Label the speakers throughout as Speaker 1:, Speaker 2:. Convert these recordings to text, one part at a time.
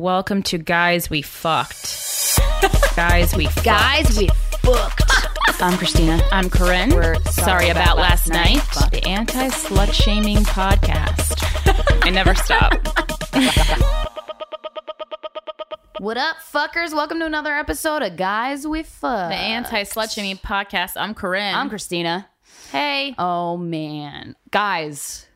Speaker 1: Welcome to Guys We Fucked. Guys We Fucked.
Speaker 2: Guys, we booked. I'm Christina.
Speaker 1: I'm Corinne.
Speaker 2: We're sorry about last night. Fuck.
Speaker 1: The anti slut shaming podcast. I never stop.
Speaker 2: What up, fuckers? Welcome to another episode of Guys We Fuck.
Speaker 1: The anti slut shaming podcast. I'm Corinne.
Speaker 2: I'm Christina.
Speaker 1: Hey.
Speaker 2: Oh man, guys,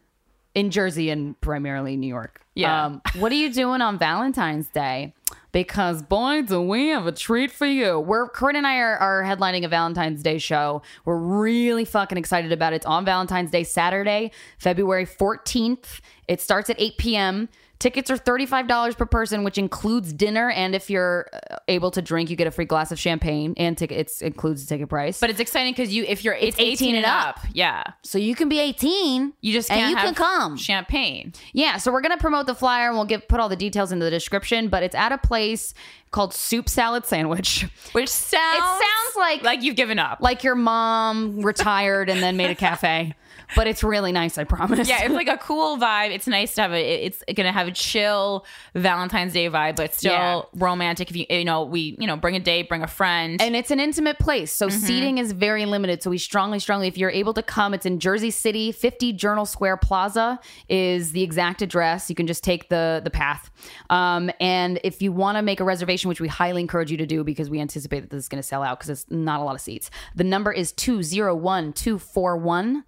Speaker 2: in Jersey and primarily New York. Um,
Speaker 1: Yeah.
Speaker 2: what are you doing on Valentine's Day? Because boy, do we have a treat for you. We're Corinne and I are, are headlining a Valentine's Day show. We're really fucking excited about it. It's on Valentine's Day, Saturday, February 14th. It starts at 8 p.m. Tickets are $35 per person, which includes dinner. And if you're uh, able to drink, you get a free glass of champagne and ticket. It includes the ticket price.
Speaker 1: But it's exciting because you, if you're it's 18,
Speaker 2: 18
Speaker 1: and
Speaker 2: and
Speaker 1: up, yeah,
Speaker 2: so you can be 18.
Speaker 1: you just can't
Speaker 2: and you
Speaker 1: have
Speaker 2: can come.
Speaker 1: champagne.
Speaker 2: Yeah, so we're gonna promote the flyer and we'll give put all the details into the description. But it's at a place called Soup Salad Sandwich,
Speaker 1: Which sounds
Speaker 2: sounds like-
Speaker 1: like you've given up.
Speaker 2: like your mom retired and then made a cafe. But it's really nice, I promise.
Speaker 1: yeah, it's like a cool vibe. It's nice to have a. it- It's gonna have a chill Valentine's Day vibe, but still
Speaker 2: Yeah.
Speaker 1: romantic. If you you know we you know bring a date, bring a friend.
Speaker 2: And it's an intimate place, so
Speaker 1: Mm-hmm.
Speaker 2: seating is very limited. So we strongly, strongly, if you're able to come, it's in Jersey City. 50 Journal Square Plaza is the exact address. You can just take the the path. Um, and if you want to make a reservation, which we highly encourage you to do because we anticipate that this is going to sell out because it's not a lot of seats. The number is 201 241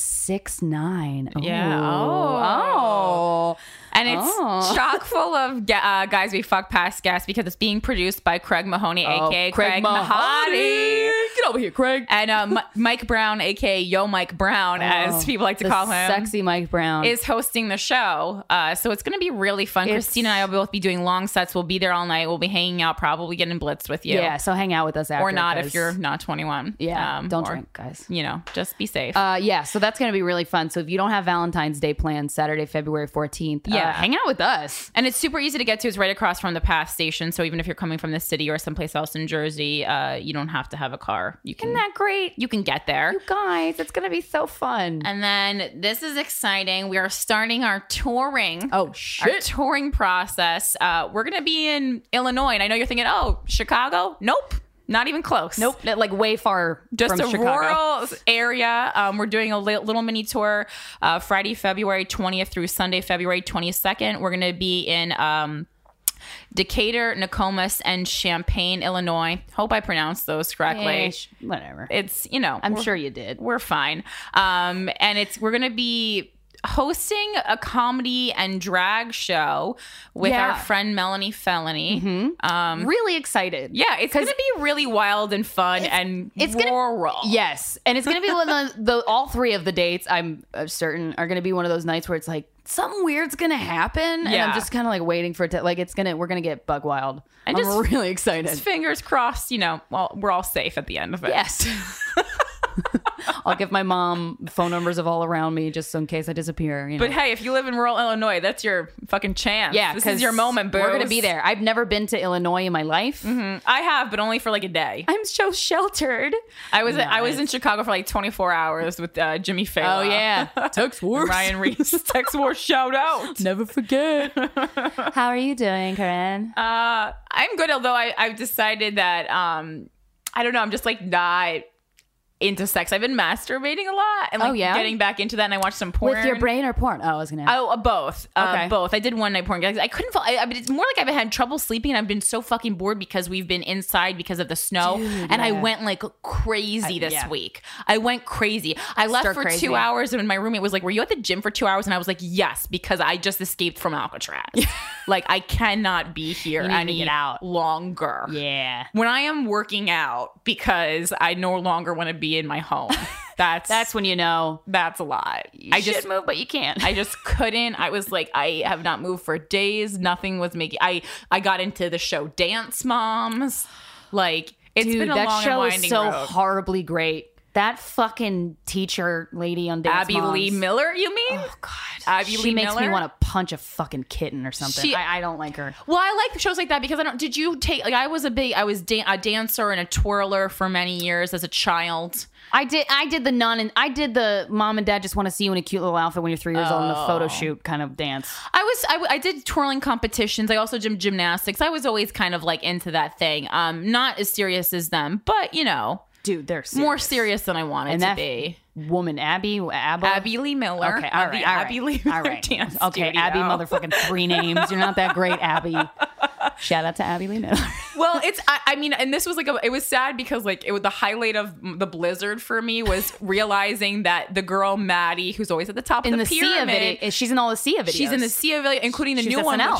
Speaker 2: 2669.
Speaker 1: Yeah.
Speaker 2: Oh.
Speaker 1: And it's
Speaker 2: Oh.
Speaker 1: chock full of ga- uh, guys we fuck past guests because it's being produced by Craig Mahoney,
Speaker 2: Oh,
Speaker 1: aka Craig, Mahoney.
Speaker 2: Get over here, Craig.
Speaker 1: And uh, M- Mike Brown, aka Yo Mike Brown, as
Speaker 2: Oh,
Speaker 1: people like to
Speaker 2: the
Speaker 1: call him,
Speaker 2: Sexy Mike Brown.
Speaker 1: is hosting the show. Uh, so it's going to be really fun.
Speaker 2: It's-
Speaker 1: Christina and I will both be doing long sets. We'll be there all night. We'll be hanging out, probably getting blitzed with you.
Speaker 2: yeah, so hang out with us after.
Speaker 1: Or not if
Speaker 2: 'cause-
Speaker 1: you're not 21.
Speaker 2: Yeah,
Speaker 1: Um,
Speaker 2: don't
Speaker 1: or,
Speaker 2: drink, guys.
Speaker 1: You know, just be safe.
Speaker 2: Uh, yeah, so that's going to be really fun. So if you don't have Valentine's Day plans, Saturday, February 14th, uh,
Speaker 1: Yeah.
Speaker 2: hang out with us.
Speaker 1: And it's super easy to get to. It's right across from the path station. So even if you're coming from the city or someplace else in Jersey, uh, you don't have to have a car. You can
Speaker 2: Isn't that great?
Speaker 1: you can get there.
Speaker 2: You guys, it's going to be so fun.
Speaker 1: And then this is exciting. We are starting our touring.
Speaker 2: oh,
Speaker 1: Our touring process. Uh, we're gonna be in Illinois, and I know you're thinking, "Oh, Chicago? Nope, not even close.
Speaker 2: Nope, like way far
Speaker 1: just
Speaker 2: from
Speaker 1: a
Speaker 2: Chicago.
Speaker 1: rural area. Um, we're doing a li- little mini tour uh, Friday, February 20th through Sunday, February 22nd. We're going to be in um, Decatur, Nokomis, and Champaign, Illinois. Hope I pronounced those correctly.
Speaker 2: Eh, sh- whatever.
Speaker 1: It's, you know,
Speaker 2: I'm
Speaker 1: we're-
Speaker 2: sure you did.
Speaker 1: we're fine. Um, and it's we're gonna be hosting a comedy and drag show with
Speaker 2: Yeah. Mm-hmm.
Speaker 1: our friend Melanie Felony. Um,
Speaker 2: really excited.
Speaker 1: yeah, it's gonna be really wild and fun and
Speaker 2: it's gonna-
Speaker 1: rural.
Speaker 2: Yes, and it's gonna be one of the, the all three of the dates. I'm uh, certain are gonna be one of those nights where it's like something weird's gonna happen, and
Speaker 1: Yeah.
Speaker 2: I'm just kind of like waiting for it to like it's gonna we're gonna get bug wild.
Speaker 1: And
Speaker 2: I'm
Speaker 1: just-
Speaker 2: really excited.
Speaker 1: Just fingers crossed, you know, well, we're all safe at the end of it.
Speaker 2: yes. I'll give my mom phone numbers of all around me just so in case I disappear. You know.
Speaker 1: But hey, if you live in rural Illinois, that's your fucking chance.
Speaker 2: yeah,
Speaker 1: this is
Speaker 2: 'cause
Speaker 1: your moment, boo.
Speaker 2: We're gonna be there. I've never been to Illinois in my life.
Speaker 1: I have, but only for like a day.
Speaker 2: I'm so sheltered.
Speaker 1: I was I was in Chicago for like 24 hours with uh, Jimmy Fallon.
Speaker 2: Oh yeah, Tex Wars.
Speaker 1: Ryan Reese, Tex War shout out.
Speaker 2: Never forget. How are you doing, Corinne?
Speaker 1: Uh, I'm good, although I, I've decided that um, I don't know. I'm just like not into sex. I've been masturbating a lot and like
Speaker 2: Oh, yeah?
Speaker 1: getting back into that. And I watched some porn
Speaker 2: With your brain or porn? Oh, I was gonna. Ask.
Speaker 1: Oh, uh, both. Uh,
Speaker 2: Okay.
Speaker 1: Both. I did one night porn. 'cause I couldn't. Fall, I, I mean, it's more like I've had trouble sleeping, and I've been so fucking bored because we've been inside because of the snow, and I
Speaker 2: yeah.
Speaker 1: went like crazy
Speaker 2: I-
Speaker 1: this
Speaker 2: yeah.
Speaker 1: week. I went crazy. I left
Speaker 2: Stir
Speaker 1: for
Speaker 2: crazy.
Speaker 1: two hours, and my roommate was like, "Were you at the gym for two hours?" And I was like, "Yes," because I just escaped from Alcatraz. like I cannot be here
Speaker 2: You need to
Speaker 1: any
Speaker 2: get out.
Speaker 1: longer.
Speaker 2: yeah.
Speaker 1: When I am working out because I no longer want to be in my home. That's
Speaker 2: That's when you know.
Speaker 1: that's a lot. I just
Speaker 2: move, but you can't.
Speaker 1: I just couldn't. I was like, I have not moved for days. Nothing was making. I I got into the show Dance Moms. Like it's
Speaker 2: Dude,
Speaker 1: been a
Speaker 2: that
Speaker 1: long and
Speaker 2: show is
Speaker 1: winding
Speaker 2: so
Speaker 1: road.
Speaker 2: horribly great. That fucking teacher lady on Dance
Speaker 1: Abby
Speaker 2: Moms.
Speaker 1: Lee Miller, you mean?
Speaker 2: Oh God,
Speaker 1: Abby
Speaker 2: she
Speaker 1: Lee
Speaker 2: makes me
Speaker 1: Miller?
Speaker 2: want to punch a fucking kitten or something.
Speaker 1: She-
Speaker 2: I, I don't like her.
Speaker 1: Well, I like shows like that because I don't. Did you take? Like, I was a big. I was dan- a dancer and a twirler for many years as a child.
Speaker 2: I did. I did the non. and I did the mom and dad just want to see you in a cute little outfit when you're three years old in the
Speaker 1: Oh.
Speaker 2: photo shoot kind of dance.
Speaker 1: I was. I, w- I did twirling competitions. I also did gymnastics. I was always kind of like into that thing. Um, not as serious as them, but you know,
Speaker 2: Dude, they're serious.
Speaker 1: more serious than I wanted
Speaker 2: And
Speaker 1: to
Speaker 2: that-
Speaker 1: be.
Speaker 2: woman Abby Abba.
Speaker 1: Abby Lee Miller.
Speaker 2: Okay, all
Speaker 1: Abby,
Speaker 2: right, all right,
Speaker 1: Abby Lee Miller
Speaker 2: all right.
Speaker 1: Dance
Speaker 2: okay,
Speaker 1: Studio.
Speaker 2: Abby, motherfucking three names. You're not that great, Abby. Shout out to Abby Lee Miller.
Speaker 1: well, it's I, I mean, and this was like a, it was sad because like it was the highlight of the blizzard for me was realizing that the girl Maddie, who's always at the top
Speaker 2: In
Speaker 1: of
Speaker 2: the,
Speaker 1: the,
Speaker 2: sea of
Speaker 1: pyramid,
Speaker 2: it, she's in all the sea of it.
Speaker 1: She's in the sea of it, including the
Speaker 2: She's
Speaker 1: new one with
Speaker 2: SNL.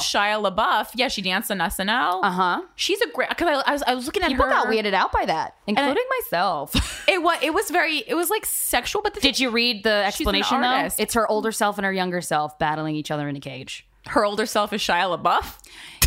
Speaker 1: Shia LaBeouf. Yeah, she danced on SNL.
Speaker 2: Uh huh.
Speaker 1: She's a great because I, I was I was looking at
Speaker 2: People
Speaker 1: her.
Speaker 2: got weirded out by that, including myself.
Speaker 1: It was it was very it was like sexual, but the
Speaker 2: Did you read
Speaker 1: She's
Speaker 2: the
Speaker 1: an
Speaker 2: explanation though?
Speaker 1: artist.
Speaker 2: It's her older self and her younger self battling each other in a cage.
Speaker 1: her older self is Shia LaBeouf.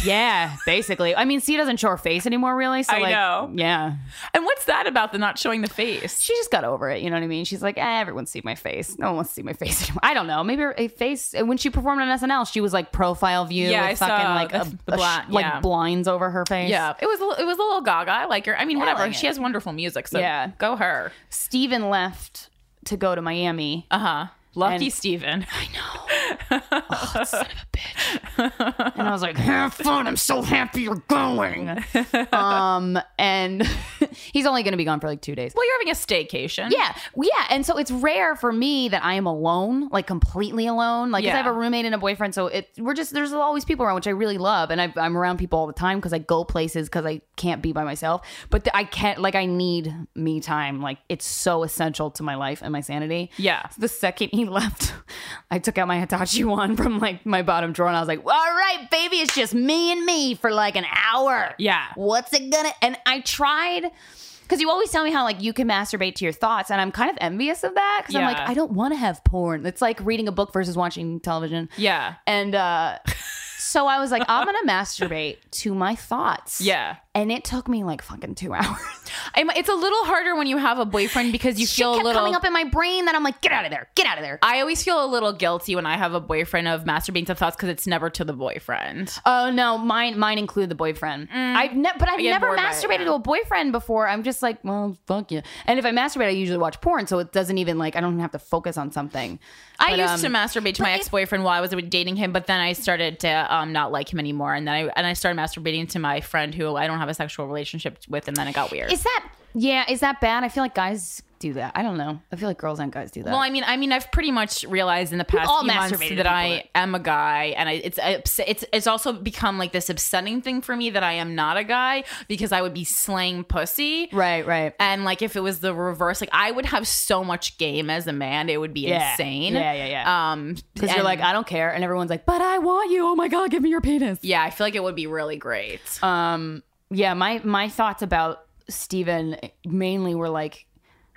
Speaker 2: Yeah, basically. I mean, C doesn't show her face anymore, really. So
Speaker 1: I
Speaker 2: like,
Speaker 1: know.
Speaker 2: Yeah,
Speaker 1: And what's that about the not showing the face?
Speaker 2: she just got over it. You know what I mean? She's like, eh, everyone see my face. No one wants to see my face anymore. I don't know. Maybe her a face. When she performed on SNL, she was like profile view.
Speaker 1: Yeah,
Speaker 2: with
Speaker 1: I saw
Speaker 2: fucking like
Speaker 1: the- the
Speaker 2: a, a sh-
Speaker 1: blind- yeah.
Speaker 2: like blinds over her face.
Speaker 1: Yeah, it was a, it was a little Gaga. I like her. I mean,
Speaker 2: I
Speaker 1: whatever.
Speaker 2: like
Speaker 1: she
Speaker 2: it.
Speaker 1: has wonderful music, so
Speaker 2: Yeah.
Speaker 1: go her.
Speaker 2: Steven left to go to Miami.
Speaker 1: Uh huh. Lucky
Speaker 2: And-
Speaker 1: Steven.
Speaker 2: I know. Oh, son of a bitch.
Speaker 1: Uh-huh.
Speaker 2: And I was like, have fun. I'm so happy you're going. Um, and he's only going to be gone for like two days.
Speaker 1: Well, you're having a staycation.
Speaker 2: Yeah, yeah, and so it's rare for me that I am alone, like completely alone. Like 'cause
Speaker 1: Yeah.
Speaker 2: I have a roommate and a boyfriend, so it we're just there's always people around, which I really love, and I, I'm around people all the time because I go places because I can't be by myself. But th- I can't like I need me time. Like it's so essential to my life and my sanity.
Speaker 1: Yeah.
Speaker 2: The second he left, I took out my Hitachi one from like my bottom drawer, and I was like, "All right, baby, it's just me and me for like an hour."
Speaker 1: Yeah.
Speaker 2: What's it gonna? And I tried because you always tell me how like you can masturbate to your thoughts, and I'm kind of envious of that because I'm like
Speaker 1: Yeah.
Speaker 2: I don't want to have porn. It's like reading a book versus watching television.
Speaker 1: Yeah.
Speaker 2: And uh, so I was like, I'm gonna masturbate to my thoughts.
Speaker 1: Yeah.
Speaker 2: And it took me like fucking two hours.
Speaker 1: I'm- It's a little harder when you have a boyfriend because you
Speaker 2: Shit
Speaker 1: feel
Speaker 2: kept
Speaker 1: a little
Speaker 2: coming up in my brain that I'm like, get out of there, get out of there.
Speaker 1: I always feel a little guilty when I have a boyfriend of masturbating to thoughts because it's never to the boyfriend.
Speaker 2: Oh no, mine mine include the boyfriend. I've ne- but I've
Speaker 1: get
Speaker 2: never
Speaker 1: bored by it,
Speaker 2: masturbated
Speaker 1: yeah.
Speaker 2: to a boyfriend before. I'm just like, well, fuck you. And if I masturbate, I usually watch porn, so it doesn't even like I don't even have to focus on something.
Speaker 1: I
Speaker 2: But,
Speaker 1: used
Speaker 2: um,
Speaker 1: to masturbate to my ex boyfriend while I was dating him, but then I started to um, not like him anymore, and then I and I started masturbating to my friend who I don't have a sexual relationship with, and then it got weird.
Speaker 2: Is that yeah? Is that bad? I feel like guys do that. I don't know. I feel like girls and guys do that.
Speaker 1: well, I mean, I mean, I've pretty much realized in the past
Speaker 2: all
Speaker 1: few months
Speaker 2: masturbated
Speaker 1: that
Speaker 2: to
Speaker 1: I
Speaker 2: porn.
Speaker 1: am a guy, and I, it's it's it's- it's also become like this upsetting thing for me that I am not a guy because I would be slaying pussy,
Speaker 2: right, right.
Speaker 1: And like if it was the reverse, like I would have so much game as a man, it would be
Speaker 2: Yeah.
Speaker 1: insane.
Speaker 2: Yeah, yeah, yeah.
Speaker 1: Um,
Speaker 2: Because you're
Speaker 1: and-
Speaker 2: like, I don't care, and everyone's like, but I want you. Oh my god, give me your penis.
Speaker 1: yeah, I feel like it would be really great.
Speaker 2: Um, yeah. My my thoughts about Steven mainly were like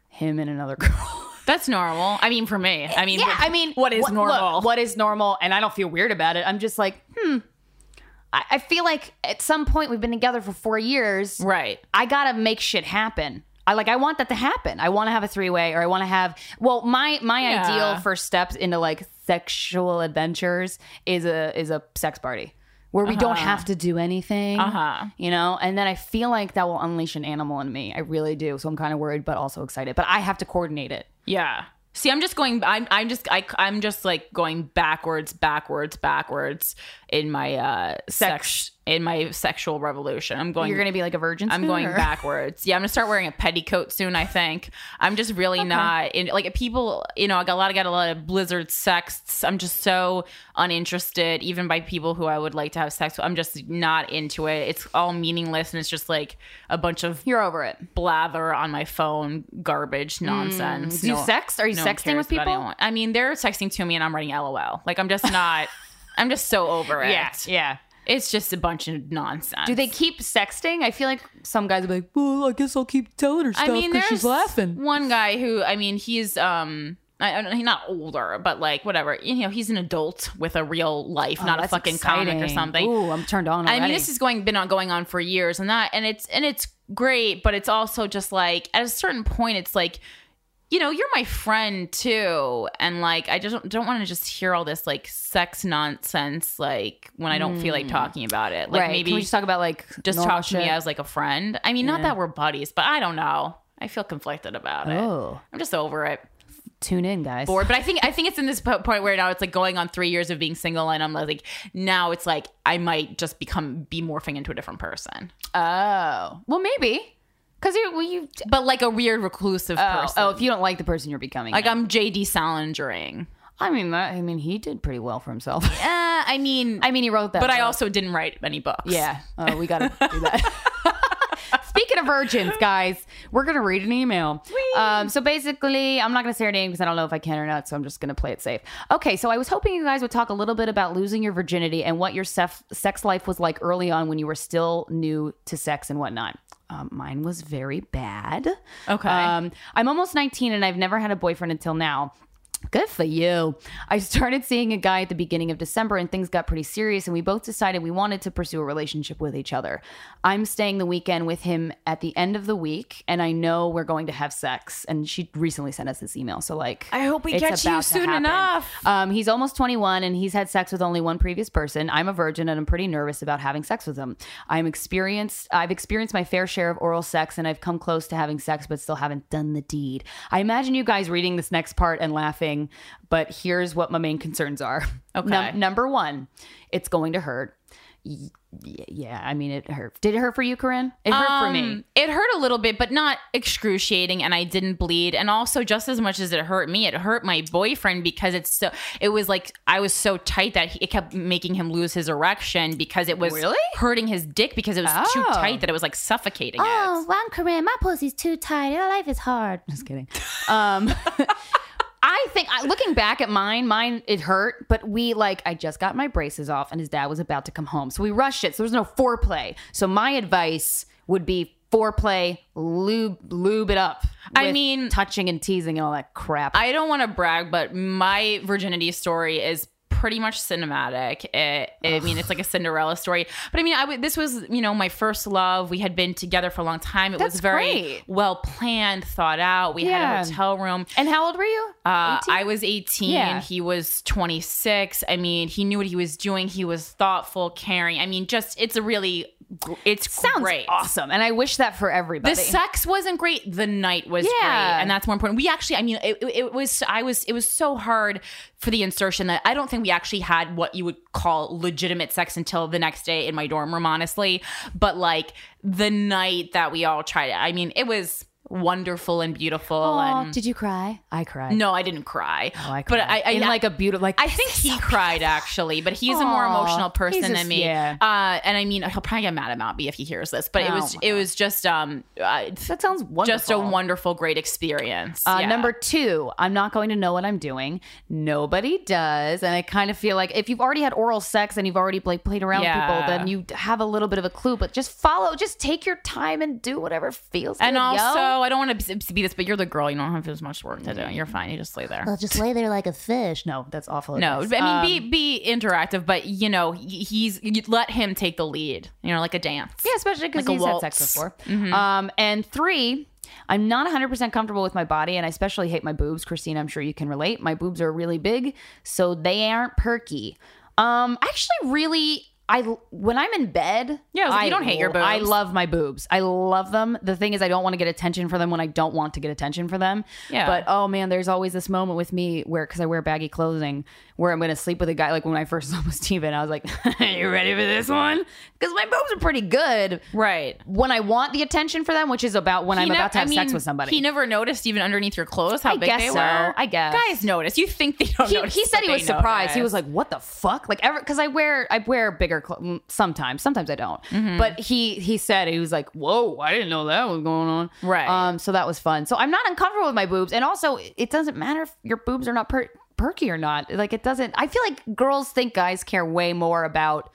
Speaker 2: him and another girl.
Speaker 1: That's normal. I mean, for me, I mean,
Speaker 2: yeah,
Speaker 1: what-
Speaker 2: I mean,
Speaker 1: what is
Speaker 2: wh-
Speaker 1: normal?
Speaker 2: look, what is normal? And I don't feel weird about it. I'm just like, hmm. I, I feel like at some point we've been together for four years.
Speaker 1: right.
Speaker 2: I gotta make shit happen. I like I want that to happen. I want to have a three way, or I want to have. Well, my my
Speaker 1: Yeah.
Speaker 2: ideal first steps into like sexual adventures is a is a sex party where we don't have to do anything. Uh
Speaker 1: Uh-huh.
Speaker 2: You know, and then I feel like that will unleash an animal in me. I really do. So I'm kind of worried, but also excited. But I have to coordinate it.
Speaker 1: Yeah. See, I'm just going. I'm. I'm just. I. I'm just like going backwards, backwards, backwards in my uh sex in my sexual revolution. I'm going.
Speaker 2: You're gonna be like a virgin.
Speaker 1: I'm
Speaker 2: soon,
Speaker 1: going
Speaker 2: or-
Speaker 1: backwards. Yeah, I'm gonna start wearing a petticoat soon. I think I'm just really not in like people. You know, I got a lot. I got a lot of blizzard sex. I'm just so uninterested, even by people who I would like to have sex with. I'm just not into it. It's all meaningless, and it's just like a bunch of
Speaker 2: You're over it. Mm.
Speaker 1: blather on my phone, garbage nonsense.
Speaker 2: Do you sext? Are you
Speaker 1: no one
Speaker 2: sexting
Speaker 1: cares
Speaker 2: with
Speaker 1: about
Speaker 2: people?
Speaker 1: anyone. I mean, they're texting to me, and I'm writing LOL. Like I'm just not. I'm just so over it.
Speaker 2: yeah.
Speaker 1: It's just a bunch of nonsense.
Speaker 2: Do they keep sexting? I feel like some guys will be like, well, I guess I'll keep telling her stuff
Speaker 1: I mean,
Speaker 2: because
Speaker 1: there's
Speaker 2: she's laughing.
Speaker 1: one guy who, I mean, he's um, I, I don't know, he's not older, but like whatever, you know, he's an adult with a real life, not a
Speaker 2: Oh, That's
Speaker 1: fucking comic or
Speaker 2: exciting.
Speaker 1: something.
Speaker 2: Ooh, I'm turned on. Already.
Speaker 1: I mean, this has going been on going on for years, and that, and it's and it's great, but it's also just like at a certain point, it's like you know, you're my friend too. And like, I just don't, don't want to just hear all this like sex nonsense, like when I don't feel like talking about it. Like
Speaker 2: Hmm. right.
Speaker 1: maybe
Speaker 2: Can we just talk about like
Speaker 1: just
Speaker 2: normal
Speaker 1: talk to me
Speaker 2: shit?
Speaker 1: as like a friend. I mean, not that we're buddies, but I don't know. I feel conflicted about
Speaker 2: Oh.
Speaker 1: it. I'm just over it.
Speaker 2: tune in, guys.
Speaker 1: Bored, but I think I think it's in this po- point where now it's like going on three years of being single, and I'm like, now it's like I might just become be morphing into a different person,
Speaker 2: Oh, well, maybe because you, well, you.
Speaker 1: but like a weird reclusive
Speaker 2: Oh,
Speaker 1: person.
Speaker 2: oh, if you don't like the person you're becoming,
Speaker 1: like I'm JD Salingering.
Speaker 2: I mean, that, I mean, he did pretty well for himself.
Speaker 1: Uh, I mean,
Speaker 2: I mean, he wrote that,
Speaker 1: but I
Speaker 2: book.
Speaker 1: also didn't write many books.
Speaker 2: yeah. Oh, we gotta do that. Speaking of virgins, guys, we're gonna read an email. Um, so basically, I'm not gonna say her name because I don't know if I can or not. So I'm just gonna play it safe. Okay, so I was hoping you guys would talk a little bit about losing your virginity and what your sef- sex life was like early on when you were still new to sex and whatnot. Um, mine was very bad.
Speaker 1: Okay.
Speaker 2: Um, I'm almost 19 and I've never had a boyfriend until now. Good for you. I started seeing a guy at the beginning of December and things got pretty serious, and we both decided we wanted to pursue a relationship with each other. I'm staying the weekend with him at the end of the week, and I know we're going to have sex. And she recently sent us this email. So, like,
Speaker 1: I hope we
Speaker 2: it's
Speaker 1: get you
Speaker 2: about to
Speaker 1: soon
Speaker 2: happen.
Speaker 1: enough.
Speaker 2: Um, he's almost 21 and he's had sex with only one previous person. I'm a virgin and I'm pretty nervous about having sex with him. I'm experienced. I've experienced my fair share of oral sex and I've come close to having sex, but still haven't done the deed. I imagine you guys reading this next part and laughing, but here's what my main concerns are.
Speaker 1: Okay.
Speaker 2: Num- number one, it's going to hurt. Y- y- yeah, I mean, it hurt. Did it hurt for you, Corinne? It hurt for me.
Speaker 1: Um, It hurt a little bit, but not excruciating, and I didn't bleed. And also, just as much as it hurt me, it hurt my boyfriend because it's so. It was like I was so tight that he, it kept making him lose his erection because it was
Speaker 2: Really?
Speaker 1: hurting his dick because it was too
Speaker 2: Oh.
Speaker 1: tight that it was like suffocating
Speaker 3: Oh, well, I'm Korean. My pussy's too tight. Your life is hard.
Speaker 2: Just kidding. Um, I think I- looking back at mine, mine it hurt, but we like I just got my braces off, and his dad was about to come home, so we rushed it. So there was no foreplay. So my advice would be foreplay, lube, lube it up.
Speaker 1: I
Speaker 2: with
Speaker 1: mean-
Speaker 2: touching and teasing and all that crap.
Speaker 1: I don't want to brag, but my virginity story is pretty much cinematic. It, I mean, it's like a Cinderella story. But I mean, I w- this was you know my first love. We had been together for a long time. It
Speaker 2: That's
Speaker 1: was very
Speaker 2: great.
Speaker 1: well planned, thought out. We
Speaker 2: Yeah.
Speaker 1: had a hotel room.
Speaker 2: and how old were you?
Speaker 1: Uh, I was 18.
Speaker 2: Yeah.
Speaker 1: He was 26. I mean, he knew what he was doing. He was thoughtful, caring. I mean, just it's a really gr- it's
Speaker 2: Sounds
Speaker 1: great.
Speaker 2: awesome, and I wish that for everybody.
Speaker 1: The sex wasn't great. The night was
Speaker 2: Yeah.
Speaker 1: great, and that's more important. We actually, I mean, it, it- it was. I was. It was so hard for the insertion that I don't think we actually had what you would call legitimate sex until the next day in my dorm room, honestly. But like the night that we all tried it, I mean, it was wonderful and beautiful.
Speaker 2: Aw,
Speaker 1: and
Speaker 2: did you cry? I cried.
Speaker 1: no, I didn't cry.
Speaker 2: Oh, I
Speaker 1: But
Speaker 2: cried.
Speaker 1: I, I
Speaker 2: in like a beautiful like
Speaker 1: I think he cried actually, but he's a more
Speaker 2: Aw,
Speaker 1: emotional person
Speaker 2: he's a-
Speaker 1: than me.
Speaker 2: yeah.
Speaker 1: Uh, and I mean, he'll probably get mad about me if he hears this. But it
Speaker 2: Oh
Speaker 1: was
Speaker 2: my
Speaker 1: it was just um uh,
Speaker 2: that sounds wonderful.
Speaker 1: just a wonderful, great experience.
Speaker 2: Uh,
Speaker 1: Yeah.
Speaker 2: Number two, I'm not going to know what I'm doing. Nobody does. And I kind of feel like if you've already had oral sex and you've already like, played around with people,
Speaker 1: Yeah.
Speaker 2: then you have a little bit of a clue, but just follow, just take your time and do whatever feels
Speaker 1: and
Speaker 2: good, yo.
Speaker 1: also, I don't want to be this, but you're the girl. You don't have as much work to do. You're fine. You just lay there.
Speaker 3: I'll just lay there like a fish.
Speaker 2: no, that's awful.
Speaker 1: No,
Speaker 2: advice.
Speaker 1: I mean, be be interactive, but you know, he- he's you let him take the lead. You know, like a dance.
Speaker 2: Yeah, especially because
Speaker 1: Like a
Speaker 2: he's had sex
Speaker 1: waltz. Mm-hmm.
Speaker 2: before. Um, and three, I'm not 100% comfortable with my body, and I especially hate my boobs. Christine, I'm sure you can relate. My boobs are really big, so they aren't perky. Um, actually, really. I when I'm in bed,
Speaker 1: Yeah,
Speaker 2: I,
Speaker 1: you don't hate your boobs.
Speaker 2: I love my boobs. I love them. The thing is, I don't want to get attention for them when I don't want to get attention for them.
Speaker 1: Yeah.
Speaker 2: But oh man, there's always this moment with me where because I wear baggy clothing, where I'm gonna sleep with a guy. Like when I first saw Steven, I was like, "You ready for this one?" Because my boobs are pretty good
Speaker 1: Right.
Speaker 2: when I want the attention for them, which is about when I'm
Speaker 1: He
Speaker 2: about
Speaker 1: nev-
Speaker 2: to have
Speaker 1: I
Speaker 2: sex
Speaker 1: mean,
Speaker 2: with somebody.
Speaker 1: He never noticed even underneath your clothes how
Speaker 2: I
Speaker 1: big
Speaker 2: guess
Speaker 1: they
Speaker 2: so.
Speaker 1: were.
Speaker 2: I guess.
Speaker 1: guys notice. You think they don't?
Speaker 2: he,
Speaker 1: notice,
Speaker 2: he said
Speaker 1: but
Speaker 2: he
Speaker 1: they
Speaker 2: was surprised. He
Speaker 1: notice.
Speaker 2: was like, "What the fuck?" Like ever because I wear I wear bigger clothes sometimes. Sometimes I don't.
Speaker 1: Mm-hmm.
Speaker 2: But he he said he was like, "Whoa, I didn't know that was going on."
Speaker 1: Right.
Speaker 2: Um. So that was fun. So I'm not uncomfortable with my boobs, and also it doesn't matter if your boobs are not per- perky or not. Like it doesn't. I feel like girls think guys care way more about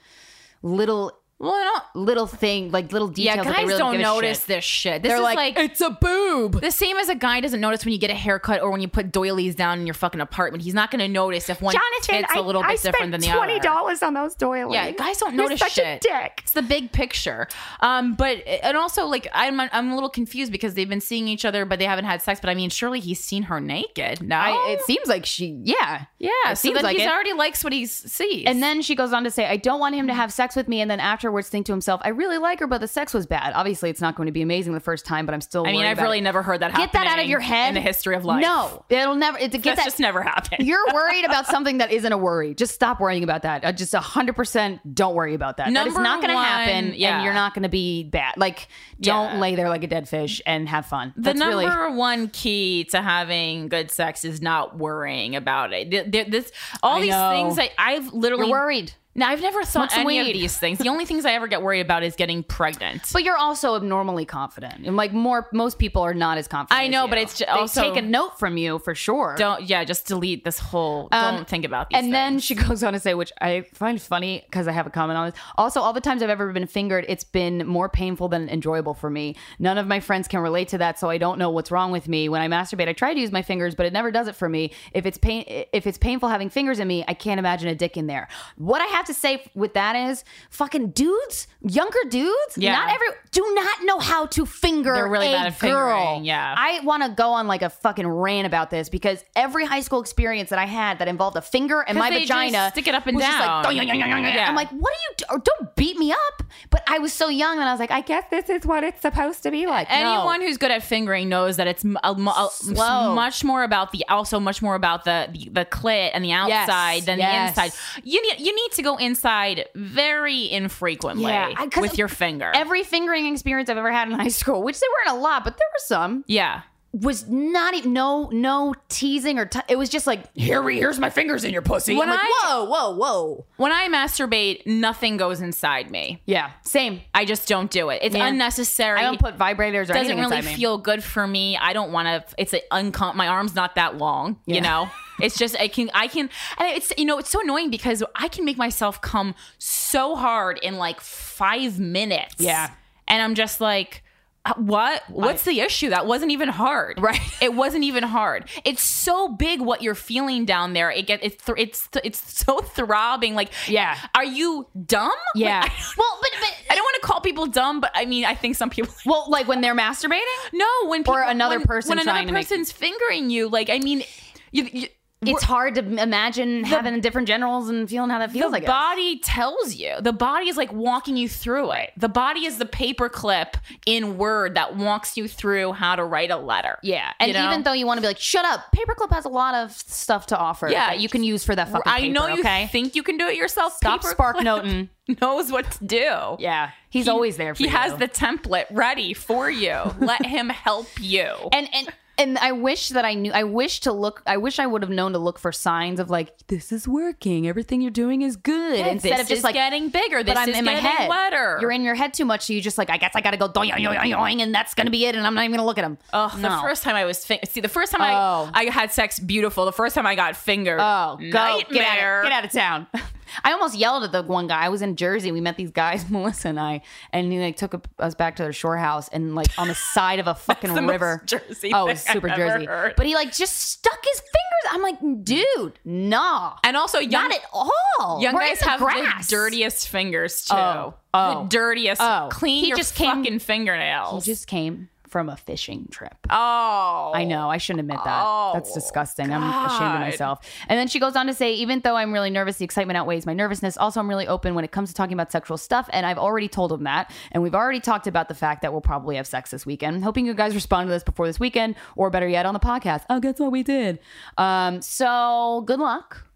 Speaker 2: little
Speaker 1: Well, I don't.
Speaker 2: little thing, like little details.
Speaker 1: Yeah,
Speaker 2: that they
Speaker 1: guys
Speaker 2: really
Speaker 1: don't
Speaker 2: give a
Speaker 1: notice
Speaker 2: shit.
Speaker 1: this shit. This
Speaker 2: They're
Speaker 1: is
Speaker 2: like,
Speaker 1: like,
Speaker 2: it's a boob.
Speaker 1: the same as a guy doesn't notice when you get a haircut or when you put doilies down in your fucking apartment. He's not going to notice if one
Speaker 4: Jonathan,
Speaker 1: tit's a little
Speaker 4: I,
Speaker 1: bit
Speaker 4: I
Speaker 1: different
Speaker 4: spent
Speaker 1: than the
Speaker 4: twenty
Speaker 1: other.
Speaker 4: dollars on those doilies.
Speaker 1: Yeah, guys don't
Speaker 4: You're
Speaker 1: notice
Speaker 4: such
Speaker 1: shit.
Speaker 4: a dick.
Speaker 1: It's the big picture. Um, but and also like I'm I'm a little confused because they've been seeing each other, but they haven't had sex. But I mean, surely he's seen her naked. No,
Speaker 2: I, it seems like she, yeah,
Speaker 1: Oh. yeah.
Speaker 2: it
Speaker 1: so
Speaker 2: seems
Speaker 1: then
Speaker 2: like
Speaker 1: he
Speaker 2: it.
Speaker 1: already likes what he s- sees.
Speaker 2: And then she goes on to say, I don't want him to have sex with me. And then afterwards think to himself, I really like her, but the sex was bad. Obviously, it's not going to be amazing the first time, but I'm still.
Speaker 1: I mean,
Speaker 2: worried
Speaker 1: I've
Speaker 2: about
Speaker 1: really
Speaker 2: it.
Speaker 1: never heard that.
Speaker 2: Get that out of
Speaker 1: happening
Speaker 2: your head.
Speaker 1: in the history of life.
Speaker 2: No, it'll never. It, get
Speaker 1: that's
Speaker 2: that.
Speaker 1: just never happened.
Speaker 2: you're worried about something that isn't a worry. Just stop worrying about that. Uh, Just 100% don't worry about that. that
Speaker 1: Number
Speaker 2: is not going to
Speaker 1: one,
Speaker 2: happen
Speaker 1: yeah.
Speaker 2: and you're not going to be bad. Like, don't
Speaker 1: Yeah.
Speaker 2: lay there like a dead fish and have fun.
Speaker 1: the
Speaker 2: That's
Speaker 1: number
Speaker 2: really.
Speaker 1: one key to having good sex is not worrying about it. Th- th- This all
Speaker 2: I
Speaker 1: these
Speaker 2: know.
Speaker 1: things that I've literally
Speaker 2: You're worried.
Speaker 1: Now I've never thought
Speaker 2: Smoke some
Speaker 1: any
Speaker 2: weed.
Speaker 1: of these things. The only things I ever get worried about is getting pregnant.
Speaker 2: But you're also abnormally confident. And like more, most people are not as confident.
Speaker 1: I
Speaker 2: as
Speaker 1: know,
Speaker 2: you.
Speaker 1: but it's ju-
Speaker 2: They
Speaker 1: also-
Speaker 2: take a note from you for sure.
Speaker 1: don't yeah, just delete this whole.
Speaker 2: Um,
Speaker 1: don't think about these.
Speaker 2: And then she goes on to say, which I find funny because I have a comment on this. Also, all the times I've ever been fingered, it's been more painful than enjoyable for me. None of my friends can relate to that, so I don't know what's wrong with me. When I masturbate, I try to use my fingers, but it never does it for me. If it's pain, if it's painful having fingers in me, I can't imagine a dick in there. What I have to say with that is, fucking dudes, younger dudes,
Speaker 1: Yeah.
Speaker 2: not every, do not know how to finger
Speaker 1: They're really
Speaker 2: a
Speaker 1: bad at
Speaker 2: girl.
Speaker 1: fingering, yeah.
Speaker 2: I want to go on like a fucking rant about this because every high school experience that I had that involved a finger and my
Speaker 1: they just
Speaker 2: vagina,
Speaker 1: stick it up and
Speaker 2: was just
Speaker 1: down.
Speaker 2: like, "Dong, yong, yong, yong, yong."
Speaker 1: Yeah.
Speaker 2: I'm like, what are you? Do- or don't beat me up. But I was so young, and I was like, I guess this is what it's supposed to be like.
Speaker 1: anyone
Speaker 2: no.
Speaker 1: who's good at fingering knows that it's m- a, m- a-
Speaker 2: Slow.
Speaker 1: much more about the also much more about the the, the clit and the outside than
Speaker 2: yes.
Speaker 1: the inside. You need you need to go inside very infrequently
Speaker 2: Yeah, I- 'cause
Speaker 1: with your finger.
Speaker 2: every fingering experience I've ever had in high school, which there weren't a lot, but there were some,
Speaker 1: yeah.
Speaker 2: was not even no no teasing or t- it was just like here here's my fingers in your pussy.
Speaker 1: When
Speaker 2: I'm like,
Speaker 1: I-
Speaker 2: whoa whoa whoa.
Speaker 1: When I masturbate, nothing goes inside me.
Speaker 2: Yeah, same.
Speaker 1: I just don't do it. It's
Speaker 2: Yeah.
Speaker 1: unnecessary.
Speaker 2: I don't put vibrators or
Speaker 1: doesn't
Speaker 2: anything
Speaker 1: really
Speaker 2: inside me.
Speaker 1: feel good for me. I don't want to. It's a uncom. My arm's not that long.
Speaker 2: Yeah.
Speaker 1: You know, it's just I can I can and it's you know it's so annoying because I can make myself come so hard in like five minutes.
Speaker 2: Yeah.
Speaker 1: and I'm just like. uh, What? What's the issue? That wasn't even hard,
Speaker 2: Right.
Speaker 1: It wasn't even hard. It's so big what you're feeling down there. It gets it's th- it's th- it's so throbbing. Like,
Speaker 2: Yeah.
Speaker 1: are you dumb? Like,
Speaker 2: Yeah.
Speaker 1: I, well, but, but I don't want to call people dumb, but I mean, I think some people
Speaker 2: Well, like when they're masturbating.
Speaker 1: no, when people,
Speaker 2: another
Speaker 1: when-
Speaker 2: person
Speaker 1: when
Speaker 2: trying to
Speaker 1: another
Speaker 2: make-
Speaker 1: person's fingering you, like I mean, you, you,
Speaker 2: it's hard to imagine having different generals and feeling how that
Speaker 1: the
Speaker 2: feels. I guess.
Speaker 1: body tells you. The body is like walking you through it. The body is the paperclip in Word that walks you through how to write a letter.
Speaker 2: yeah, and
Speaker 1: you know?
Speaker 2: even though you want to be like, shut up, paperclip has a lot of stuff to offer.
Speaker 1: Yeah,
Speaker 2: that you can use for that fucking.
Speaker 1: I know
Speaker 2: paper,
Speaker 1: you
Speaker 2: okay?
Speaker 1: think you can do it yourself.
Speaker 2: Stop spark
Speaker 1: Paperclip
Speaker 2: noting.
Speaker 1: knows what to do.
Speaker 2: Yeah, he's always there. for
Speaker 1: he
Speaker 2: you.
Speaker 1: has the template ready for you. Let him help you.
Speaker 2: and and. And I wish that I knew. I wish to look. I wish I would have known to look for signs of like this is working. Everything you're doing is good. Instead
Speaker 1: this
Speaker 2: of just
Speaker 1: is
Speaker 2: like
Speaker 1: getting bigger. This
Speaker 2: but I'm
Speaker 1: is
Speaker 2: in my
Speaker 1: getting
Speaker 2: head.
Speaker 1: wetter.
Speaker 2: You're in your head too much. So you just like I guess I got to go doing doing doing, and that's gonna be it. And I'm not even gonna look at him.
Speaker 1: Oh, the first time I was fing- see the first time
Speaker 2: Oh.
Speaker 1: I I had sex beautiful. The first time I got fingered.
Speaker 2: Oh, go get out,
Speaker 1: nightmare.
Speaker 2: of, get out of town. I almost yelled at the one guy. I was in Jersey. We met these guys, Melissa and I, and he like took us back to their shore house and like on the side of a fucking
Speaker 1: the most
Speaker 2: river.
Speaker 1: Jersey
Speaker 2: oh, it was
Speaker 1: thing I've
Speaker 2: super
Speaker 1: ever
Speaker 2: Jersey.
Speaker 1: heard.
Speaker 2: But he like just stuck his fingers. I'm like, dude, nah,
Speaker 1: And also young
Speaker 2: not at all.
Speaker 1: young
Speaker 2: We're
Speaker 1: guys
Speaker 2: in the
Speaker 1: have
Speaker 2: grass.
Speaker 1: the dirtiest fingers too.
Speaker 2: Oh, oh,
Speaker 1: the dirtiest.
Speaker 2: oh.
Speaker 1: Clean
Speaker 2: He
Speaker 1: your
Speaker 2: just came-
Speaker 1: fucking
Speaker 2: He
Speaker 1: fingernails.
Speaker 2: just came from a fishing trip.
Speaker 1: oh,
Speaker 2: I know. I shouldn't admit that. That's
Speaker 1: Oh,
Speaker 2: disgusting. I'm ashamed of
Speaker 1: God.
Speaker 2: myself. And then she goes on to say, even though I'm really nervous, the excitement outweighs my nervousness. Also, I'm really open when it comes to talking about sexual stuff. And I've already told him that. And we've already talked about the fact that we'll probably have sex this weekend. Hoping you guys respond to this before this weekend, or better yet, on the podcast. Oh, guess what we did? Um, so good luck.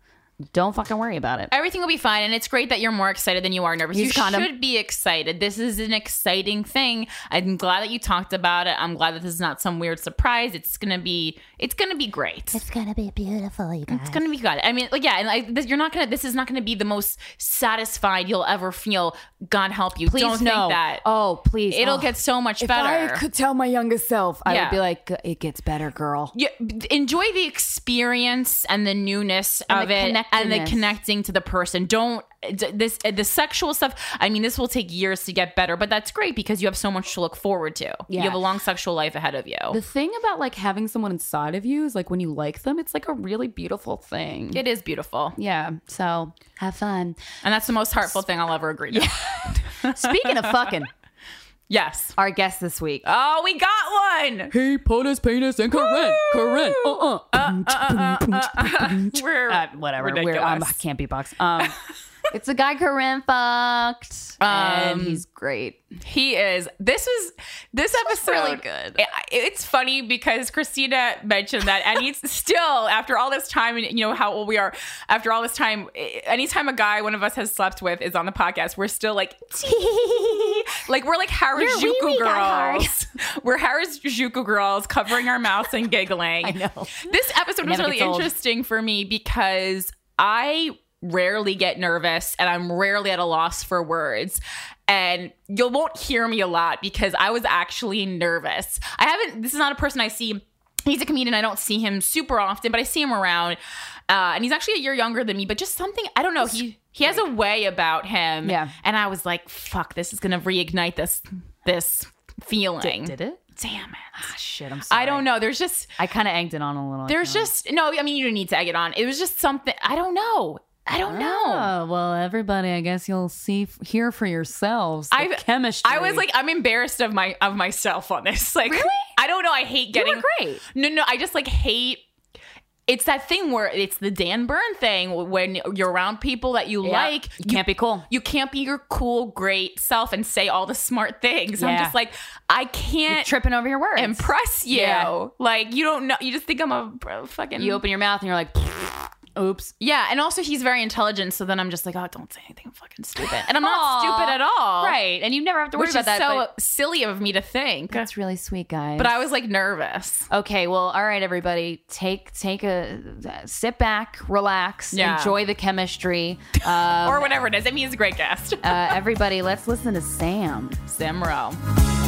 Speaker 2: Don't fucking worry about it.
Speaker 1: Everything will be fine, and it's great that you're more excited than you are nervous.
Speaker 2: Use
Speaker 1: you
Speaker 2: condom.
Speaker 1: should be excited. This is an exciting thing. I'm glad that you talked about it. I'm glad that this is not some weird surprise. It's gonna be, it's gonna be great.
Speaker 3: It's gonna be beautiful, you guys.
Speaker 1: It's gonna be good. I mean, like, yeah, and like, this, you're not gonna. This is not gonna be the most satisfied you'll ever feel. God help you.
Speaker 2: Please
Speaker 1: Don't
Speaker 2: no.
Speaker 1: think that.
Speaker 2: Oh, please.
Speaker 1: It'll
Speaker 2: Oh.
Speaker 1: get so much
Speaker 2: If
Speaker 1: better.
Speaker 2: I could tell my youngest self, I
Speaker 1: Yeah.
Speaker 2: would be like, it gets better, girl.
Speaker 1: Yeah, enjoy the experience and the newness
Speaker 2: And
Speaker 1: of
Speaker 2: the
Speaker 1: it, and then
Speaker 2: connectedness.
Speaker 1: connecting to the person. Don't d- this the sexual stuff. I mean, this will take years to get better, but that's great because you have so much to look forward to. You
Speaker 2: Yeah.
Speaker 1: have a long sexual life ahead of you.
Speaker 2: The thing about like having someone inside of you is like when you like them, it's like a really beautiful thing.
Speaker 1: it is beautiful,
Speaker 2: yeah. So have fun.
Speaker 1: and that's the most heartful thing I'll ever agree to.
Speaker 2: Speaking of fucking,
Speaker 1: Yes.
Speaker 2: our guest this week.
Speaker 1: Oh, we got one.
Speaker 2: He put his penis in Corinne. Corinne. Uh-uh.
Speaker 1: We're
Speaker 2: Uh, whatever. We're, um,
Speaker 1: ridiculous.
Speaker 2: I can't beatbox. Um, it's a guy Corinne fucked. and
Speaker 1: Um,
Speaker 2: he's great.
Speaker 1: He is. This is this episode
Speaker 2: really good.
Speaker 1: I- it's funny because Christina mentioned that, and it's still after all this time, and you know how old we are. After all this time, eh, anytime a guy one of us has slept with is on the podcast, we're still like, like we're like Harajuku
Speaker 3: wee-wee got
Speaker 1: girls. We're Harajuku girls covering our mouths and giggling. I
Speaker 2: know.
Speaker 1: This episode was
Speaker 2: never
Speaker 1: really
Speaker 2: gets old.
Speaker 1: interesting for me because I rarely get nervous and I'm rarely at a loss for words. And you won't hear me a lot because I was actually nervous. I haven't, this is not a person I see. He's a comedian. I don't see him super often, but I see him around. Uh, and he's actually a year younger than me, but just something, I don't know. He, he has a way about him.
Speaker 2: Yeah.
Speaker 1: And I was like, fuck, this is going to reignite this, this feeling.
Speaker 2: Did it? Ah,
Speaker 1: Damn it.
Speaker 2: Shit, I'm sorry.
Speaker 1: I don't know. There's just,
Speaker 2: I kind of egged it on a little. I
Speaker 1: there's
Speaker 2: know.
Speaker 1: just no. I mean, you didn't need to egg it on. It was just something. I don't know. I don't know.
Speaker 2: Oh, well, everybody, I guess you'll see, hear for yourselves. The
Speaker 1: I-
Speaker 2: chemistry.
Speaker 1: I was like, I'm embarrassed of my of myself on this. Like, really? I don't know. I hate
Speaker 2: you
Speaker 1: getting.
Speaker 2: were great.
Speaker 1: No, no. I just like hate. It's that thing where it's the Dan Byrne thing when you're around people that you like.
Speaker 2: you can't be cool.
Speaker 1: You can't be your cool, great self and say all the smart things. I'm
Speaker 2: Yeah.
Speaker 1: just like, I can't
Speaker 2: tripping over your words.
Speaker 1: impress you.
Speaker 2: Yeah.
Speaker 1: Like, you don't know. You just think I'm a bro, fucking.
Speaker 2: you open your mouth and you're like, oops.
Speaker 1: Yeah, and also he's very intelligent, so then I'm just like, oh, don't say anything fucking stupid. And I'm not
Speaker 2: Aw,
Speaker 1: stupid at all.
Speaker 2: Right. And you never have to worry
Speaker 1: Which is
Speaker 2: about that.
Speaker 1: so
Speaker 2: but
Speaker 1: silly of me to think.
Speaker 2: that's really sweet, guys.
Speaker 1: But I was like nervous.
Speaker 2: Okay, well, all right, everybody, take take a sit back, relax,
Speaker 1: Yeah.
Speaker 2: enjoy the chemistry. Uh,
Speaker 1: or whatever it is. I mean, he's a great guest.
Speaker 2: uh, everybody, let's listen to Sam.
Speaker 1: Sam Rowe.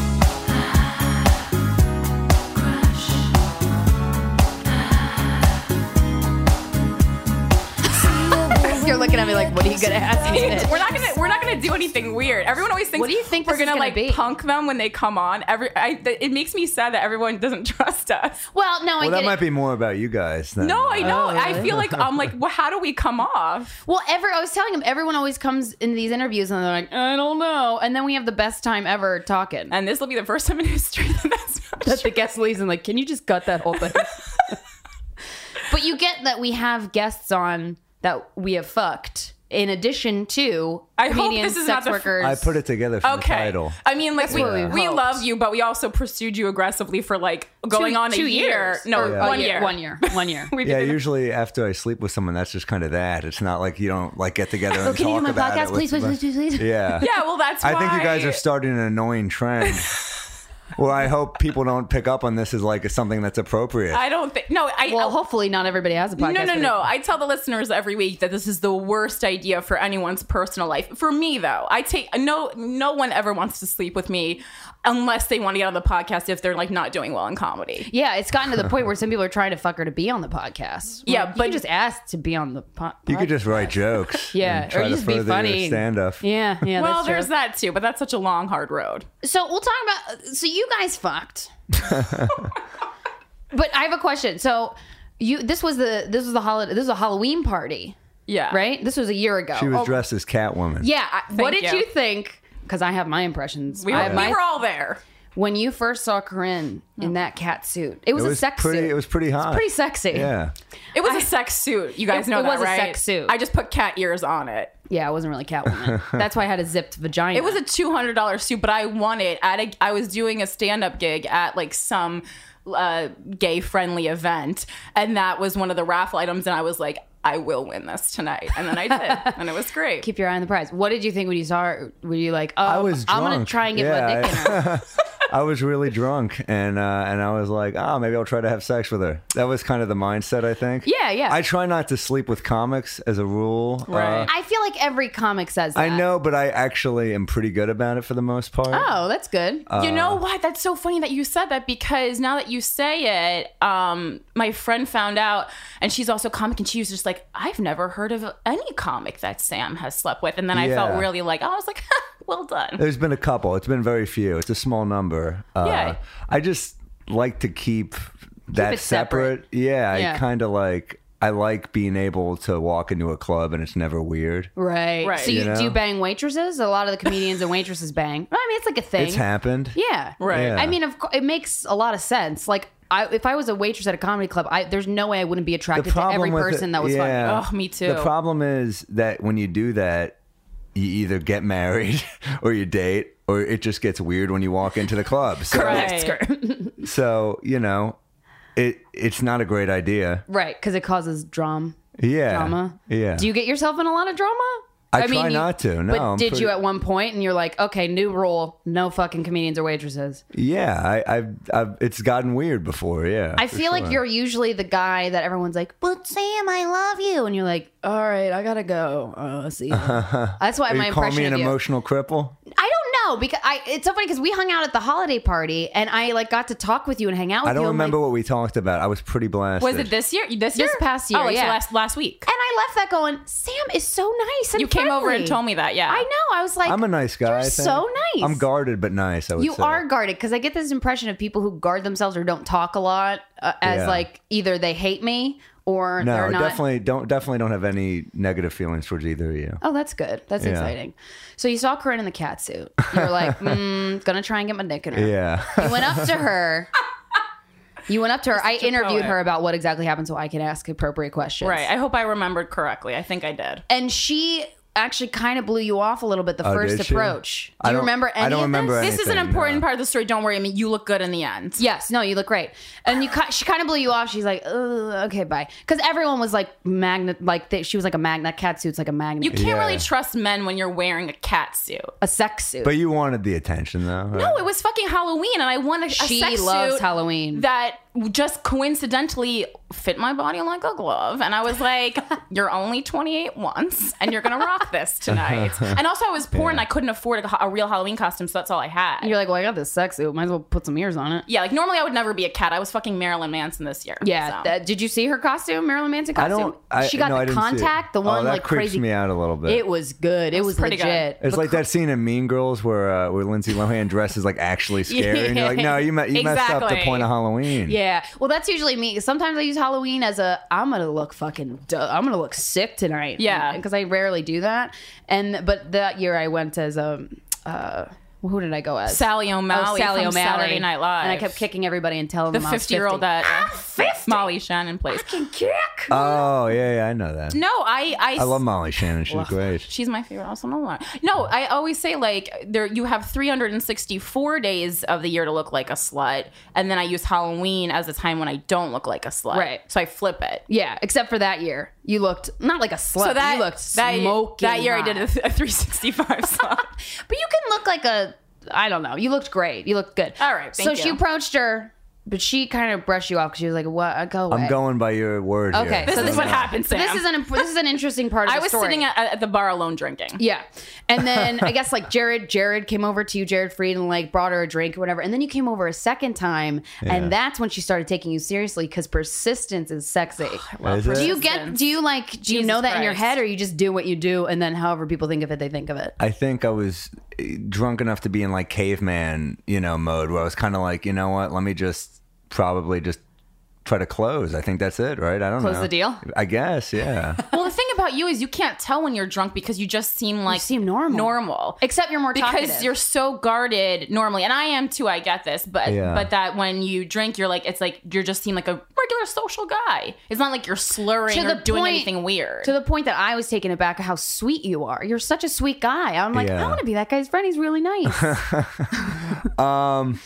Speaker 2: You're looking at me like, what are you gonna ask me?
Speaker 1: we're not gonna we're not gonna do anything weird. Everyone always thinks.
Speaker 2: What do you think
Speaker 1: we're
Speaker 2: this is
Speaker 1: gonna,
Speaker 2: gonna
Speaker 1: like
Speaker 2: be?
Speaker 1: punk them when they come on? Every I, th- it makes me sad that everyone doesn't trust us.
Speaker 2: Well, no, I
Speaker 4: Well,
Speaker 2: get
Speaker 4: that
Speaker 2: it.
Speaker 4: might be more about you guys. Than, uh,
Speaker 1: No, I know.
Speaker 2: Oh,
Speaker 1: I
Speaker 2: really?
Speaker 1: feel like I'm like, well, how do we come off?
Speaker 2: Well, ever I was telling him, everyone always comes in these interviews and they're like, I don't know, and then we have the best time ever talking.
Speaker 1: And this will be the first time in history that that's not
Speaker 2: that
Speaker 1: true.
Speaker 2: the guest leaves and like, can you just gut that whole thing? but you get that we have guests on that we have fucked. In addition to
Speaker 1: I hope
Speaker 2: comedians,
Speaker 1: this is not
Speaker 2: sex
Speaker 1: the f-
Speaker 2: workers,
Speaker 4: I put it together for the
Speaker 1: Okay.
Speaker 4: title.
Speaker 1: I mean, like we,
Speaker 2: what we
Speaker 1: we
Speaker 2: hoped.
Speaker 1: love you, but we also pursued you aggressively for like going
Speaker 2: two-
Speaker 1: on a
Speaker 2: two
Speaker 1: year.
Speaker 2: years.
Speaker 1: No,
Speaker 2: Or
Speaker 4: Oh, Yeah.
Speaker 1: one year.
Speaker 2: one year, one year.
Speaker 1: We've
Speaker 4: Yeah,
Speaker 1: been-
Speaker 4: usually after I sleep with someone, that's just kind of that. It's not like you don't like get together and
Speaker 3: Oh, can you do
Speaker 4: talk
Speaker 3: my
Speaker 4: about
Speaker 3: podcast,
Speaker 4: it.
Speaker 3: please,
Speaker 4: with-
Speaker 3: please, please, please, please?
Speaker 4: Yeah.
Speaker 1: yeah. Well, that's.
Speaker 4: I think you guys
Speaker 1: why.
Speaker 4: are starting an annoying trend. well, I hope people don't pick up on this as like something that's appropriate.
Speaker 1: I don't think. No, I.
Speaker 2: well, hopefully not everybody has a podcast.
Speaker 1: no, no,
Speaker 2: but-
Speaker 1: no. I tell the listeners every week that this is the worst idea for anyone's personal life. For me, though, I take no. No one ever wants to sleep with me unless they want to get on the podcast if they're like not doing well in comedy.
Speaker 2: Yeah, it's gotten to the point where some people are trying to fuck her to be on the podcast. We're
Speaker 1: Yeah,
Speaker 2: like, you
Speaker 1: but-
Speaker 2: can just ask to be on the podcast.
Speaker 4: you could just write jokes.
Speaker 2: Yeah,
Speaker 4: and
Speaker 2: or
Speaker 4: try
Speaker 2: you
Speaker 4: to
Speaker 2: just be
Speaker 4: further your
Speaker 2: funny.
Speaker 4: Stand up.
Speaker 2: yeah, yeah.
Speaker 1: well,
Speaker 2: that's true.
Speaker 1: there's that too, but that's such a long, hard road.
Speaker 2: So we'll talk about. So you guys fucked. but I have a question. So you, this was the this was the holiday. This was a Halloween party,
Speaker 1: Yeah.
Speaker 2: right? This was a year ago.
Speaker 4: She was
Speaker 2: Oh,
Speaker 4: dressed as Catwoman.
Speaker 2: yeah. I- What
Speaker 1: Thank
Speaker 2: did
Speaker 1: you.
Speaker 2: you think? Because I have my impressions.
Speaker 1: We,
Speaker 2: I
Speaker 1: were
Speaker 2: have
Speaker 1: we
Speaker 2: my-
Speaker 1: were Oh. all there.
Speaker 2: when you first saw Corinne in that cat suit, it was,
Speaker 4: It
Speaker 2: a
Speaker 4: was
Speaker 2: sex
Speaker 4: pretty.
Speaker 2: suit.
Speaker 4: It was pretty hot.
Speaker 2: pretty sexy.
Speaker 4: Yeah.
Speaker 1: It was a sex suit. You guys
Speaker 2: It-
Speaker 1: know
Speaker 2: it
Speaker 1: that,
Speaker 2: was a
Speaker 1: right?
Speaker 2: sex suit.
Speaker 1: I just put cat ears on it.
Speaker 2: Yeah, I wasn't really Catwoman. That's why I had a zipped vagina.
Speaker 1: It was a two hundred dollars suit, but I won it at a. I was doing a stand up gig at like some uh, gay friendly event, and that was one of the raffle items. And I was like, I will win this tonight, and then I did, and it was great.
Speaker 2: keep your eye on the prize. What did you think when you saw her? Were you like, oh, I
Speaker 4: was
Speaker 2: am gonna
Speaker 4: drunk.
Speaker 2: try and get my
Speaker 4: Yeah,
Speaker 2: dick in her?
Speaker 4: I was really drunk, and uh, and I was like, oh, maybe I'll try to have sex with her. That was kind of the mindset, I think.
Speaker 2: Yeah, yeah.
Speaker 4: I try not to sleep with comics as a rule. Uh,
Speaker 1: Right.
Speaker 2: I feel like every comic says that.
Speaker 4: I know, but I actually am pretty good about it for the most part.
Speaker 2: Oh, that's good.
Speaker 4: Uh,
Speaker 1: you know what? That's so funny that you said that because now that you say it, um, my friend found out, and she's also a comic, and she was just like, "I've never heard of any comic that Sam has slept with," and then I felt
Speaker 4: Yeah.
Speaker 1: really like, "Oh, I was like, well done."
Speaker 4: There's been a couple. It's been very few. It's a small number. Uh,
Speaker 1: Yeah.
Speaker 4: I just like to keep that
Speaker 1: it
Speaker 4: separate.
Speaker 1: separate.
Speaker 4: Yeah,
Speaker 2: Yeah.
Speaker 4: I kind of like. I like being able to walk into a club and it's never weird.
Speaker 2: Right.
Speaker 1: Right.
Speaker 2: So you,
Speaker 1: You
Speaker 2: do you
Speaker 4: know?
Speaker 2: bang waitresses? A lot of the comedians and waitresses bang. I mean, it's like a thing.
Speaker 4: It's happened.
Speaker 2: yeah.
Speaker 1: Right.
Speaker 4: Yeah.
Speaker 2: I mean, of course, it makes a lot of sense. Like, I, if I was a waitress at a comedy club, I, there's no way I wouldn't be attracted to every
Speaker 4: with
Speaker 2: person
Speaker 4: it-
Speaker 2: that was funny.
Speaker 1: Oh, me too.
Speaker 4: The problem is that when you do that, you either get married or you date, or it just gets weird when you walk into the club. So,
Speaker 1: Correct.
Speaker 4: so you know, it it's not a great idea.
Speaker 2: Oh, Right. Because it causes drama.
Speaker 4: Yeah.
Speaker 2: Drama.
Speaker 4: Yeah.
Speaker 2: Do you get yourself in a lot of drama?
Speaker 4: I try not to. No,
Speaker 2: But
Speaker 4: I'm
Speaker 2: did you
Speaker 4: pretty-
Speaker 2: at one point and you're like, okay, new rule, no fucking comedians or waitresses.
Speaker 4: yeah. I, I've I've it's gotten weird before. Yeah.
Speaker 2: I feel like you're usually the guy that everyone's like, but Sam, I love you. And you're like, all right, I gotta go. Uh, see. ya." That's why
Speaker 4: Are
Speaker 2: my
Speaker 4: you call
Speaker 2: impression
Speaker 4: me an
Speaker 2: of you.
Speaker 4: emotional cripple?
Speaker 2: I don't know because I. It's so funny because we hung out at the holiday party and I like got to talk with you and hang out with
Speaker 4: I don't
Speaker 2: you. I'm
Speaker 4: remember
Speaker 2: like-
Speaker 4: what we talked about. I was pretty blasted.
Speaker 1: Was it this year? This year?
Speaker 2: This past year,
Speaker 1: Oh, it's
Speaker 2: yeah.
Speaker 1: last last week.
Speaker 2: and I left that going. Sam is so nice. And
Speaker 1: You came over and
Speaker 2: friendly."
Speaker 1: told me that. Yeah,
Speaker 2: I know. I was like,
Speaker 4: I'm a nice guy.
Speaker 2: You're
Speaker 4: I think.
Speaker 2: so nice.
Speaker 4: I'm guarded but nice. I would
Speaker 2: You
Speaker 4: say.
Speaker 2: are guarded because I get this impression of people who guard themselves or don't talk a lot uh, as
Speaker 4: Yeah.
Speaker 2: like either they hate me or
Speaker 4: No,
Speaker 2: they're not.
Speaker 4: definitely don't definitely don't have any negative feelings towards either of you.
Speaker 2: Oh, that's good. That's
Speaker 4: Yeah.
Speaker 2: exciting. So you saw Corinne in the cat suit. You're like, mm, gonna try and get my dick in her.
Speaker 4: Yeah.
Speaker 2: You went up to her. You went up to her. I interviewed
Speaker 1: poet.
Speaker 2: her about what exactly happened so I can ask appropriate questions.
Speaker 1: Right. I hope I remembered correctly. I think I did.
Speaker 2: And she actually kind of blew you off a little bit the
Speaker 4: Oh,
Speaker 2: first
Speaker 4: did she?
Speaker 2: approach. Do
Speaker 4: I
Speaker 2: you
Speaker 4: don't-
Speaker 2: remember
Speaker 4: I
Speaker 2: any
Speaker 4: don't
Speaker 2: of
Speaker 4: remember
Speaker 2: this?
Speaker 4: any-
Speaker 1: This is an
Speaker 4: Anything,
Speaker 1: important
Speaker 4: no.
Speaker 1: part of the story. Don't worry. I mean, you look good in the end.
Speaker 2: Yes, no, you look great. And you, ki- she kind of blew you off. She's like, "Ugh, okay, bye. Because everyone was like magnet, like they, she was like a magnet. Cat suit's like a magnet,
Speaker 1: You can't
Speaker 4: Yeah.
Speaker 1: really trust men when you're wearing a cat suit.
Speaker 2: a sex suit.
Speaker 4: But you wanted the attention though.
Speaker 1: No, it was fucking Halloween, and I wanted a
Speaker 2: she
Speaker 1: sex
Speaker 2: loves
Speaker 1: suit
Speaker 2: Halloween.
Speaker 1: that just coincidentally fit my body like a glove. And I was like, "You're only 28 once, and you're gonna rock this tonight." and also, I was poor and I couldn't afford a, a real Halloween costume, so that's all I had.
Speaker 2: You're like, well, I got this sex suit. Might as well put some ears on it.
Speaker 1: yeah, like normally I would never be a cat. I was fucking Marilyn Manson this year.
Speaker 2: Yeah.
Speaker 1: so.
Speaker 2: that- did you see her costume, Marilyn Manson
Speaker 4: I
Speaker 2: costume?
Speaker 4: don't. I,
Speaker 2: she got
Speaker 4: no, I
Speaker 2: the
Speaker 4: didn't see it.
Speaker 2: contact, the one
Speaker 4: oh, that
Speaker 2: like
Speaker 4: creeps
Speaker 2: crazy.
Speaker 4: me out a little bit.
Speaker 2: It was good. It was,
Speaker 1: pretty good.
Speaker 2: legit.
Speaker 4: it's like that scene in Mean Girls where uh, where Lindsay Lohan dresses like actually scary, and you're like, no, you, me- you messed up the
Speaker 1: Exactly.
Speaker 4: point of Halloween.
Speaker 2: Yeah. Well, that's usually me. Sometimes I use Halloween as a I'm gonna look fucking. Du- I'm gonna look sick tonight.
Speaker 1: Yeah.
Speaker 2: Because I rarely do that. And but that year I went as a. Uh, who did I go as?
Speaker 1: Sally O'Malley
Speaker 2: Oh, Sally
Speaker 1: from
Speaker 2: O'Malley.
Speaker 1: Saturday Night Live.
Speaker 2: And I kept kicking everybody and telling
Speaker 1: the
Speaker 2: them I was
Speaker 1: 50 year old
Speaker 2: 50.
Speaker 1: that uh, Molly Shannon plays.
Speaker 4: Oh yeah, yeah, I know that.
Speaker 1: No, I I,
Speaker 4: I love Molly Shannon. She's great.
Speaker 1: She's my favorite also no lie. No, I always say like there you have 364 days of the year to look like a slut, and then I use Halloween as a time when I don't look like a slut.
Speaker 2: Right.
Speaker 1: So I flip it.
Speaker 2: Yeah, except for that year, you looked not like a slut.
Speaker 1: So that
Speaker 2: you looked
Speaker 1: that,
Speaker 2: smoking.
Speaker 1: that year I did
Speaker 2: hot.
Speaker 1: a, th- a 365 slut.
Speaker 2: But you can look like a I don't know. You looked great. You looked good.
Speaker 1: All right, thank
Speaker 2: so she
Speaker 1: you.
Speaker 2: approached her, but she kind of brushed you off because she was like, "What? Uh, Go away."
Speaker 4: I'm going by your word. here.
Speaker 2: Okay, so
Speaker 1: This
Speaker 2: this
Speaker 1: is what happened,
Speaker 2: So
Speaker 1: Sam.
Speaker 2: this is an this is an interesting part of
Speaker 1: I
Speaker 2: the
Speaker 1: was
Speaker 2: story.
Speaker 1: sitting at, at the bar alone drinking.
Speaker 2: yeah, and then I guess like Jared, Jared came over to you, Jared Freed, and like brought her a drink or whatever. And then you came over a second time,
Speaker 4: Yeah.
Speaker 2: and that's when she started taking you seriously because persistence is sexy.
Speaker 4: Is it?
Speaker 2: do you get? Do you like? Do you
Speaker 1: Jesus
Speaker 2: know that in your
Speaker 1: Christ.
Speaker 2: head, or you just do what you do, and then however people think of it, they think of it.
Speaker 4: I think I was eh, drunk enough to be in like caveman, you know, mode where I was kind of like, you know what, let me just probably just try to close. I think that's it, right? I don't
Speaker 2: Close
Speaker 4: know.
Speaker 2: the deal?
Speaker 4: I guess, yeah.
Speaker 1: Well, the thing about you is you can't tell when you're drunk because you just seem like
Speaker 2: seem normal.
Speaker 1: Normal.
Speaker 2: Except you're more
Speaker 1: because
Speaker 2: talkative.
Speaker 1: you're so guarded normally and i am too i get this but
Speaker 4: Yeah.
Speaker 1: but that when you drink you're like it's like you're just seem like a regular social guy it's not like you're slurring
Speaker 2: To
Speaker 1: or
Speaker 2: the
Speaker 1: doing
Speaker 2: point-
Speaker 1: anything weird
Speaker 2: To the point that I was taken aback of how sweet you are. You're such a sweet guy. I'm like,
Speaker 4: Yeah.
Speaker 2: I want to be that guy's friend. He's really nice.
Speaker 4: Um,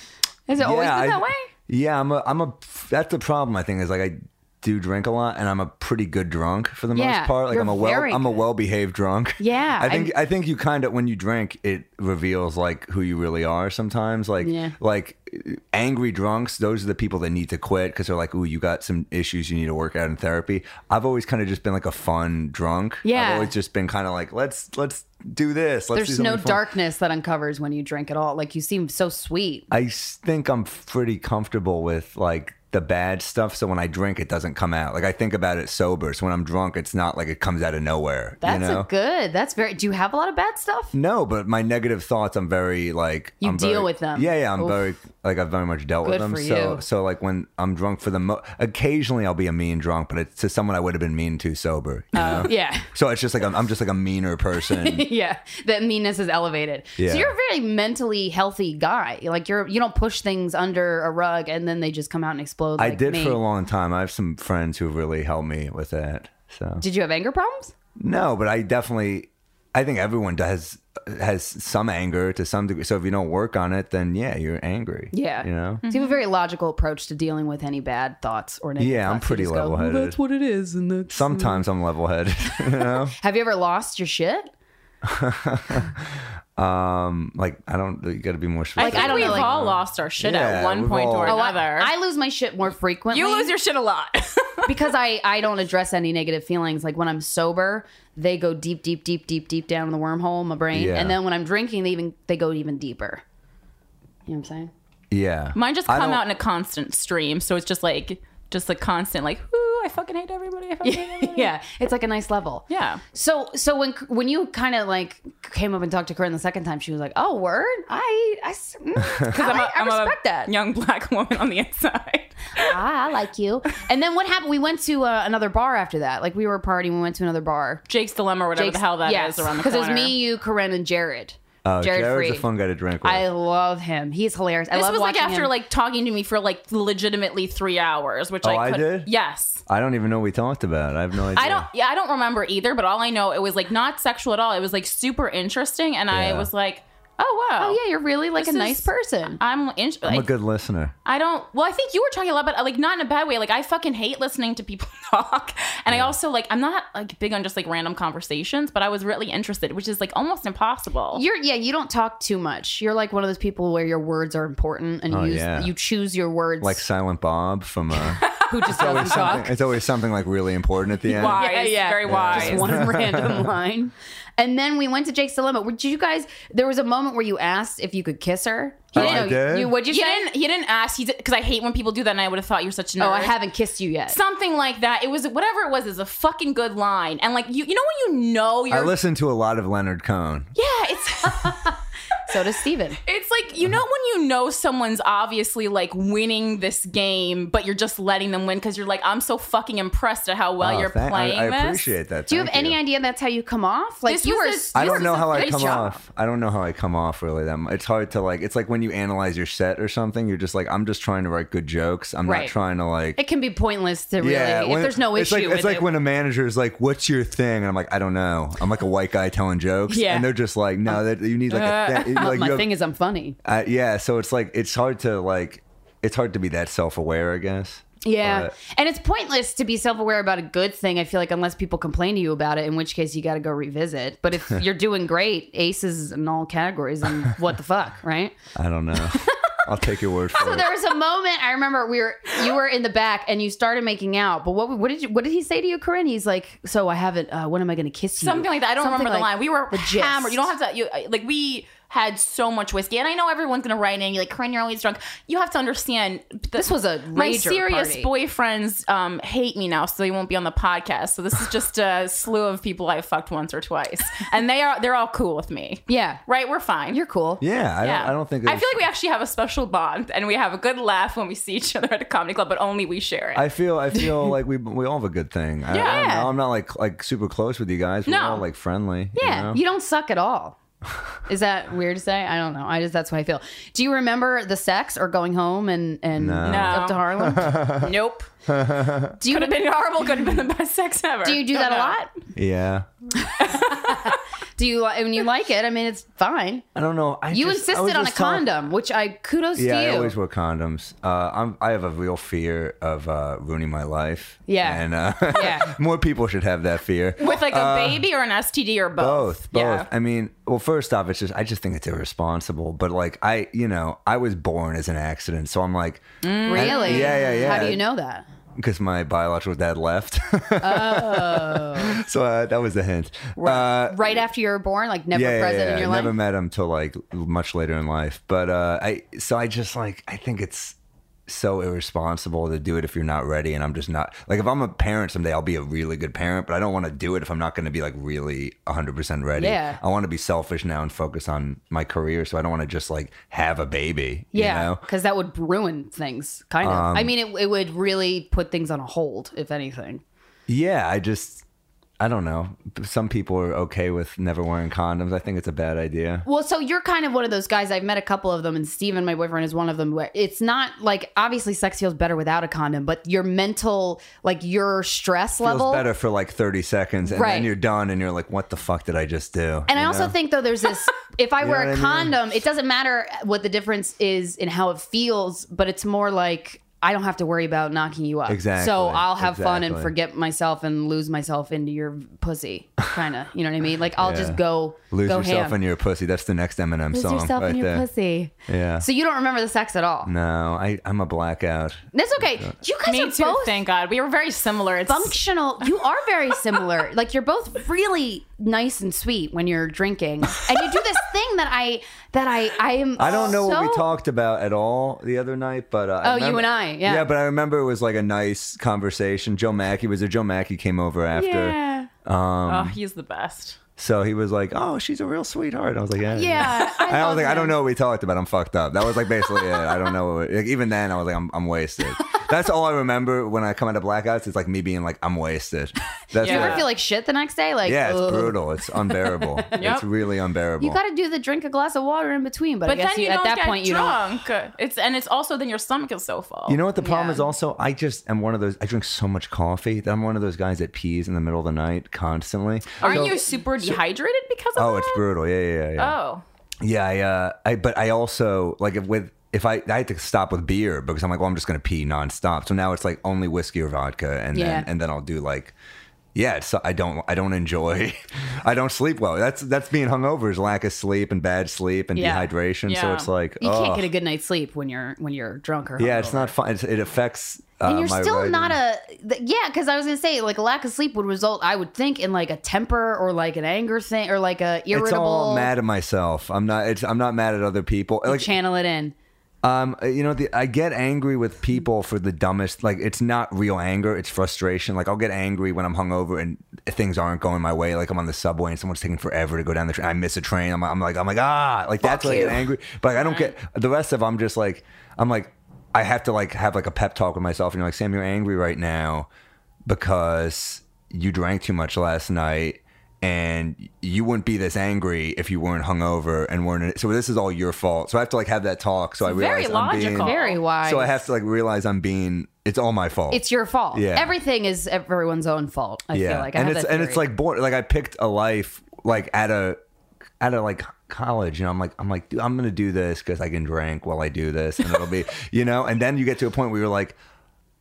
Speaker 2: Has it always
Speaker 4: yeah,
Speaker 2: been
Speaker 4: I-
Speaker 2: that way?
Speaker 4: Yeah, I'm a, I'm a. That's the problem. I think is like I do drink a lot, and I'm a pretty good drunk for the
Speaker 2: Yeah,
Speaker 4: most part. Like
Speaker 2: you're
Speaker 4: I'm a well,
Speaker 2: very
Speaker 4: I'm a
Speaker 2: good.
Speaker 4: well behaved drunk.
Speaker 2: Yeah,
Speaker 4: I think I, think you kind of when you drink, it reveals like who you really are. Sometimes, like
Speaker 2: Yeah.
Speaker 4: like uh, angry drunks, those are the people that need to quit because they're like, "Ooh, you got some issues you need to work out in therapy." I've always kind of just been like a fun drunk.
Speaker 2: Yeah.
Speaker 4: I've always just been kind of like, let's let's do this. Let's
Speaker 2: There's
Speaker 4: do
Speaker 2: no
Speaker 4: something fun."
Speaker 2: darkness that uncovers when you drink at all. Like you seem so sweet.
Speaker 4: I s- think I'm pretty comfortable with like the bad stuff. So when I drink, it doesn't come out. Like I think about it sober. So when I'm drunk, it's not like it comes out of nowhere.
Speaker 2: That's
Speaker 4: you know?
Speaker 2: a good. That's very. Do you have a lot of bad stuff?
Speaker 4: no, but my negative thoughts, I'm very like
Speaker 2: You
Speaker 4: I'm
Speaker 2: deal
Speaker 4: very-
Speaker 2: with them.
Speaker 4: Yeah, yeah, I'm
Speaker 2: Oof.
Speaker 4: very like I've very much dealt
Speaker 2: Good
Speaker 4: with them.
Speaker 2: for
Speaker 4: so
Speaker 2: you.
Speaker 4: so like when I'm drunk for the mo- occasionally I'll be a mean drunk, but it's to someone I would have been mean to sober.
Speaker 2: Oh.
Speaker 4: You know?
Speaker 2: Yeah.
Speaker 4: So it's just like I'm, I'm just like a meaner person.
Speaker 2: yeah. That meanness is elevated.
Speaker 4: Yeah.
Speaker 2: So you're a very mentally healthy guy. Like you're you don't push things under a rug and then they just come out and explode.
Speaker 4: I
Speaker 2: like
Speaker 4: did
Speaker 2: me.
Speaker 4: for a long time. I have some friends who really helped me with that. So
Speaker 2: Did you have anger problems?
Speaker 4: No, but I definitely, I think everyone does has some anger to some degree. So if you don't work on it, then yeah, you're angry.
Speaker 2: Yeah.
Speaker 4: you know.
Speaker 1: Mm-hmm.
Speaker 2: So you have a very logical approach to dealing with any bad thoughts or negative
Speaker 4: Yeah, I'm
Speaker 2: thoughts. You
Speaker 4: pretty
Speaker 2: just go, "Well,
Speaker 4: level-headed.
Speaker 2: that's what it is. And that's
Speaker 4: Sometimes I'm level headed.
Speaker 2: Have you ever lost your shit?
Speaker 4: like I don't. You got to be more
Speaker 1: I
Speaker 4: specific.
Speaker 1: think
Speaker 2: I don't
Speaker 1: we've
Speaker 2: know, like-
Speaker 1: all lost our shit
Speaker 4: Yeah,
Speaker 1: at one
Speaker 4: we've
Speaker 1: point
Speaker 4: all-
Speaker 1: or
Speaker 4: Oh,
Speaker 1: another.
Speaker 2: I, I lose my shit more frequently.
Speaker 1: you lose your shit a lot.
Speaker 2: because I I don't address any negative feelings. Like when I'm sober, they go deep, deep, deep, deep, deep down in the wormhole in my brain.
Speaker 4: Yeah.
Speaker 2: And then when I'm drinking, they even they go even deeper. You know what I'm saying?
Speaker 4: yeah,
Speaker 1: Mine just
Speaker 4: I
Speaker 1: come
Speaker 4: don't-
Speaker 1: out in a constant stream, so it's just like just a constant like, ooh, I fucking hate everybody. I fucking hate everybody.
Speaker 2: yeah, it's like a nice level.
Speaker 1: Yeah.
Speaker 2: So so when when you kind of like came up and talked to Corinne the second time, she was like, "Oh, word, I I s- mm, I,
Speaker 1: I'm a-
Speaker 2: like- I
Speaker 1: I'm a
Speaker 2: respect that.
Speaker 1: young black woman on the inside.
Speaker 2: Ah, I like you." And then what happened? We went to uh, another bar after that. Like we were partying, we went to another bar.
Speaker 1: Jake's dilemma, or whatever the hell that is, around the corner.
Speaker 2: it was me, you, Corinne, and Jared.
Speaker 4: Oh,
Speaker 2: Jared
Speaker 4: Jared's
Speaker 2: Fried.
Speaker 4: a fun guy to drink with.
Speaker 2: I love him. He's hilarious. I
Speaker 1: This
Speaker 2: love
Speaker 1: was like
Speaker 2: watching
Speaker 1: after
Speaker 2: him.
Speaker 1: like talking to me for like legitimately three hours, which
Speaker 4: Oh,
Speaker 1: I
Speaker 4: I
Speaker 1: could.
Speaker 4: did?
Speaker 1: Yes.
Speaker 4: I don't even know what we talked about. I have no idea.
Speaker 1: I don't. Yeah, I don't remember either. But all I know, it was like not sexual at all. It was like super interesting, and I
Speaker 4: Yeah.
Speaker 1: was like, oh wow,
Speaker 2: oh yeah, you're really like
Speaker 1: This
Speaker 2: a nice
Speaker 1: is-
Speaker 2: person.
Speaker 1: I'm. In-
Speaker 4: I'm a
Speaker 1: like,
Speaker 4: good listener.
Speaker 1: I don't. Well, I think you were talking a lot about like not in a bad way. Like I fucking hate listening to people talk, and I also like I'm not like big on just like random conversations, but I was really interested, which is like almost impossible.
Speaker 2: You're yeah, you don't talk too much. You're like one of those people where your words are important and you
Speaker 4: Oh,
Speaker 2: use,
Speaker 4: yeah.
Speaker 2: you choose your words
Speaker 4: Like Silent Bob from. Uh,
Speaker 2: who just doesn't talk.
Speaker 4: it's always something like really important at the end.
Speaker 1: wise,
Speaker 2: Yeah, yeah.
Speaker 1: very wise.
Speaker 2: Just one random line. And then we went to Jake's dilemma. Did you guys? There was a moment where you asked if you could kiss her. He
Speaker 4: Oh, I
Speaker 2: know.
Speaker 4: did?
Speaker 2: You, what'd you
Speaker 1: he
Speaker 2: say?
Speaker 1: didn't. He didn't ask. He because I hate when people do that, and I would have thought you're such a nerd.
Speaker 2: oh, I haven't kissed you yet.
Speaker 1: something like that. It was whatever it was. Is a fucking good line, and like you, you know when you know you're.
Speaker 4: I listen to a lot of Leonard Cohen.
Speaker 1: yeah, it's
Speaker 2: so does Steven.
Speaker 1: it's like you know when you know someone's obviously like winning this game, but you're just letting them win because you're like, I'm so fucking impressed at how well
Speaker 4: Oh,
Speaker 1: you're
Speaker 4: thank- I-
Speaker 1: playing.
Speaker 4: I,
Speaker 1: this.
Speaker 4: appreciate that.
Speaker 2: Do you have
Speaker 4: Thank
Speaker 2: any idea that's how you come off? Like
Speaker 1: This
Speaker 2: you were.
Speaker 1: was a-
Speaker 4: I
Speaker 1: You
Speaker 4: don't
Speaker 1: were
Speaker 4: know
Speaker 1: just
Speaker 4: how
Speaker 1: a
Speaker 4: I
Speaker 1: great
Speaker 4: come
Speaker 1: job.
Speaker 4: off. I don't know how I come off really that much. It's hard to like it's like when you analyze your set or something, you're just like, I'm just trying to write good jokes. I'm
Speaker 2: Right.
Speaker 4: not trying to like
Speaker 2: it can be pointless to really if
Speaker 4: when-
Speaker 2: there's no
Speaker 4: it's
Speaker 2: issue.
Speaker 4: Like, it's
Speaker 2: with
Speaker 4: like
Speaker 2: it.
Speaker 4: when a manager is like, "What's your thing?" And I'm like, "I don't know." I'm like a white guy telling jokes,
Speaker 1: Yeah.
Speaker 4: and they're just like, "No, that you need like a thing." like,
Speaker 2: my
Speaker 4: you have-
Speaker 2: thing is I'm funny.
Speaker 4: uh, yeah. So it's like it's hard to like it's hard to be that self aware, I guess.
Speaker 2: Yeah.
Speaker 4: But-
Speaker 2: and it's pointless to be self aware about a good thing, I feel like, unless people complain to you about it, in which case you got to go revisit. But if you're doing great, aces in all categories, then what the fuck, right?
Speaker 4: I don't know. I'll take your word for
Speaker 2: So
Speaker 4: it.
Speaker 2: there was a moment I remember we were you were in the back and you started making out. But what what did you what did he say to you, Corinne? He's like, so I haven't. Uh, when am I going to kiss you?
Speaker 1: something like that. I don't
Speaker 2: Something
Speaker 1: remember the
Speaker 2: like
Speaker 1: line. We were
Speaker 2: the gist.
Speaker 1: hammered. You don't have to. You, uh, like we had so much whiskey, and I know everyone's gonna write in. You're like, Corinne, you're always drunk. You have to understand. The,
Speaker 2: This was a
Speaker 1: my
Speaker 2: rager
Speaker 1: serious
Speaker 2: party.
Speaker 1: boyfriends um, hate me now, so they won't be on the podcast. So this is just a slew of people I fucked once or twice, and they are they're all cool with me.
Speaker 2: Yeah,
Speaker 1: Right, we're fine.
Speaker 2: you're cool.
Speaker 4: yeah, I
Speaker 1: Yeah.
Speaker 4: don't. I don't
Speaker 1: I
Speaker 4: think. there's-
Speaker 1: feel like we actually have a special bond, and we have a good laugh when we see each other at a comedy club, but only we share it.
Speaker 4: I feel I feel like we we all have a good thing. I, I don't
Speaker 1: Yeah.
Speaker 4: know. I'm not like like super close with you guys. We're
Speaker 1: No.
Speaker 4: all like friendly.
Speaker 2: Yeah,
Speaker 4: You know?
Speaker 2: you don't suck at all. Is that weird to say? I don't know. I just that's what I feel. Do you remember the sex or going home and and
Speaker 1: No.
Speaker 2: up to Harlem?
Speaker 1: nope.
Speaker 2: Do you
Speaker 1: Could have been horrible. Could have been the best sex ever.
Speaker 2: do you do
Speaker 1: Don't
Speaker 2: that a
Speaker 1: know.
Speaker 2: lot?
Speaker 4: Yeah.
Speaker 2: Do Do you li- and you like it? I mean, it's fine.
Speaker 4: I don't know. I
Speaker 2: You
Speaker 4: just- I was
Speaker 2: insisted on a
Speaker 4: just talk-
Speaker 2: condom, which I kudos
Speaker 4: Yeah,
Speaker 2: to you.
Speaker 4: I always wear condoms. Uh, I'm, I have a real fear of uh, ruining my life.
Speaker 2: Yeah.
Speaker 4: and uh,
Speaker 1: Yeah.
Speaker 4: more people should have that fear.
Speaker 1: with like a baby or an STD or both.
Speaker 4: Uh, both both i mean well first off it's just i just think it's irresponsible but like i you know i was born as an accident so i'm like
Speaker 2: Mm. really?
Speaker 4: Yeah, yeah, yeah.
Speaker 2: How do you know that?
Speaker 4: because my biological dad left so uh, that was the hint uh,
Speaker 2: Oh. Right after you were born, like never present in your
Speaker 4: Never
Speaker 2: life.
Speaker 4: met him till like much later in life. But uh, I so I just like I think it's so irresponsible to do it if you're not ready. And I'm just not like if I'm a parent someday, I'll be a really good parent. But I don't want to do it if I'm not going to be like really 100 percent ready.
Speaker 2: Yeah.
Speaker 4: I want to be selfish now and focus on my career. So I don't want to just like have a baby. You
Speaker 2: Yeah,
Speaker 4: know? Um,
Speaker 2: because that would ruin things. Kind of. I mean, it, it would really put things on a hold, if anything.
Speaker 4: Yeah. I just. I don't know. Some people are okay with never wearing condoms. I think it's a bad idea.
Speaker 2: Well, so you're kind of one of those guys. I've met a couple of them, and Steven, my boyfriend, is one of them. Where it's not like obviously sex feels better without a condom, but your mental, like your stress level,
Speaker 4: feels better for like 30 seconds and
Speaker 2: Right.
Speaker 4: then you're done and you're like what the fuck did i just do
Speaker 2: And I
Speaker 4: You
Speaker 2: also
Speaker 4: know?
Speaker 2: think though there's this if I
Speaker 4: know
Speaker 2: wear a
Speaker 4: what I mean?
Speaker 2: condom, it doesn't matter what the difference is in how it feels, but it's more like I don't have to worry about knocking you up.
Speaker 4: Exactly,
Speaker 2: So I'll have fun and
Speaker 4: exactly.
Speaker 2: forget myself and lose myself into your pussy. Kinda. You know what I mean? Like I'll just
Speaker 4: Yeah.
Speaker 2: go
Speaker 4: lose
Speaker 2: go
Speaker 4: yourself
Speaker 2: ham.
Speaker 4: in your pussy that's the next eminem
Speaker 2: lose
Speaker 4: song
Speaker 2: yourself
Speaker 4: right
Speaker 2: in your
Speaker 4: there Mm.
Speaker 2: pussy.
Speaker 4: yeah
Speaker 2: So you don't remember the sex at all.
Speaker 4: no I, i'm a blackout
Speaker 2: That's okay. You guys
Speaker 1: Me
Speaker 2: are
Speaker 1: too.
Speaker 2: both
Speaker 1: Thank God. We were very similar. It's
Speaker 2: functional. You are very similar. like you're both really nice and sweet when you're drinking, and you do this thing that I that I I am.
Speaker 4: I don't know what we
Speaker 2: so-
Speaker 4: talked about at all the other night, but uh,
Speaker 2: Oh, you and I, yeah.
Speaker 4: yeah. But I remember it was like a nice conversation. Joe Mackey was there. Joe Mackey came over after, Um,
Speaker 1: oh, he's the best.
Speaker 4: so he was like, "Oh, she's a real sweetheart." I was like, "Yeah,
Speaker 2: Yeah,
Speaker 4: I,
Speaker 2: love
Speaker 4: don't think I
Speaker 2: him.
Speaker 4: don't know what we talked about. I'm fucked up. That was like basically it. I don't know. What, like, even then, I was like, I'm, I'm wasted. That's all I remember when I come out of blackouts. It's like me being like, I'm wasted. That's
Speaker 1: You
Speaker 2: You ever
Speaker 4: it.
Speaker 2: feel like shit the next day? Like
Speaker 4: yeah, it's
Speaker 2: ugh.
Speaker 4: brutal. It's unbearable. It's really unbearable.
Speaker 2: You got to do the drink a glass of water in between, but, I
Speaker 1: But then
Speaker 2: guess
Speaker 1: you,
Speaker 2: you, at
Speaker 1: don't
Speaker 2: that
Speaker 1: get
Speaker 2: point you don't.
Speaker 1: drunk. It's and it's also then your stomach is so full.
Speaker 4: You know what the problem
Speaker 2: Yeah.
Speaker 4: is also? I just am one of those I drink so much coffee that I'm one of those guys that pees in the middle of the night constantly.
Speaker 1: aren't
Speaker 4: So-
Speaker 1: you super dehydrated because of
Speaker 4: Oh,
Speaker 1: that?
Speaker 4: it's brutal. Yeah, yeah, yeah. yeah.
Speaker 1: Oh,
Speaker 4: Yeah, I, uh, I but I also like if with if I I had to stop with beer because I'm like, well, I'm just gonna pee nonstop. So now it's like only whiskey or vodka, and
Speaker 2: Yeah.
Speaker 4: then and then I'll do like. Yeah, it's, I don't. I don't enjoy. I don't sleep well. That's that's being hungover is lack of sleep and bad sleep and
Speaker 1: Yeah.
Speaker 4: dehydration.
Speaker 1: Yeah.
Speaker 4: So it's like,
Speaker 2: You
Speaker 4: oh,
Speaker 2: can't get a good night's sleep when you're when you're drunk or
Speaker 4: yeah, it's
Speaker 2: hungover.
Speaker 4: not fun. It's, it affects. Uh,
Speaker 2: And you're
Speaker 4: my
Speaker 2: still
Speaker 4: writing.
Speaker 2: not a th- yeah, because I was gonna say like lack of sleep would result, I would think, in like a temper or like an anger thing or like a irritable.
Speaker 4: It's all mad at myself. I'm not. It's, I'm not mad at other people. Like
Speaker 2: channel it in.
Speaker 4: Um, you know, the, I get angry with people for the dumbest. Like, it's not real anger; it's frustration. Like, I'll get angry when I'm hungover and things aren't going my way. Like, I'm on the subway and someone's taking forever to go down the train. I miss a train. I'm, I'm like, I'm like, ah, like that's like angry. But like, I don't get the rest of. I'm just like, I'm like, I have to like have like a pep talk with myself. And you're like, Sam, you're angry right now because you drank too much last night and you wouldn't be this angry if you weren't hungover and weren't so this is all your fault so i have to like have that talk so i
Speaker 1: very
Speaker 4: realize i'm being
Speaker 1: logical.
Speaker 2: Very wise.
Speaker 4: so i have to like realize i'm being it's all my fault
Speaker 2: It's your fault.
Speaker 4: Yeah.
Speaker 2: Everything is everyone's own fault. I feel like I
Speaker 4: and
Speaker 2: have
Speaker 4: it's
Speaker 2: that
Speaker 4: and it's
Speaker 2: theory.
Speaker 4: like bored. Like I picked a life like at a at a like college, you know. I'm like I'm like dude, I'm gonna do this because I can drink while I do this, and it'll be you know. And then you get to a point where you're like.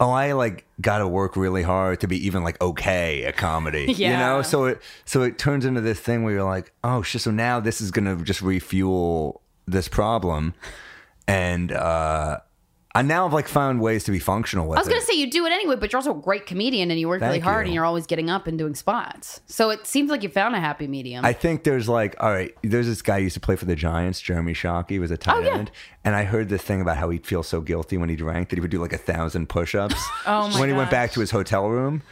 Speaker 4: Oh, I like got to work really hard to be even like okay at comedy, you
Speaker 1: Yeah.
Speaker 4: know. So it so it turns into this thing where you're like, oh shit. So now this is gonna just refuel this problem, and uh I now have like found ways to be functional with
Speaker 2: I was
Speaker 4: it.
Speaker 2: gonna say you do it anyway, but you're also a great comedian and you work really
Speaker 4: Thank
Speaker 2: hard
Speaker 4: you.
Speaker 2: and you're always getting up and doing spots. So it seems like you found a happy medium.
Speaker 4: I think there's like, all right, there's this guy who used to play for the Giants, Jeremy Shockey was a tight
Speaker 2: yeah.
Speaker 4: end, and I heard this thing about how he'd feel so guilty when he drank that he would do like a thousand push-ups
Speaker 1: Oh my
Speaker 4: when he went
Speaker 1: gosh.
Speaker 4: back to his hotel room.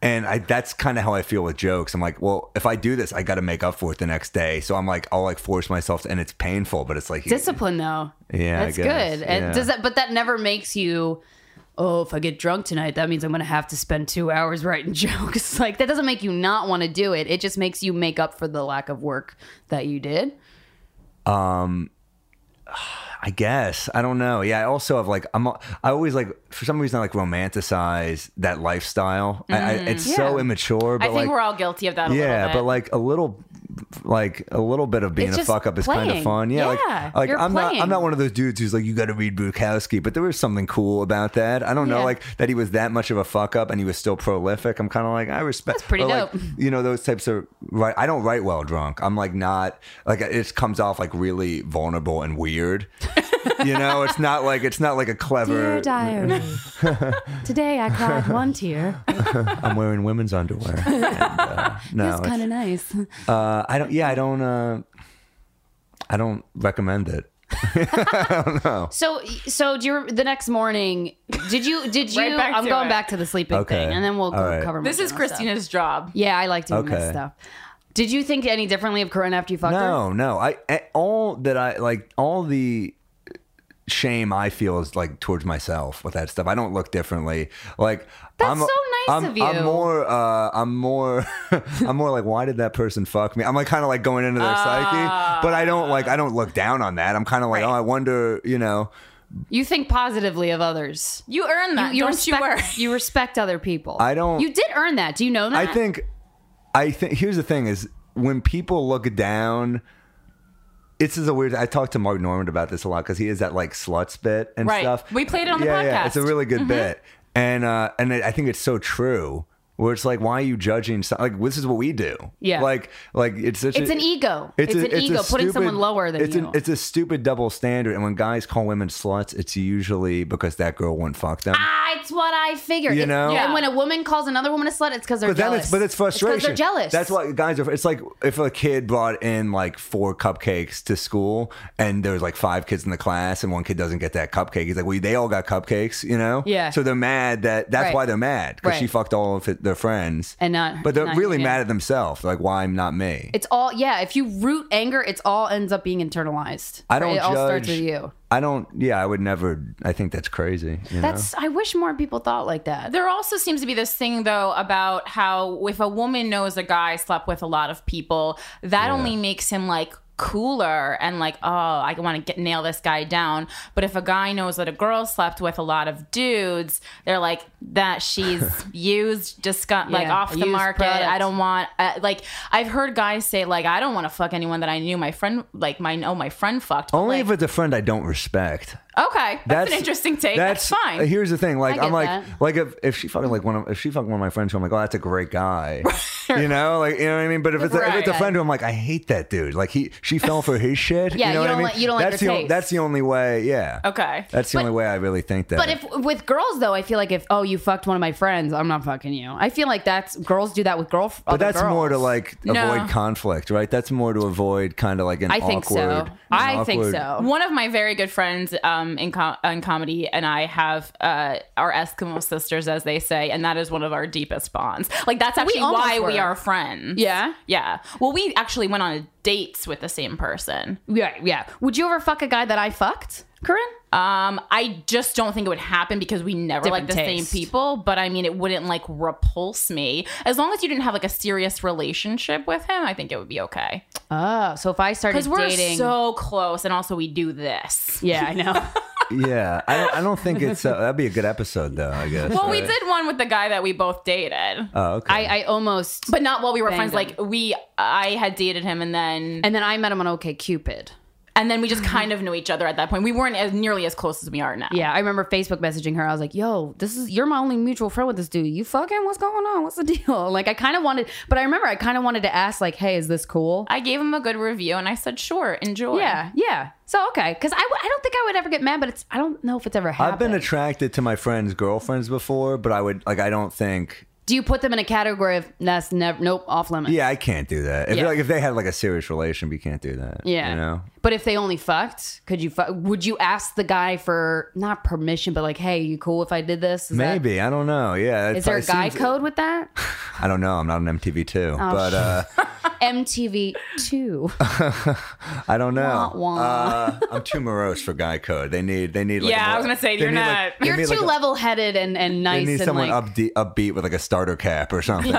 Speaker 4: And I, that's kind of how I feel with jokes. I'm like, well, if I do this, I got to make up for it the next day. So I'm like, I'll like force myself, to, and it's painful, but it's like,
Speaker 2: Discipline though.
Speaker 4: Yeah, I
Speaker 2: That's
Speaker 4: guess.
Speaker 2: good. And
Speaker 4: Yeah.
Speaker 2: does that but that never makes you Oh, if I get drunk tonight, that means I'm gonna have to spend two hours writing jokes. Like that doesn't make you not want to do it. It just makes you make up for the lack of work that you did.
Speaker 4: I guess I don't know. Yeah, I also have like I'm. I always like for some reason I like romanticize that lifestyle. I, I, it's so immature. But
Speaker 1: I think
Speaker 4: like,
Speaker 1: we're all guilty of that. A
Speaker 4: yeah
Speaker 1: little bit.
Speaker 4: but like a little like a little bit of being
Speaker 2: It's
Speaker 4: a
Speaker 2: just
Speaker 4: fuck up is kind of
Speaker 2: playing.
Speaker 4: fun. Yeah,
Speaker 2: Yeah,
Speaker 4: like, like
Speaker 2: you're
Speaker 4: I'm not I'm
Speaker 2: playing.
Speaker 4: not one of those dudes who's like you got to read Bukowski, but there was something cool about that. I don't know,
Speaker 2: Yeah.
Speaker 4: like that he was that much of a fuck up and he was still prolific. I'm kind of like I respect.
Speaker 2: That's pretty
Speaker 4: but, like,
Speaker 2: dope.
Speaker 4: you know those types of right. I don't write well drunk. I'm like not like it just comes off like really vulnerable and weird. you know, it's not like it's not like a
Speaker 5: Dear
Speaker 4: clever.
Speaker 5: diary, today I cried one tear.
Speaker 4: I'm wearing women's underwear. And, uh, no,
Speaker 5: It's
Speaker 4: it's-
Speaker 5: kind of nice.
Speaker 4: Uh, I don't. Yeah, I don't. Uh, I don't recommend it.
Speaker 2: So, so do you? The next morning, did you? Did you?
Speaker 1: Right back
Speaker 2: I'm
Speaker 1: to
Speaker 2: going
Speaker 1: it.
Speaker 2: back to the sleeping
Speaker 4: Okay.
Speaker 2: thing, and then we'll go
Speaker 4: All right.
Speaker 2: cover. more
Speaker 1: This is
Speaker 2: general stuff.
Speaker 1: Christina's job.
Speaker 2: Yeah, I like doing
Speaker 4: Okay.
Speaker 2: this stuff. Did you think any differently of Corinne after you fucked her?
Speaker 4: No, no. I I- all that I like all the shame I feel is like towards myself with that stuff. I don't look differently. Like
Speaker 2: That's
Speaker 4: I'm,
Speaker 2: so nice
Speaker 4: I'm-
Speaker 2: of you.
Speaker 4: I'm more. Uh, I'm more. I'm more like, why did that person fuck me? I'm like kind of like going into their psyche, but I don't like. I don't look down on that. I'm kind of like, oh, I wonder. You know.
Speaker 2: You think positively of others.
Speaker 1: You earn that.
Speaker 2: You
Speaker 1: don't
Speaker 2: respect,
Speaker 1: you worry.
Speaker 2: you respect other people.
Speaker 4: I don't-
Speaker 2: You did earn that. Do you know that?
Speaker 4: I think I think here's the thing is when people look down this is a weird I talked to Mark Norman about this a lot because he is that like sluts bit and
Speaker 1: Right.
Speaker 4: stuff.
Speaker 1: We played it on the
Speaker 4: yeah, Yeah,
Speaker 1: podcast.
Speaker 4: it's a really
Speaker 2: Mm-hmm.
Speaker 4: good bit. And uh and I I think it's so true. Where it's like, why are you judging? So- like this is what we do.
Speaker 2: Yeah.
Speaker 4: Like, like it's such
Speaker 2: It's
Speaker 4: a-
Speaker 2: an ego. It's an ego, putting someone lower than
Speaker 4: it's
Speaker 2: you.
Speaker 4: An, it's a stupid double standard. And when guys call women sluts, it's usually because that girl won't fuck them.
Speaker 2: Ah, it's what I figured.
Speaker 4: You
Speaker 2: It's-
Speaker 4: know?
Speaker 2: And when a woman calls another woman a slut, it's because they're
Speaker 4: But
Speaker 2: jealous.
Speaker 4: then it's but it's frustration.
Speaker 2: because they're jealous.
Speaker 4: That's why guys are. It's like if a kid brought in like four cupcakes to school, and there's like five kids in the class, and one kid doesn't get that cupcake. He's like, well, they all got cupcakes, you know.
Speaker 2: Yeah.
Speaker 4: So they're mad that that's
Speaker 2: Right.
Speaker 4: why they're mad because she
Speaker 2: Right.
Speaker 4: fucked all of it- their friends
Speaker 2: And not-
Speaker 4: But they're
Speaker 2: not-
Speaker 4: really
Speaker 2: yeah.
Speaker 4: mad at themselves. Like why I'm not me.
Speaker 2: It's all yeah. If you root anger, it's all ends up being internalized.
Speaker 4: I don't.
Speaker 2: It all starts
Speaker 4: judge-
Speaker 2: with you.
Speaker 4: I don't. Yeah, I would never. I think that's crazy. You know?
Speaker 2: That's. I wish more people thought like that.
Speaker 1: There also seems to be this thing though about how if a woman knows a guy slept with a lot of people, that only makes him like cooler and like oh I want to get nail this guy down. But if a guy knows that a girl slept with a lot of dudes, they're like that she's used, disgust, like
Speaker 2: Yeah,
Speaker 1: off the
Speaker 2: used
Speaker 1: market.
Speaker 2: product.
Speaker 1: I don't want uh, like I've heard guys say like I don't want to fuck anyone that I knew my friend like my oh my friend fucked. But,
Speaker 4: only
Speaker 1: like,
Speaker 4: if it's a friend I don't respect.
Speaker 1: okay, that's, an interesting take. That's, fine.
Speaker 4: Here's the thing, like
Speaker 2: I
Speaker 4: I'm
Speaker 2: get
Speaker 4: like
Speaker 2: that.
Speaker 4: like if, if she fucking like one of if she fucking one of my friends, who I'm like, oh, that's a great guy, you know, like you know what I mean. But if it's a, if
Speaker 1: Right.
Speaker 4: it's a friend who I'm like, I hate that dude, like he she fell for his shit.
Speaker 2: Yeah,
Speaker 4: you know
Speaker 2: you
Speaker 4: what I
Speaker 2: don't
Speaker 4: mean.
Speaker 2: like- you don't like
Speaker 4: that's
Speaker 2: their
Speaker 4: the
Speaker 2: taste.
Speaker 4: that's the only way. Yeah.
Speaker 1: okay.
Speaker 4: That's the only way I really think that.
Speaker 2: But if with girls though, I feel like if oh you fucked one of my friends, I'm not fucking you. I feel like that's girls do that with girl.
Speaker 4: but that's more to like avoid
Speaker 1: No.
Speaker 4: conflict, right? That's more to avoid kind of like an
Speaker 2: I think
Speaker 4: awkward.
Speaker 2: so.
Speaker 4: an
Speaker 2: I think
Speaker 4: awkward-
Speaker 2: so.
Speaker 1: One of my very good friends um, in, com- in comedy and I have uh, our Eskimo sisters, as they say, and that is one of our deepest bonds. Like that's actually
Speaker 2: almost
Speaker 1: why we
Speaker 2: were.
Speaker 1: are friends.
Speaker 2: Yeah?
Speaker 1: yeah. Well, we actually went on dates with the same person.
Speaker 2: Yeah, yeah. Would you ever fuck a guy that I fucked, Corinne?
Speaker 1: Um, I just don't think it would happen because we never
Speaker 2: Different
Speaker 1: like the
Speaker 2: taste.
Speaker 1: same people. But I mean, it wouldn't like repulse me as long as you didn't have like a serious relationship with him. I think it would be okay
Speaker 2: Oh, so if I started
Speaker 1: because we're
Speaker 2: dating,
Speaker 1: so close, and also we do this.
Speaker 2: yeah, I know.
Speaker 4: Yeah, I don't, I don't think it's uh, that'd be a good episode though. I guess.
Speaker 1: Well, we
Speaker 4: right?
Speaker 1: did one with the guy that we both dated.
Speaker 4: Oh, okay.
Speaker 2: I, I almost,
Speaker 1: but not while we were friends.
Speaker 2: Banged
Speaker 1: Like we, I had dated him, and then
Speaker 2: and then I met him on OK Cupid.
Speaker 1: and then we just kind of knew each other at that point. We weren't as nearly as close as we are now.
Speaker 2: Yeah, I remember Facebook messaging her. I was like, "Yo, this is you're my only mutual friend with this dude. You fucking what's going on? What's the deal?" Like I kind of wanted, but I remember I kind of wanted to ask like, "Hey, is this cool?"
Speaker 1: I gave him a good review, and I said, "Sure, enjoy."
Speaker 2: yeah, yeah. So okay, because I, w- I don't think I would ever get mad, but it's I don't know if it's ever happened.
Speaker 4: I've been attracted to my friends' girlfriends before, but I would like I don't think
Speaker 2: Do you put them in a category of that's never nope off limits?
Speaker 4: Yeah, I can't do that. If
Speaker 2: Yeah.
Speaker 4: like if they had like a serious relation, we can't do that.
Speaker 2: yeah.
Speaker 4: you know.
Speaker 2: But if they only fucked, could you? Fu- would you ask the guy for not permission, but like, "Hey, you cool if I did this?" Is that-
Speaker 4: Maybe I don't know. Yeah,
Speaker 2: is there a guy Oh,
Speaker 4: seems-
Speaker 2: code with that?
Speaker 4: I don't know. I'm not on MTV too, but uh,
Speaker 2: MTV two.
Speaker 4: I don't know.
Speaker 2: Wah, wah.
Speaker 4: Uh, I'm too morose for guy code. They need they need. Like,
Speaker 1: Yeah,
Speaker 4: I
Speaker 1: I was gonna say, you're not-
Speaker 2: You're too level headed and and
Speaker 4: They
Speaker 2: nice
Speaker 4: need
Speaker 2: and
Speaker 4: someone
Speaker 2: like
Speaker 4: up upbeat with like a starter cap or something. You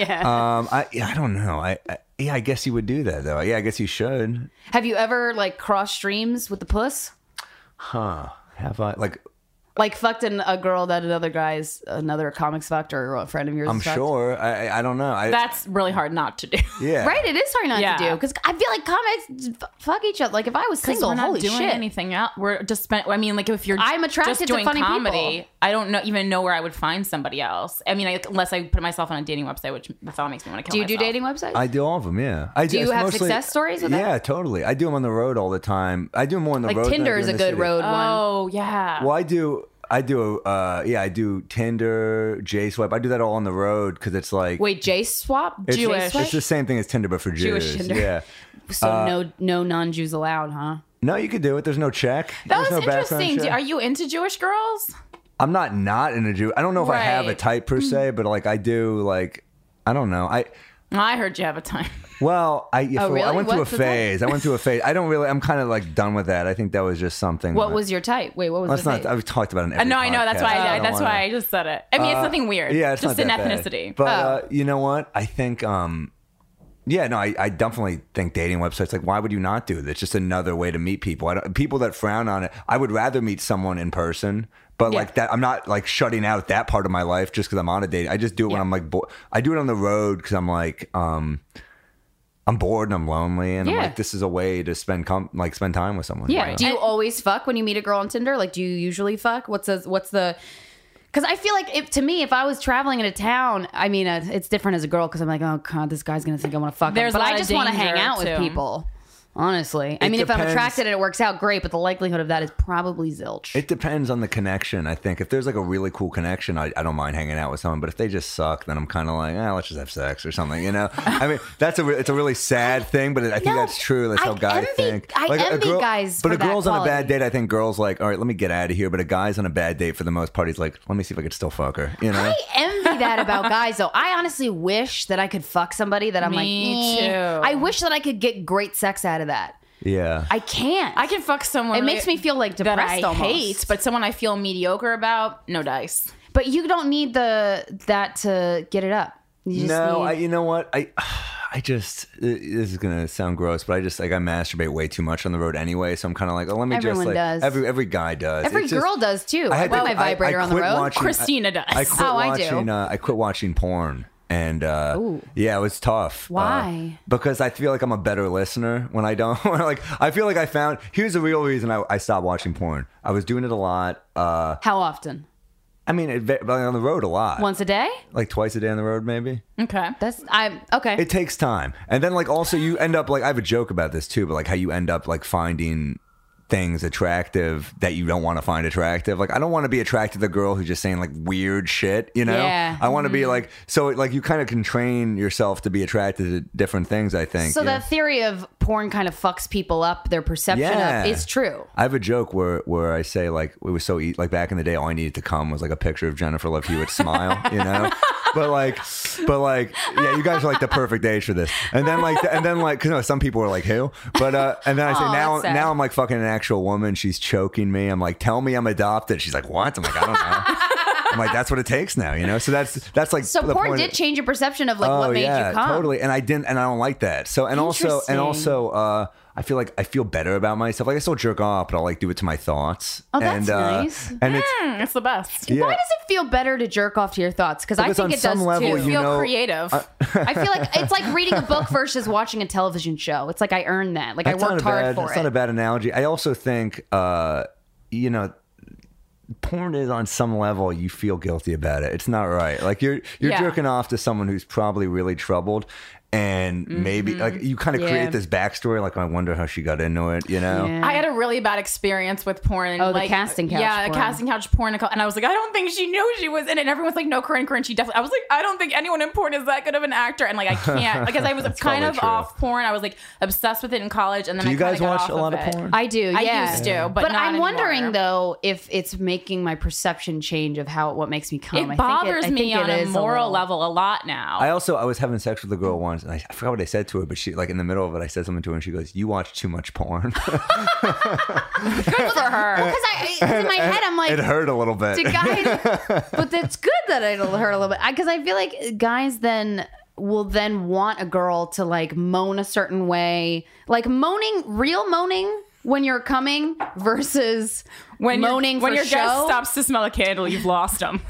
Speaker 2: yeah.
Speaker 4: know? Um, I yeah, I don't know. I, I yeah, I guess you would do that though. Yeah, I guess you should.
Speaker 2: Have you ever like crossed streams with the puss?
Speaker 4: Huh? Have I like?
Speaker 2: Like fucked an, a girl that another guy's another comics fucked or a friend of yours.
Speaker 4: I'm
Speaker 2: fucked?
Speaker 4: sure. I I- I don't know. I,
Speaker 1: That's really hard not to do.
Speaker 4: yeah.
Speaker 2: Right, it is hard not
Speaker 1: Yeah.
Speaker 2: to do because I feel like comics f- fuck each other. Like if I was
Speaker 1: Because
Speaker 2: single,
Speaker 1: we're not
Speaker 2: holy
Speaker 1: doing
Speaker 2: shit,
Speaker 1: anything else. We're just spent. I mean, like if you're,
Speaker 2: I'm attracted
Speaker 1: just
Speaker 2: to
Speaker 1: doing
Speaker 2: funny people.
Speaker 1: comedy. I don't know even know where I would find somebody else. I mean, I, unless I put myself on a dating website, which that's all makes me want to
Speaker 2: do
Speaker 1: kill
Speaker 2: you do
Speaker 1: myself.
Speaker 2: dating websites?
Speaker 4: I do all of them. Yeah. I do
Speaker 2: you have success stories with that?
Speaker 4: yeah, totally. I do them on the road all the time. I do 'em more on the
Speaker 2: like
Speaker 4: road. than I
Speaker 2: Tinder
Speaker 4: do
Speaker 2: is
Speaker 4: in
Speaker 2: a
Speaker 4: the
Speaker 2: good
Speaker 4: city.
Speaker 2: road one.
Speaker 1: Oh yeah.
Speaker 4: Well, I do. I do. Uh, yeah, I do Tinder, J Swipe. I do that all on the road because it's like
Speaker 2: Wait, J swap,
Speaker 4: it's,
Speaker 2: Jewish,
Speaker 4: It's the same thing as Tinder, but for
Speaker 1: Jewish
Speaker 4: Jews.
Speaker 1: Tinder.
Speaker 4: Yeah.
Speaker 2: so
Speaker 4: Uh,
Speaker 2: no no non Jews allowed, huh?
Speaker 4: No, you could do it. There's no check.
Speaker 1: that
Speaker 4: There's
Speaker 1: was
Speaker 4: no background
Speaker 1: interesting. Do-
Speaker 4: check.
Speaker 1: are you into Jewish girls?
Speaker 4: I'm not not in a Jew. I don't know if I have a
Speaker 1: Right.
Speaker 4: type per se, but like I do. Like I don't know. I
Speaker 1: I heard you have a time.
Speaker 4: well, I
Speaker 1: Oh,
Speaker 4: if-
Speaker 2: really?
Speaker 4: I went through a
Speaker 2: What's the type?
Speaker 4: phase. I went through a phase. I don't really. I'm kind of like done with that. I think that was just something.
Speaker 2: What
Speaker 4: that-
Speaker 2: was your type? Wait, what was
Speaker 4: That's
Speaker 2: the
Speaker 4: uh, not.
Speaker 2: type?
Speaker 4: I've talked about it. In every
Speaker 1: Uh, no, I know. That's
Speaker 4: podcast.
Speaker 1: why. I,
Speaker 4: I don't
Speaker 1: that's
Speaker 4: wanna- Uh,
Speaker 1: why I just said it. I mean, it's nothing weird.
Speaker 4: Yeah, it's
Speaker 1: just
Speaker 4: not
Speaker 1: an
Speaker 4: that bad.
Speaker 1: ethnicity. Oh.
Speaker 4: But uh, you know what? I think. um yeah, no, I, I definitely think dating websites. Like, why would you not do this? It's just another way to meet people. I don't, people that frown on it, I would rather meet someone in person. But
Speaker 1: Yeah.
Speaker 4: like that, I'm not like shutting out that part of my life just because I'm on a date. I just do it when
Speaker 1: Yeah.
Speaker 4: I'm like, bo- I do it on the road because I'm like, um, I'm bored and I'm lonely, and I'm
Speaker 2: Yeah.
Speaker 4: like, this is a way to spend com- like spend time with someone.
Speaker 2: Yeah.
Speaker 4: know?
Speaker 2: Do you always fuck when you meet a girl on Tinder? Like, do you usually fuck? What's the, what's the? Because I feel like if to me, if I was traveling in a town, I mean, uh, it's different as a girl because I'm like, oh god, this guy's gonna think I want to fuck. him.
Speaker 1: There's a
Speaker 2: but
Speaker 1: lot
Speaker 2: I
Speaker 1: of
Speaker 2: just want to hang
Speaker 1: danger,
Speaker 2: out with
Speaker 1: too.
Speaker 2: people. Honestly, I mean, if I'm
Speaker 4: depends.
Speaker 2: attracted and it works out, great. But the likelihood of that is probably zilch.
Speaker 4: It depends on the connection. I think if there's like a really cool connection, I, I don't mind hanging out with someone. But if they just suck, then I'm kind of like, ah, let's just have sex or something. You know? I mean, that's a re- it's a really sad thing, but I think
Speaker 2: No,
Speaker 4: that's true. That's how
Speaker 2: I
Speaker 4: guys
Speaker 2: envy-
Speaker 4: think.
Speaker 2: I
Speaker 4: a
Speaker 2: envy
Speaker 4: girl-
Speaker 2: guys
Speaker 4: But
Speaker 2: for
Speaker 4: a
Speaker 2: that
Speaker 4: girl's on a bad
Speaker 2: quality.
Speaker 4: date, I think girls like, all right, let me get out of here. But a guy's on a bad date for the most part. He's like, let me see if I could still fuck her. You know?
Speaker 2: I envy that about guys, though. I honestly wish that I could fuck somebody that I'm
Speaker 1: Me
Speaker 2: like, eh.
Speaker 1: too.
Speaker 2: I wish that I could get great sex out of that.
Speaker 4: yeah.
Speaker 2: I can't.
Speaker 1: I can fuck someone.
Speaker 2: It makes me feel like
Speaker 1: that
Speaker 2: depressed.
Speaker 1: I
Speaker 2: almost.
Speaker 1: hate, but someone I feel mediocre about. No dice.
Speaker 2: But you don't need the that to get it up. You just
Speaker 4: no,
Speaker 2: need,
Speaker 4: I, you know what? I I just uh, this is gonna sound gross, but I just like I masturbate way too much on the road anyway. So I'm kind of like, oh, let me just
Speaker 2: Everyone
Speaker 4: like
Speaker 2: does.
Speaker 4: every every guy does.
Speaker 2: every
Speaker 4: It's just-
Speaker 2: girl does too. I,
Speaker 4: had
Speaker 2: put
Speaker 4: to-
Speaker 2: my vibrator on the
Speaker 4: quit
Speaker 2: road.
Speaker 4: watching-
Speaker 1: Christina does.
Speaker 4: I, I quit
Speaker 2: Oh, I do.
Speaker 4: watching. uh, I quit watching porn, and uh, yeah, it was tough. Uh,
Speaker 2: Why?
Speaker 4: because I feel like I'm a better listener when I don't. when I, like I feel like I found. Here's the real reason I, I stopped watching porn. I was doing it a lot. Uh,
Speaker 2: How often?
Speaker 4: I mean, it, va- on the road a lot,
Speaker 2: Once a day?
Speaker 4: like twice a day on the road, maybe.
Speaker 1: Okay.
Speaker 2: That's I'm okay.
Speaker 4: It takes time. And then like also you end up like I have a joke about this too, but like how you end up like finding things attractive that you don't want to find attractive. Like I don't want to be attracted to the girl who's just saying like weird shit, you know?
Speaker 2: Yeah. Mm-hmm.
Speaker 4: I want to be like so like you kind of can train yourself to be attracted to different things, I think.
Speaker 2: so
Speaker 4: yeah.
Speaker 2: the theory of porn kind of fucks people up, their perception
Speaker 4: Yeah.
Speaker 2: of is true.
Speaker 4: I have a joke where where I say like it was so e- like back in the day all I needed to come was like a picture of Jennifer Love Hewitt smile, you know. But like, but like, yeah, you guys are like the perfect age for this. And then like, and then like, cause no, some people are like who, but uh, and then I say
Speaker 2: Aw,
Speaker 4: now,
Speaker 2: that's sad.
Speaker 4: now I'm like fucking an actual woman. She's choking me. I'm like, tell me I'm adopted. She's like, what? I'm like, I don't know. I'm like, that's what it takes now, you know. So that's that's like
Speaker 2: So
Speaker 4: the
Speaker 2: porn
Speaker 4: point Oh,
Speaker 2: did change your perception of like what made you come.
Speaker 4: totally. And I didn't, and I don't like that. So, and also,
Speaker 2: Interesting.
Speaker 4: and also, uh, I feel like I feel better about myself. Like I still jerk off, but I'll like do it to my thoughts.
Speaker 2: Oh, that's
Speaker 4: and, uh,
Speaker 2: nice.
Speaker 4: And it's
Speaker 1: Mm, it's the best.
Speaker 4: yeah.
Speaker 2: Why does it feel better to jerk off to your thoughts? Because I
Speaker 4: Because
Speaker 2: think
Speaker 4: on
Speaker 2: it
Speaker 4: some
Speaker 2: does
Speaker 4: level,
Speaker 2: too.
Speaker 4: you
Speaker 1: Feel
Speaker 4: know,
Speaker 1: creative.
Speaker 2: I feel like it's like reading a book versus watching a television show. It's like I earned that. Like I
Speaker 4: That's not
Speaker 2: worked
Speaker 4: a
Speaker 2: hard
Speaker 4: bad-
Speaker 2: for
Speaker 4: that's
Speaker 2: it.
Speaker 4: not a bad analogy. I also think, uh, you know. Porn is on some level you feel guilty about it. It's not right. Like you're you're
Speaker 1: Yeah.
Speaker 4: jerking off to someone who's probably really troubled, and maybe like you kind of
Speaker 2: Mm-hmm. Yeah.
Speaker 4: create this backstory. Like I wonder how she got into it. You know,
Speaker 2: Yeah.
Speaker 1: I had a really bad experience with porn.
Speaker 2: Oh, the casting couch
Speaker 1: Yeah, the
Speaker 2: porn.
Speaker 1: casting couch porn. And I was like, I don't think she knew she was in it. And everyone's like, no, Corinne, Corinne, she definitely. I was like, I don't think anyone in porn is that good of an actor. And like, I can't because I was kind
Speaker 4: probably
Speaker 1: of
Speaker 4: true.
Speaker 1: off porn. I was like obsessed with it in college. And then
Speaker 4: do
Speaker 1: I
Speaker 4: you guys
Speaker 1: kinda got
Speaker 4: watch
Speaker 1: off
Speaker 4: a lot of,
Speaker 1: it.
Speaker 4: porn?
Speaker 2: I do.
Speaker 1: I
Speaker 2: yeah.
Speaker 1: used to, but not
Speaker 2: I'm
Speaker 1: anymore.
Speaker 2: wondering though if it's making my perception change of how what makes me come.
Speaker 1: It bothers
Speaker 2: I think it,
Speaker 1: me
Speaker 2: I think
Speaker 1: on
Speaker 2: it
Speaker 1: a
Speaker 2: is
Speaker 1: moral
Speaker 2: little-
Speaker 1: level a lot now.
Speaker 4: I also I was having sex with a girl once, and I, I forgot what I said to her, but she like in the middle of it, I said something to her, and she goes, "You watch too much porn."
Speaker 1: for her.
Speaker 2: Because I, 'cause in my head I'm like,
Speaker 4: it hurt a little bit.
Speaker 2: do guys? but that's good that it hurt a little bit because I, feel like guys then will then want a girl to like moan a certain way, like moaning, real moaning. when you're coming versus when
Speaker 1: your-
Speaker 2: moaning
Speaker 1: when
Speaker 2: for
Speaker 1: your
Speaker 2: show.
Speaker 1: guest stops to smell a candle, you've lost them.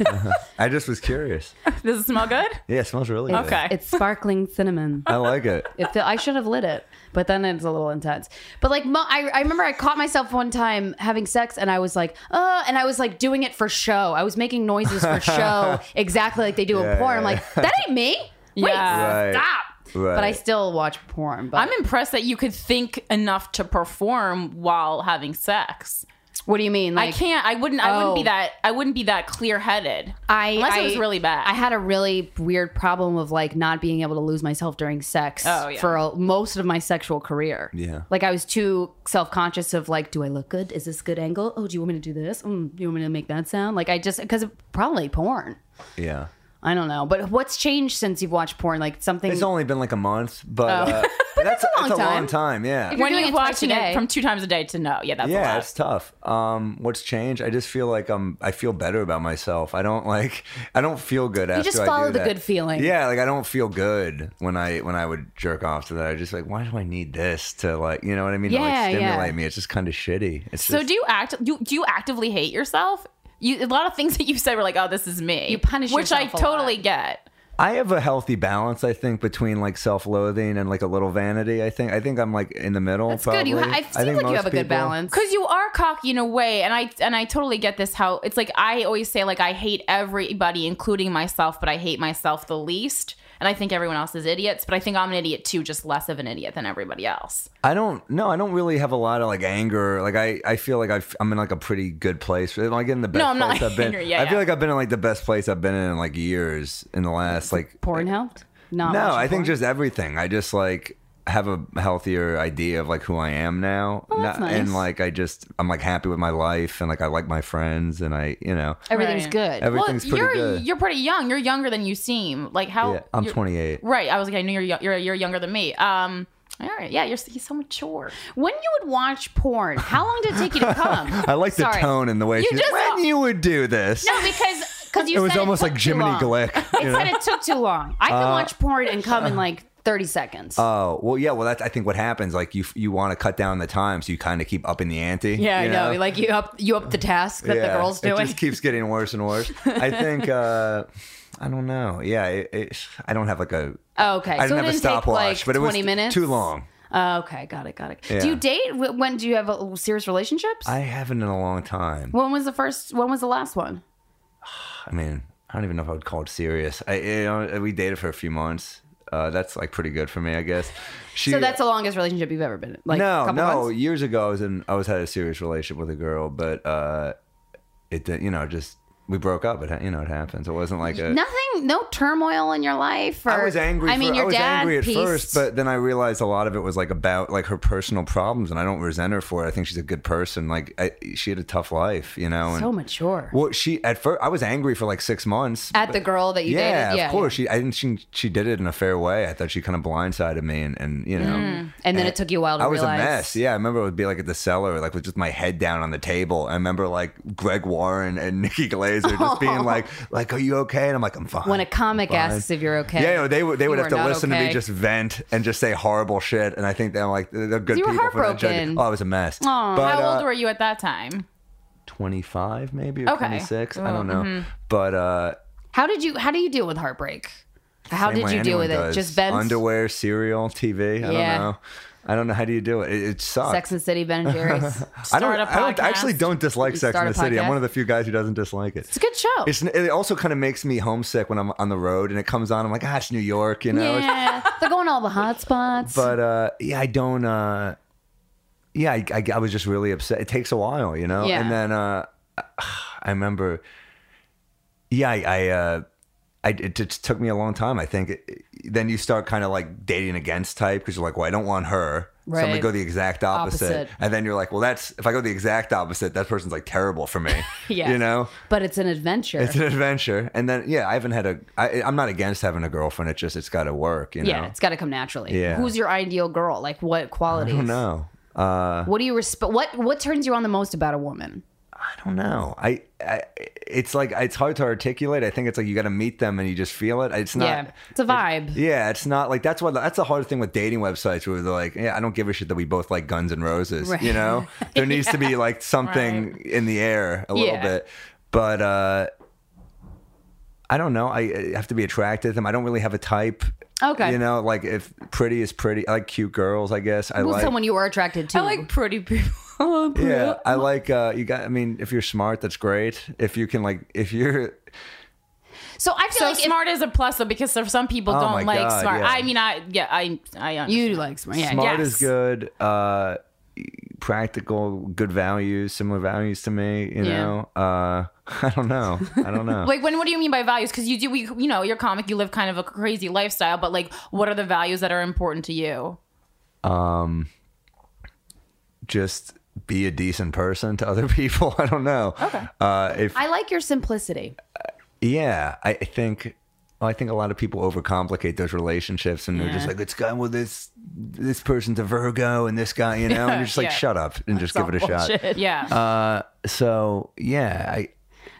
Speaker 4: I just was curious.
Speaker 1: Does it smell good?
Speaker 4: Yeah, it smells really good.
Speaker 1: Okay.
Speaker 2: It's sparkling cinnamon.
Speaker 4: I like it.
Speaker 2: It feel, I should have lit it, but then it's a little intense. But like, mo- I, I remember I caught myself one time having sex, and I was like, uh, and I was like doing it for show. I was making noises for show, exactly like they do
Speaker 4: Yeah,
Speaker 2: in porn. I'm
Speaker 4: yeah,
Speaker 2: like, that ain't me. Wait,
Speaker 1: Yeah.
Speaker 4: Right.
Speaker 2: stop. But I
Speaker 4: Right.
Speaker 2: still watch porn. But
Speaker 1: I'm impressed that you could think enough to perform while having sex.
Speaker 2: what do you mean?
Speaker 1: I can't. I wouldn't. I wouldn't be
Speaker 2: Oh.
Speaker 1: that. I wouldn't be that clear headed.
Speaker 2: I
Speaker 1: unless
Speaker 2: I,
Speaker 1: it was really bad.
Speaker 2: I had a really weird problem of like not being able to lose myself during sex
Speaker 1: Oh, yeah.
Speaker 2: for a, most of my sexual career.
Speaker 4: Yeah.
Speaker 2: like I was too self conscious of like, do I look good? Is this a good angle? Oh, do you want me to do this? Mm, do you want me to make that sound? Like I just because probably porn.
Speaker 4: Yeah.
Speaker 2: I don't know, but what's changed since you've watched porn? Like something.
Speaker 4: It's only been like a month, but, uh, that's,
Speaker 2: Oh. a long
Speaker 4: that's a
Speaker 2: time.
Speaker 4: long time. Yeah.
Speaker 2: you're
Speaker 1: when
Speaker 2: doing
Speaker 1: you're
Speaker 2: it twice
Speaker 1: watching
Speaker 2: a day.
Speaker 1: it from two times a day to know. Yeah, that's
Speaker 4: yeah,
Speaker 1: a
Speaker 4: it's
Speaker 1: lot.
Speaker 4: tough. Um, what's changed? I just feel like I'm. I feel better about myself. I don't like. I don't feel good after.
Speaker 2: just
Speaker 4: I
Speaker 2: follow
Speaker 4: do
Speaker 2: the
Speaker 4: that.
Speaker 2: good feeling.
Speaker 4: Yeah, like I don't feel good when I when I would jerk off to that. I just like, why do I need this to like, you know what I mean? to
Speaker 2: Yeah,
Speaker 4: like
Speaker 2: yeah.
Speaker 4: stimulate me. It's just kind of shitty. It's
Speaker 1: So
Speaker 4: just,
Speaker 1: do you act? Do, do you actively hate yourself? You a lot of things that you said were like, oh, this is me.
Speaker 2: You punish
Speaker 1: which I
Speaker 2: yourself a
Speaker 1: totally
Speaker 2: lot.
Speaker 1: get.
Speaker 4: I have a healthy balance, I think, between like self-loathing and like a little vanity. I think. I think I'm like in the middle.
Speaker 2: That's
Speaker 4: probably.
Speaker 2: good. You ha- I seem like
Speaker 4: think
Speaker 2: you
Speaker 4: most
Speaker 2: have a good
Speaker 4: people-
Speaker 2: balance.
Speaker 1: because you are cocky in a way and i and i totally get this how it's like i always say like i hate everybody including myself but i hate myself the least and i think everyone else is idiots but i think i'm an idiot too just less of an idiot than everybody else
Speaker 4: I don't no, I don't really have a lot of like anger. Like I, I feel like I've, I'm in like a pretty good place. Am I getting the best
Speaker 1: I'm not
Speaker 4: place I've been?
Speaker 1: angry. Yeah,
Speaker 4: I
Speaker 1: yeah.
Speaker 4: feel like I've been in like the best place I've been in, in like years in the last like.
Speaker 2: porn helped. Not
Speaker 4: No,
Speaker 2: watching
Speaker 4: I think
Speaker 2: porn?
Speaker 4: just everything. I just like have a healthier idea of like who I am now,
Speaker 2: Oh, that's
Speaker 4: Not- and
Speaker 2: nice.
Speaker 4: like I just I'm like happy with my life, and like I like my friends, and I you know
Speaker 2: everything's
Speaker 1: Right.
Speaker 2: good.
Speaker 4: everything's
Speaker 1: well you're
Speaker 4: pretty good.
Speaker 1: you're pretty young you're younger than you seem like how
Speaker 2: Oh,
Speaker 4: yeah, I'm
Speaker 1: you're-
Speaker 4: 28.
Speaker 1: right i was like i knew you're yo- you're, you're younger than me um all right yeah you're he's so mature
Speaker 2: when you would watch porn, how long did it take you to come?
Speaker 4: I like the
Speaker 2: Sorry.
Speaker 4: tone and the way
Speaker 1: You
Speaker 4: she's
Speaker 1: just-
Speaker 4: when you would do this.
Speaker 2: No, because because you
Speaker 4: it was
Speaker 2: said
Speaker 4: almost
Speaker 2: took
Speaker 4: like
Speaker 2: too
Speaker 4: Jiminy
Speaker 2: long.
Speaker 4: Glick.
Speaker 2: It said it took too long. I
Speaker 4: Uh,
Speaker 2: can watch porn and come in like thirty seconds.
Speaker 4: Oh well, yeah. Well, that's I think what happens. Like you, you want to cut down the time, so you kind of keep upping the ante.
Speaker 2: yeah,
Speaker 4: you
Speaker 2: I know. Like you up you up the task that the
Speaker 4: Yeah,
Speaker 2: girls
Speaker 4: It
Speaker 2: doing.
Speaker 4: just keeps getting worse and worse. I think. uh I don't know. Yeah, it, it, I don't have like a.
Speaker 2: Oh, okay,
Speaker 4: I didn't
Speaker 2: so it
Speaker 4: have a
Speaker 2: didn't take,
Speaker 4: stopwatch,
Speaker 2: like,
Speaker 4: but it
Speaker 2: 20
Speaker 4: was
Speaker 2: minutes?
Speaker 4: too long.
Speaker 2: Oh, okay, got it, got it.
Speaker 4: Yeah.
Speaker 2: Do you date? Wh- When do you have a, serious relationships?
Speaker 4: I haven't in a long time.
Speaker 2: when was the first? When was the last one?
Speaker 4: I mean, I don't even know if I would call it serious. I, you know, we dated for a few months. Uh, that's like pretty good for me, I guess. She,
Speaker 2: So that's the longest relationship you've ever been in. Like a
Speaker 4: no,
Speaker 2: couple
Speaker 4: no.
Speaker 2: months?
Speaker 4: Years ago, I was in. I was had a serious relationship with a girl, but uh, it didn't. You know, just we broke up. It ha- you know, it happens. It wasn't like a.
Speaker 2: nothing, no turmoil in your life. Or,
Speaker 4: I was angry.
Speaker 2: I mean,
Speaker 4: for,
Speaker 2: your
Speaker 4: I was
Speaker 2: dad.
Speaker 4: angry at
Speaker 2: pieced-
Speaker 4: first, but then I realized a lot of it was like about like her personal problems, and I don't resent her for it. I think she's a good person. Like I, she had a tough life, you know. And,
Speaker 2: so mature
Speaker 4: Well, she at first I was angry for like six months.
Speaker 2: at the girl that you
Speaker 4: yeah,
Speaker 2: dated. Yeah,
Speaker 4: of course. She I didn't. She she did it in a fair way. I thought she kind of blindsided me, and and you know.
Speaker 2: And then it took you a while to
Speaker 4: I was
Speaker 2: realize.
Speaker 4: a mess. Yeah, I remember it would be like at the cellar, like with just my head down on the table. I remember like Greg Warren and Nikki Glazer just being like, "Like, are you okay?" And I'm like, "I'm fine."
Speaker 2: When a comic
Speaker 4: I'm fine."
Speaker 2: asks if you're okay.
Speaker 4: yeah, no, they would they would
Speaker 2: you
Speaker 4: have
Speaker 2: are
Speaker 4: to
Speaker 2: not
Speaker 4: listen to
Speaker 2: okay.
Speaker 4: me just vent and just say horrible shit. And I think they're like they're good
Speaker 2: You were
Speaker 4: people for that judging.
Speaker 2: heartbroken.
Speaker 4: Oh, I was a mess.
Speaker 2: Aw.
Speaker 4: But,
Speaker 1: how
Speaker 4: uh,
Speaker 1: old were you at that time
Speaker 4: 25 maybe or
Speaker 1: Okay.
Speaker 4: 26? I don't
Speaker 2: Oh,
Speaker 4: know.
Speaker 2: mm-hmm.
Speaker 4: But uh,
Speaker 2: How did you? How do you deal with heartbreak? How
Speaker 4: same
Speaker 2: did
Speaker 4: way
Speaker 2: you deal
Speaker 4: anyone
Speaker 2: with
Speaker 4: does.
Speaker 2: it? Just vent.
Speaker 4: underwear, cereal, TV.
Speaker 2: Yeah.
Speaker 4: I don't know. I don't know how do you do it. It, it sucks.
Speaker 2: Sex and the City, Ben and Jerry's.
Speaker 4: I don't.
Speaker 1: Start a
Speaker 4: I don't I actually
Speaker 1: podcast.
Speaker 4: don't dislike
Speaker 2: You
Speaker 4: Sex
Speaker 2: start
Speaker 4: in
Speaker 2: a
Speaker 4: the City.
Speaker 2: podcast.
Speaker 4: I'm one of the few guys who doesn't dislike it.
Speaker 2: it's a good show.
Speaker 4: It's, it also kind of makes me homesick when I'm on the road and it comes on. I'm like, ah, it's New York, you know. It's-
Speaker 2: yeah, they're going to all the hot spots.
Speaker 4: But uh, yeah, I don't. Uh, yeah, I, I, I was just really upset. It takes a while, you know.
Speaker 2: Yeah.
Speaker 4: And then uh, I remember. Yeah, I. I, uh, I it just took me a long time. I think then you start kind of like dating against type because you're like, well, I don't want her. So I'm gonna
Speaker 2: Right.
Speaker 4: go the exact opposite.
Speaker 2: Opposite.
Speaker 4: and then you're like, well, that's if I go the exact opposite, that person's like terrible for me.
Speaker 2: Yeah.
Speaker 4: you know,
Speaker 2: but it's an adventure.
Speaker 4: it's an adventure. And then yeah, I haven't had a. I, I'm not against having a girlfriend. It's just it's got to work. You know,
Speaker 2: yeah, it's got to come naturally.
Speaker 4: Yeah.
Speaker 2: Who's your ideal girl? Like what qualities?
Speaker 4: I don't know. Uh,
Speaker 2: What do you respect? What what turns you on the most about a woman?
Speaker 4: I don't know. I, I it's like it's hard to articulate. I think it's like you got to meet them and you just feel it. It's not.
Speaker 2: yeah, it's a vibe.
Speaker 4: Yeah, it's not like that's what that's the hard thing with dating websites where they're like, yeah, I don't give a shit that we both like Guns and Roses. You know, there needs to be like something in the air a little
Speaker 2: Yeah.
Speaker 4: bit, but uh, I don't know. I, I have to be attracted to them. I don't really have a type.
Speaker 2: Okay.
Speaker 4: you know, like if pretty is pretty, I like cute girls. I guess I
Speaker 2: Well,
Speaker 4: like
Speaker 2: someone you were attracted to.
Speaker 1: I like pretty people.
Speaker 4: yeah, I like uh, you got. I mean, if you're smart, that's great. If you can like, if you're
Speaker 2: so I feel
Speaker 1: So
Speaker 2: like if
Speaker 1: smart is a plus though because there- some people
Speaker 4: Oh my
Speaker 1: don't like
Speaker 4: God,
Speaker 1: smart.
Speaker 4: yeah.
Speaker 1: I mean, I yeah, I I understand.
Speaker 2: you like smart. Yeah,
Speaker 4: smart is
Speaker 1: yes.
Speaker 4: good, uh, practical, good values, similar values to me. You
Speaker 2: Yeah.
Speaker 4: know, uh, I don't know. I don't know.
Speaker 1: Like when what do you mean by values? Because you do we you know you're a comic, you live kind of a crazy lifestyle, but like what are the values that are important to you?
Speaker 4: Just be a decent person to other people. I don't know. Okay. Uh, if
Speaker 2: I like your simplicity.
Speaker 4: Yeah, I I think well, I think a lot of people overcomplicate those relationships, and they're just like, "This guy, well, this this person's a Virgo, and this guy, you know," and you're just like,
Speaker 1: Yeah.
Speaker 4: "Shut up and just give it a shot."
Speaker 1: Yeah.
Speaker 4: Uh, so yeah, I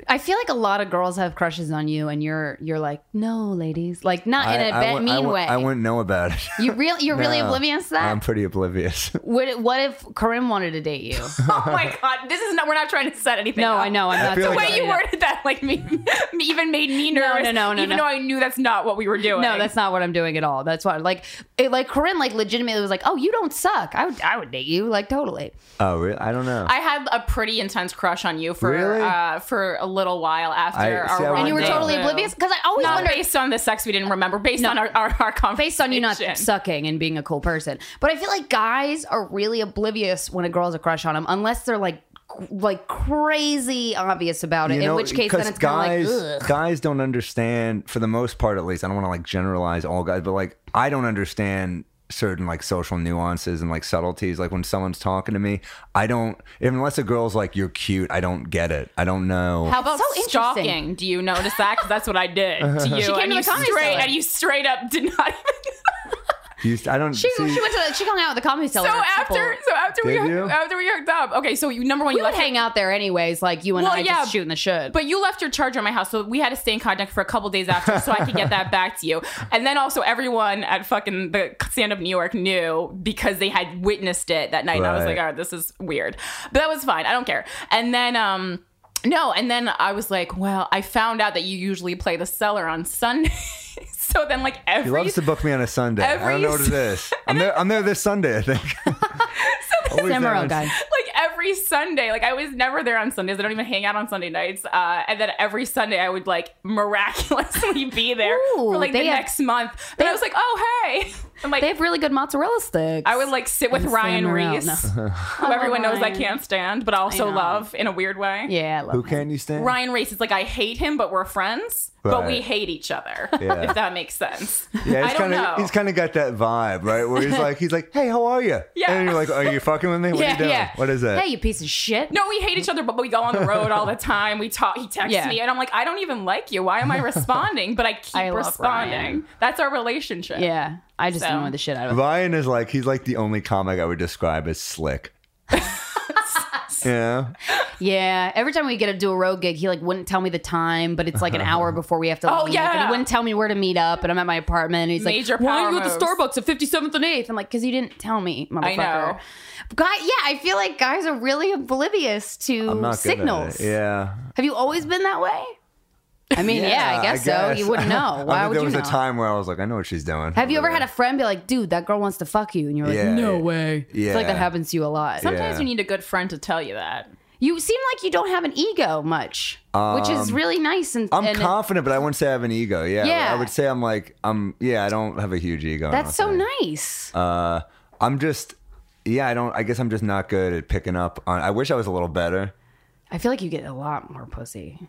Speaker 2: I feel like a lot of girls have crushes on you, and you're you're like, no, ladies, like not
Speaker 4: I,
Speaker 2: in a
Speaker 4: I
Speaker 2: bad
Speaker 4: wou- I
Speaker 2: mean
Speaker 4: wou-
Speaker 2: way.
Speaker 4: I wouldn't know about it.
Speaker 2: you really you're really
Speaker 4: No, Um,
Speaker 2: oblivious to
Speaker 4: I'm
Speaker 2: that.
Speaker 4: pretty oblivious.
Speaker 2: What, what if Corinne wanted to date you?
Speaker 1: oh my god, this is not. We're not trying to set anything.
Speaker 2: no,
Speaker 1: up.
Speaker 2: I know. I'm not.
Speaker 4: feel
Speaker 1: The
Speaker 4: like
Speaker 1: way you worded that like me, me even made me nervous.
Speaker 2: no, no,
Speaker 1: Even
Speaker 2: no.
Speaker 1: though I knew that's not what we were doing.
Speaker 2: No, that's not what I'm doing at all. That's why, like, it, like Corinne, like, legitimately was like, "Oh, you don't suck. I would, I would date you, like, totally."
Speaker 4: oh, really? I don't know.
Speaker 1: I had a pretty intense crush on you for
Speaker 4: Really?
Speaker 1: uh, for a little while after
Speaker 4: I-
Speaker 1: our.
Speaker 4: see, I
Speaker 1: rendezvous.
Speaker 2: And you were
Speaker 4: No.
Speaker 2: totally oblivious because I always
Speaker 1: Not
Speaker 2: wonder
Speaker 1: based on the sex we didn't remember, based on our, our, our conversation.
Speaker 2: based on you not sucking and being a cool person. But I feel like guys are really oblivious when a girl's a crush on them, unless they're like c- like crazy obvious about it.
Speaker 4: You
Speaker 2: in
Speaker 4: know,
Speaker 2: which case,
Speaker 4: 'cause
Speaker 2: then it's kind
Speaker 4: guys
Speaker 2: of like, Ugh.
Speaker 4: guys don't understand for the most part, at least. I don't want to like generalize all guys, but like I don't understand certain like social nuances and like subtleties. Like when someone's talking to me, I don't unless a girl's like you're cute. I don't get it. I don't know.
Speaker 1: How about
Speaker 2: So interesting.
Speaker 1: stalking? Do you notice that? Because that's what I did to you.
Speaker 2: came
Speaker 1: and
Speaker 2: to
Speaker 1: you
Speaker 2: the comedy
Speaker 1: straight,
Speaker 2: store.
Speaker 1: and you straight up did not. Even,
Speaker 4: You, I don't.
Speaker 2: she,
Speaker 4: see,
Speaker 2: she went to the, she hung out with the comedy
Speaker 1: so
Speaker 2: cellar.
Speaker 1: after, so after we
Speaker 4: Did
Speaker 1: hooked-
Speaker 4: you?
Speaker 1: after we hooked up. Okay, so you, number one,
Speaker 2: we
Speaker 1: you
Speaker 2: would
Speaker 1: left your-
Speaker 2: hang out there anyways, like you and
Speaker 1: Well,
Speaker 2: I
Speaker 1: yeah,
Speaker 2: just shooting the shit.
Speaker 1: But you left your charger at my house, so we had to stay in contact for a couple days after, so I could get that back to you. And then also everyone at fucking the stand up New York knew because they had witnessed it that night. And I was
Speaker 4: Right.
Speaker 1: like, oh, this is weird, but that was fine. I don't care. And then, um. No, and then I was like, well, I found out that you usually play the cellar on Sunday. so then, like every
Speaker 4: he loves to book me on a Sunday. I don't
Speaker 1: every-
Speaker 4: know what it is. I'm there. I'm there this Sunday. I think. Always there
Speaker 2: Emerald
Speaker 4: on-
Speaker 2: guy.
Speaker 1: like every Sunday. Like I was never there on Sundays. I don't even hang out on Sunday nights. Uh, and then every Sunday I would like miraculously be there for
Speaker 2: Ooh,
Speaker 1: like the
Speaker 2: they have-
Speaker 1: next month. And I was like, oh hey, I'm like.
Speaker 2: they have really good mozzarella sticks.
Speaker 1: I would like sit with
Speaker 2: Sam
Speaker 1: Ryan
Speaker 2: Morril,
Speaker 1: Reese,
Speaker 2: no.
Speaker 1: who everyone knows I
Speaker 2: Oh, Ryan.
Speaker 1: can't stand, but also
Speaker 2: know.
Speaker 1: love in a weird way.
Speaker 2: yeah, I love
Speaker 4: Who
Speaker 2: that.
Speaker 4: can you stand?
Speaker 1: Ryan Reese is like I hate him, but we're friends, but we
Speaker 4: Right.
Speaker 1: hate each other.
Speaker 4: Yeah.
Speaker 1: If that makes sense.
Speaker 4: Yeah,
Speaker 1: I
Speaker 4: he's
Speaker 1: don't
Speaker 4: kind
Speaker 1: know.
Speaker 4: of he's kind of got that vibe, right? Where he's like, he's like, hey, how are you?
Speaker 1: Yeah.
Speaker 4: And you're like, are you fucking with me? What are
Speaker 2: Yeah,
Speaker 4: you doing?
Speaker 2: yeah.
Speaker 4: What is that?
Speaker 2: Hey, you piece of shit.
Speaker 1: No, we hate each other, but we go on the road all the time. We talk. He texts
Speaker 2: Yeah.
Speaker 1: me, and I'm like, I don't even like you. Why am I responding? But I keep
Speaker 2: I love
Speaker 1: responding.
Speaker 2: Ryan.
Speaker 1: That's our relationship.
Speaker 2: Yeah, I just
Speaker 1: So.
Speaker 2: annoy the shit out of him.
Speaker 4: Ryan is like he's like the only comic I would describe as slick. yeah,
Speaker 2: Yeah, every time we get to do a road gig, he like wouldn't tell me the time, but it's like an hour before we have to.
Speaker 1: Oh,
Speaker 2: leave,
Speaker 1: yeah.
Speaker 2: and he wouldn't tell me where to meet up, and I'm at my apartment, and he's
Speaker 1: Major
Speaker 2: like, "Why
Speaker 1: power
Speaker 2: are you at the
Speaker 1: moves.
Speaker 2: Starbucks at 57th and 8th?" I'm like, "Cause you didn't tell me, motherfucker."
Speaker 1: I know.
Speaker 2: Guy, yeah, I feel like guys are really oblivious to
Speaker 4: I'm not good at it.
Speaker 2: signals.
Speaker 4: Yeah,
Speaker 2: Have you always been that way? I mean, yeah, I, guess so. You wouldn't know.
Speaker 4: I
Speaker 2: Why
Speaker 4: think
Speaker 2: would
Speaker 4: there
Speaker 2: you
Speaker 4: was
Speaker 2: know?
Speaker 4: a time where I was like, I know what she's doing.
Speaker 2: Have you ever had a friend be like, "Dude, that girl wants to fuck you," and you're like,
Speaker 4: Yeah,
Speaker 2: "No
Speaker 4: yeah.
Speaker 2: way."
Speaker 4: Yeah.
Speaker 2: It's like that happens to you a lot.
Speaker 1: Sometimes
Speaker 4: Yeah.
Speaker 1: you need a good friend to tell you that.
Speaker 2: You seem like you don't have an ego much, which is really nice. And
Speaker 4: Um, I'm
Speaker 2: and it-
Speaker 4: confident, but I wouldn't say I have an ego. Yeah,
Speaker 2: Yeah.
Speaker 4: I would say I'm like, I'm. Yeah, I don't have a huge ego. I
Speaker 2: that's
Speaker 4: don't
Speaker 2: so nice.
Speaker 4: Uh, I'm just, yeah, I don't. I guess I'm just not good at picking up on. I wish I was a little better.
Speaker 2: I feel like you get a lot more pussy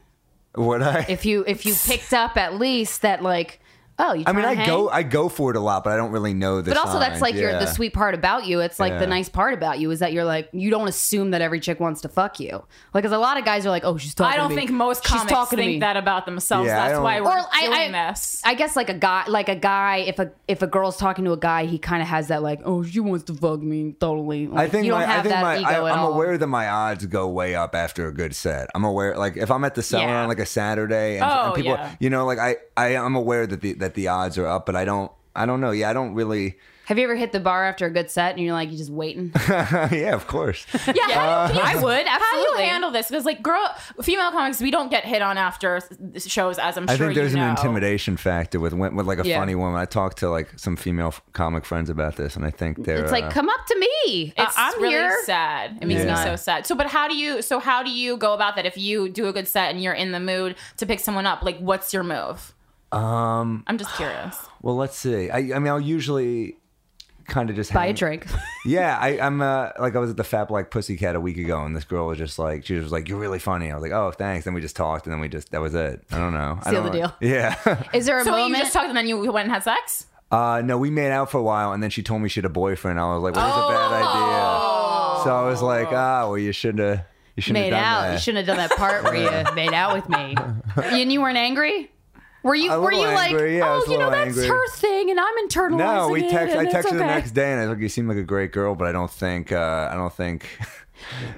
Speaker 4: Would I?
Speaker 2: if you if you picked up at least that like Oh, you.
Speaker 4: I mean,
Speaker 2: tryna
Speaker 4: I
Speaker 2: hang?
Speaker 4: go I go for it a lot, but I don't really know the.
Speaker 2: But also, that's
Speaker 4: signs.
Speaker 2: like your the
Speaker 4: Yeah.
Speaker 2: sweet part about you. It's like
Speaker 4: Yeah.
Speaker 2: the nice part about you is that you're like you don't assume that every chick wants to fuck you. Like, because a lot of guys are like, oh, she's talking.
Speaker 1: I
Speaker 2: to
Speaker 1: don't
Speaker 2: me.
Speaker 1: think most
Speaker 2: She's
Speaker 1: comics
Speaker 2: talking to
Speaker 1: think
Speaker 2: me.
Speaker 1: that about themselves.
Speaker 4: Yeah, I
Speaker 1: That's
Speaker 4: don't-
Speaker 1: why we're
Speaker 2: Or I-
Speaker 1: doing
Speaker 2: I-
Speaker 1: this.
Speaker 2: I guess like a guy, like a guy, if a if a girl's talking to a guy, he kind of has that like, oh, she wants to fuck me, totally.
Speaker 4: I
Speaker 2: Like,
Speaker 4: think
Speaker 2: you don't
Speaker 4: my,
Speaker 2: have
Speaker 4: I think
Speaker 2: that
Speaker 4: my,
Speaker 2: ego
Speaker 4: I,
Speaker 2: at
Speaker 4: I'm
Speaker 2: all.
Speaker 4: aware that my odds go way up after a good set. I'm aware, like if I'm at the cellar
Speaker 1: Yeah.
Speaker 4: on like a Saturday, and, and
Speaker 1: Oh,
Speaker 4: people,
Speaker 1: yeah.
Speaker 4: you know, like I, I am aware that the that the odds are up, but I don't, I don't know. Yeah, I don't really.
Speaker 2: Have you ever hit the bar after a good set and you're like, you just waiting?
Speaker 4: yeah, of course.
Speaker 1: Yeah,
Speaker 4: Uh-huh.
Speaker 1: how do you-
Speaker 2: I would,
Speaker 1: How do you
Speaker 2: absolutely.
Speaker 1: handle this? Because like, girl, female comics, we don't get hit on after s- shows, as I'm sure
Speaker 4: I think there's
Speaker 1: you know.
Speaker 4: an intimidation factor with wen- with like a
Speaker 2: Yeah.
Speaker 4: funny woman. I talked to like some female f- comic friends about this, and I think they're
Speaker 2: It's
Speaker 4: uh,
Speaker 2: like, come up to me.
Speaker 1: It's
Speaker 2: I- Uh, I'm
Speaker 1: really
Speaker 2: here.
Speaker 1: sad. It makes me
Speaker 4: Yeah.
Speaker 1: so sad. So, but how do you? So, how do you go about that? If you do a good set and you're in the mood to pick someone up, like, what's your move? Um, I'm just curious.
Speaker 4: well, let's see. I, I mean, I'll usually kind of just
Speaker 2: Buy a
Speaker 4: hang-
Speaker 2: drink.
Speaker 4: Yeah, I, I'm uh, like I was at the Fat Black Pussycat a week ago, and this girl was just like, she was like, "You're really funny." I was like, "Oh, thanks." Then we just talked, and then we just that was it. I don't know. I
Speaker 2: Seal the
Speaker 4: don't-
Speaker 2: deal.
Speaker 4: Yeah.
Speaker 2: Is there a
Speaker 1: So wait, you
Speaker 2: moment?
Speaker 1: just talked and then you went and had sex.
Speaker 4: uh, no, we made out for a while, and then she told me she had a boyfriend. I was like, "What was a bad
Speaker 2: Oh.
Speaker 4: idea?" So I was like, "Ah, well, you should have, you should have
Speaker 2: made
Speaker 4: done
Speaker 2: out.
Speaker 4: that."
Speaker 2: You shouldn't have done that part where you made out with me, and you weren't angry. Were you?
Speaker 4: A
Speaker 2: Were you
Speaker 4: little angry,
Speaker 2: like,
Speaker 4: yeah, I was
Speaker 2: oh,
Speaker 4: a
Speaker 2: you know,
Speaker 4: little
Speaker 2: that's
Speaker 4: angry.
Speaker 2: her thing, and I'm internalizing
Speaker 4: No, we text.
Speaker 2: it,
Speaker 4: I
Speaker 2: and
Speaker 4: texted
Speaker 2: it's okay.
Speaker 4: the next day, and I was like, "You seem like a great girl, but I don't think, uh, I don't think,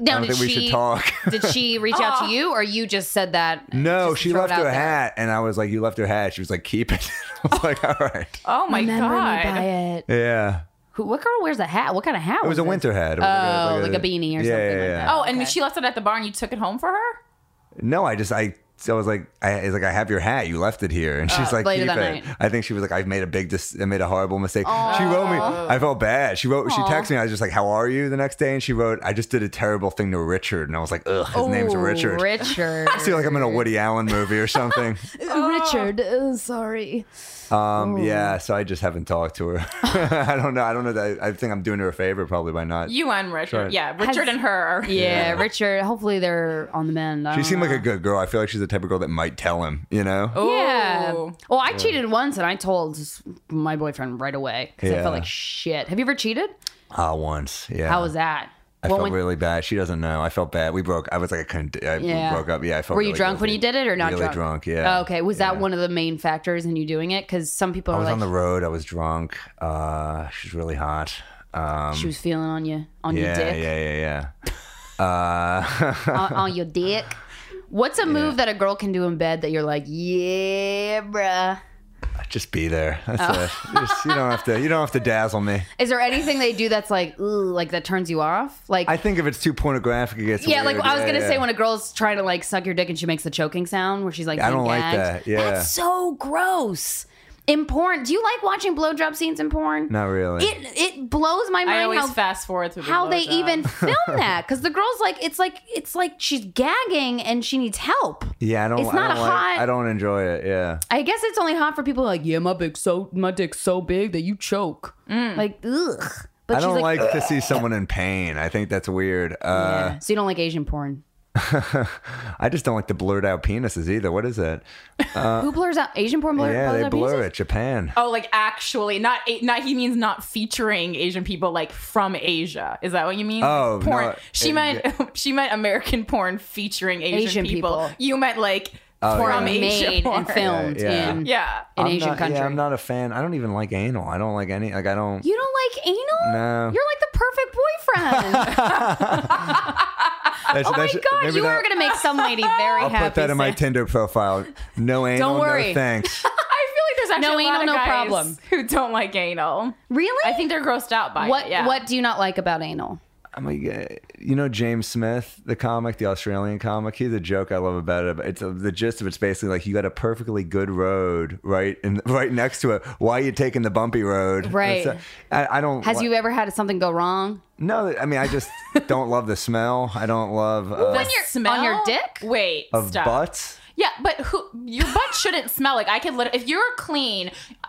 Speaker 2: Now,
Speaker 4: I don't
Speaker 2: did
Speaker 4: think we
Speaker 2: she,
Speaker 4: should talk."
Speaker 2: did she reach out to you, or you just said that?
Speaker 4: No,
Speaker 2: just to
Speaker 4: she
Speaker 2: throw it
Speaker 4: left
Speaker 2: out
Speaker 4: her
Speaker 2: there?
Speaker 4: hat, and I was like, "You left her hat." She was like, "Keep it." I was like, "All right,
Speaker 1: Oh my
Speaker 2: Remember me
Speaker 1: god!
Speaker 2: by it.
Speaker 4: yeah."
Speaker 2: Who, what girl wears a hat? What kind of hat?
Speaker 4: It was a winter hat. It was
Speaker 2: Oh, like a beanie or
Speaker 4: yeah,
Speaker 2: something
Speaker 4: Yeah,
Speaker 2: like
Speaker 4: yeah.
Speaker 2: that.
Speaker 1: Oh, and she left it at the bar and you took it home for her.
Speaker 4: No, I just I. I was like, I it's like, I have your hat. You left it here, and she's like,
Speaker 2: Uh, later
Speaker 4: keep
Speaker 2: that
Speaker 4: it.
Speaker 2: night.
Speaker 4: I think she was like, I've made a big, dis- I made a horrible mistake. She wrote me. I felt bad. She wrote. She texted me. I was just like, How are you? The next day, and she wrote, I just did a terrible thing to Richard, and I was like, Ugh, his name's
Speaker 2: Ooh,
Speaker 4: Richard.
Speaker 2: Richard.
Speaker 4: I feel like I'm in a Woody Allen movie or something.
Speaker 5: Richard, uh, sorry.
Speaker 4: um, yeah. So I just haven't talked to her. I don't know. I don't know that. I think I'm doing her a favor probably by not.
Speaker 1: You and Richard.
Speaker 4: Right.
Speaker 1: Yeah, Richard and her. Are,
Speaker 2: yeah, Richard. Hopefully they're on the mend. I
Speaker 4: she
Speaker 2: don't
Speaker 4: seemed
Speaker 2: know.
Speaker 4: like a good girl. I feel like she's the type of girl that might tell him. You know.
Speaker 2: Oh. Yeah.
Speaker 1: Ooh.
Speaker 2: Well, I cheated once, and I told my boyfriend right away because I
Speaker 4: Yeah.
Speaker 2: felt like shit. Have you ever cheated?
Speaker 4: Ah, once. Yeah.
Speaker 2: How was that?
Speaker 4: I
Speaker 2: What
Speaker 4: felt
Speaker 2: when-
Speaker 4: really bad. She doesn't know. I felt bad. We broke. I was like, I couldn't. I we
Speaker 2: Yeah.
Speaker 4: broke up. Yeah, I felt.
Speaker 2: Were you
Speaker 4: really
Speaker 2: drunk when
Speaker 4: guilty.
Speaker 2: you did it or not
Speaker 4: really
Speaker 2: drunk?
Speaker 4: Yeah.
Speaker 2: Oh, okay. Was that
Speaker 4: Yeah.
Speaker 2: one of the main factors in you doing it? Because some people
Speaker 4: I
Speaker 2: are
Speaker 4: was
Speaker 2: like,
Speaker 4: on the road. I was drunk. Uh, she's really hot. Um,
Speaker 2: she was feeling on you, on your
Speaker 4: yeah, yeah,
Speaker 2: dick,
Speaker 4: yeah, yeah.
Speaker 2: on, on your dick. What's a move that a girl can do in bed that you're like, yeah, bruh?
Speaker 4: Just be there. That's
Speaker 2: Oh.
Speaker 4: it. Just, you don't have to. You don't have to dazzle me.
Speaker 2: Is there anything they do that's like, ooh, like that turns you off? Like,
Speaker 4: I think if it's too pornographic, it gets.
Speaker 2: yeah, like
Speaker 4: weird.
Speaker 2: I was gonna
Speaker 4: yeah.
Speaker 2: say when a girl's trying to like suck your dick and she makes the choking sound where she's like,
Speaker 4: I don't
Speaker 2: being
Speaker 4: like
Speaker 2: gagged.
Speaker 4: that, yeah.
Speaker 2: that's so gross. In porn, do you like watching blowjob scenes in porn?
Speaker 4: Not really.
Speaker 2: It it blows my
Speaker 1: I
Speaker 2: mind
Speaker 1: always
Speaker 2: how
Speaker 1: fast forward through the
Speaker 2: how they
Speaker 1: blowjob.
Speaker 2: even film that because the girl's like it's like it's like she's gagging and she needs help
Speaker 4: yeah, I don't.
Speaker 2: it's
Speaker 4: I
Speaker 2: not
Speaker 4: don't
Speaker 2: a
Speaker 4: like-
Speaker 2: hot-
Speaker 4: I don't enjoy it. Yeah.
Speaker 2: i guess it's only hot for people who are like yeah my dick's so my dick's so big that you choke
Speaker 1: Mm.
Speaker 2: like ugh but
Speaker 4: I
Speaker 2: she's
Speaker 4: don't
Speaker 2: like,
Speaker 4: like, to see someone in pain. I think that's weird.
Speaker 2: yeah.
Speaker 4: Uh,
Speaker 2: so you don't like asian porn
Speaker 4: I just don't like to blurt out penises either. What is it?
Speaker 2: who blurs out asian porn blur,
Speaker 4: Uh, yeah,
Speaker 2: blurs
Speaker 4: they
Speaker 2: out
Speaker 4: blur
Speaker 2: penises?
Speaker 4: it. Japan.
Speaker 1: Oh, like actually, not not he means not featuring Asian people like from Asia. Is that what you mean?
Speaker 4: Oh,
Speaker 1: Like, porn.
Speaker 4: no,
Speaker 1: she
Speaker 4: it-
Speaker 1: meant she meant American porn featuring Asian,
Speaker 2: Asian
Speaker 1: people.
Speaker 2: people.
Speaker 1: You meant like
Speaker 4: Oh,
Speaker 1: from
Speaker 4: yeah. Oh.
Speaker 1: Asia
Speaker 2: made
Speaker 1: porn.
Speaker 2: and filmed
Speaker 4: Yeah, yeah.
Speaker 1: Yeah.
Speaker 2: Oh, in an
Speaker 4: I'm
Speaker 2: asian
Speaker 4: not-
Speaker 2: country
Speaker 4: Yeah, I'm not a fan. I don't even like anal. I don't like any. Like I don't.
Speaker 2: you don't like anal
Speaker 4: No.
Speaker 2: you're like the perfect boyfriend
Speaker 4: That's-
Speaker 2: oh my
Speaker 4: that's-
Speaker 2: god
Speaker 4: maybe
Speaker 2: you
Speaker 4: that-
Speaker 2: are gonna make some lady very
Speaker 4: I'll
Speaker 2: happy
Speaker 4: put that in my
Speaker 2: Sam.
Speaker 4: Tinder profile. No anal.
Speaker 2: worry.
Speaker 4: No thanks.
Speaker 1: I feel like there's actually
Speaker 2: No
Speaker 1: a lot
Speaker 2: anal,
Speaker 1: of
Speaker 2: no
Speaker 1: guys
Speaker 2: problem.
Speaker 1: who don't like anal.
Speaker 2: really
Speaker 1: I think they're grossed out by
Speaker 2: what
Speaker 1: it. Yeah.
Speaker 2: what do you not like about anal
Speaker 4: I'm like, uh, you know, James Smith, the comic, the Australian comic. He's a joke I love about it. But it's uh, the gist of it's basically like you got a perfectly good road right and right next to it. Why are you taking the bumpy road?
Speaker 2: Right.
Speaker 4: It's, uh, I, I don't.
Speaker 2: Has
Speaker 4: li-
Speaker 2: you ever had something go wrong?
Speaker 4: No, I mean, I just don't love the smell. I don't love uh,
Speaker 1: The smell
Speaker 2: on your dick?
Speaker 1: Wait,
Speaker 4: of
Speaker 1: stop.
Speaker 4: butts.
Speaker 1: Yeah, but who your butt shouldn't smell like I could. Lit- if you're clean,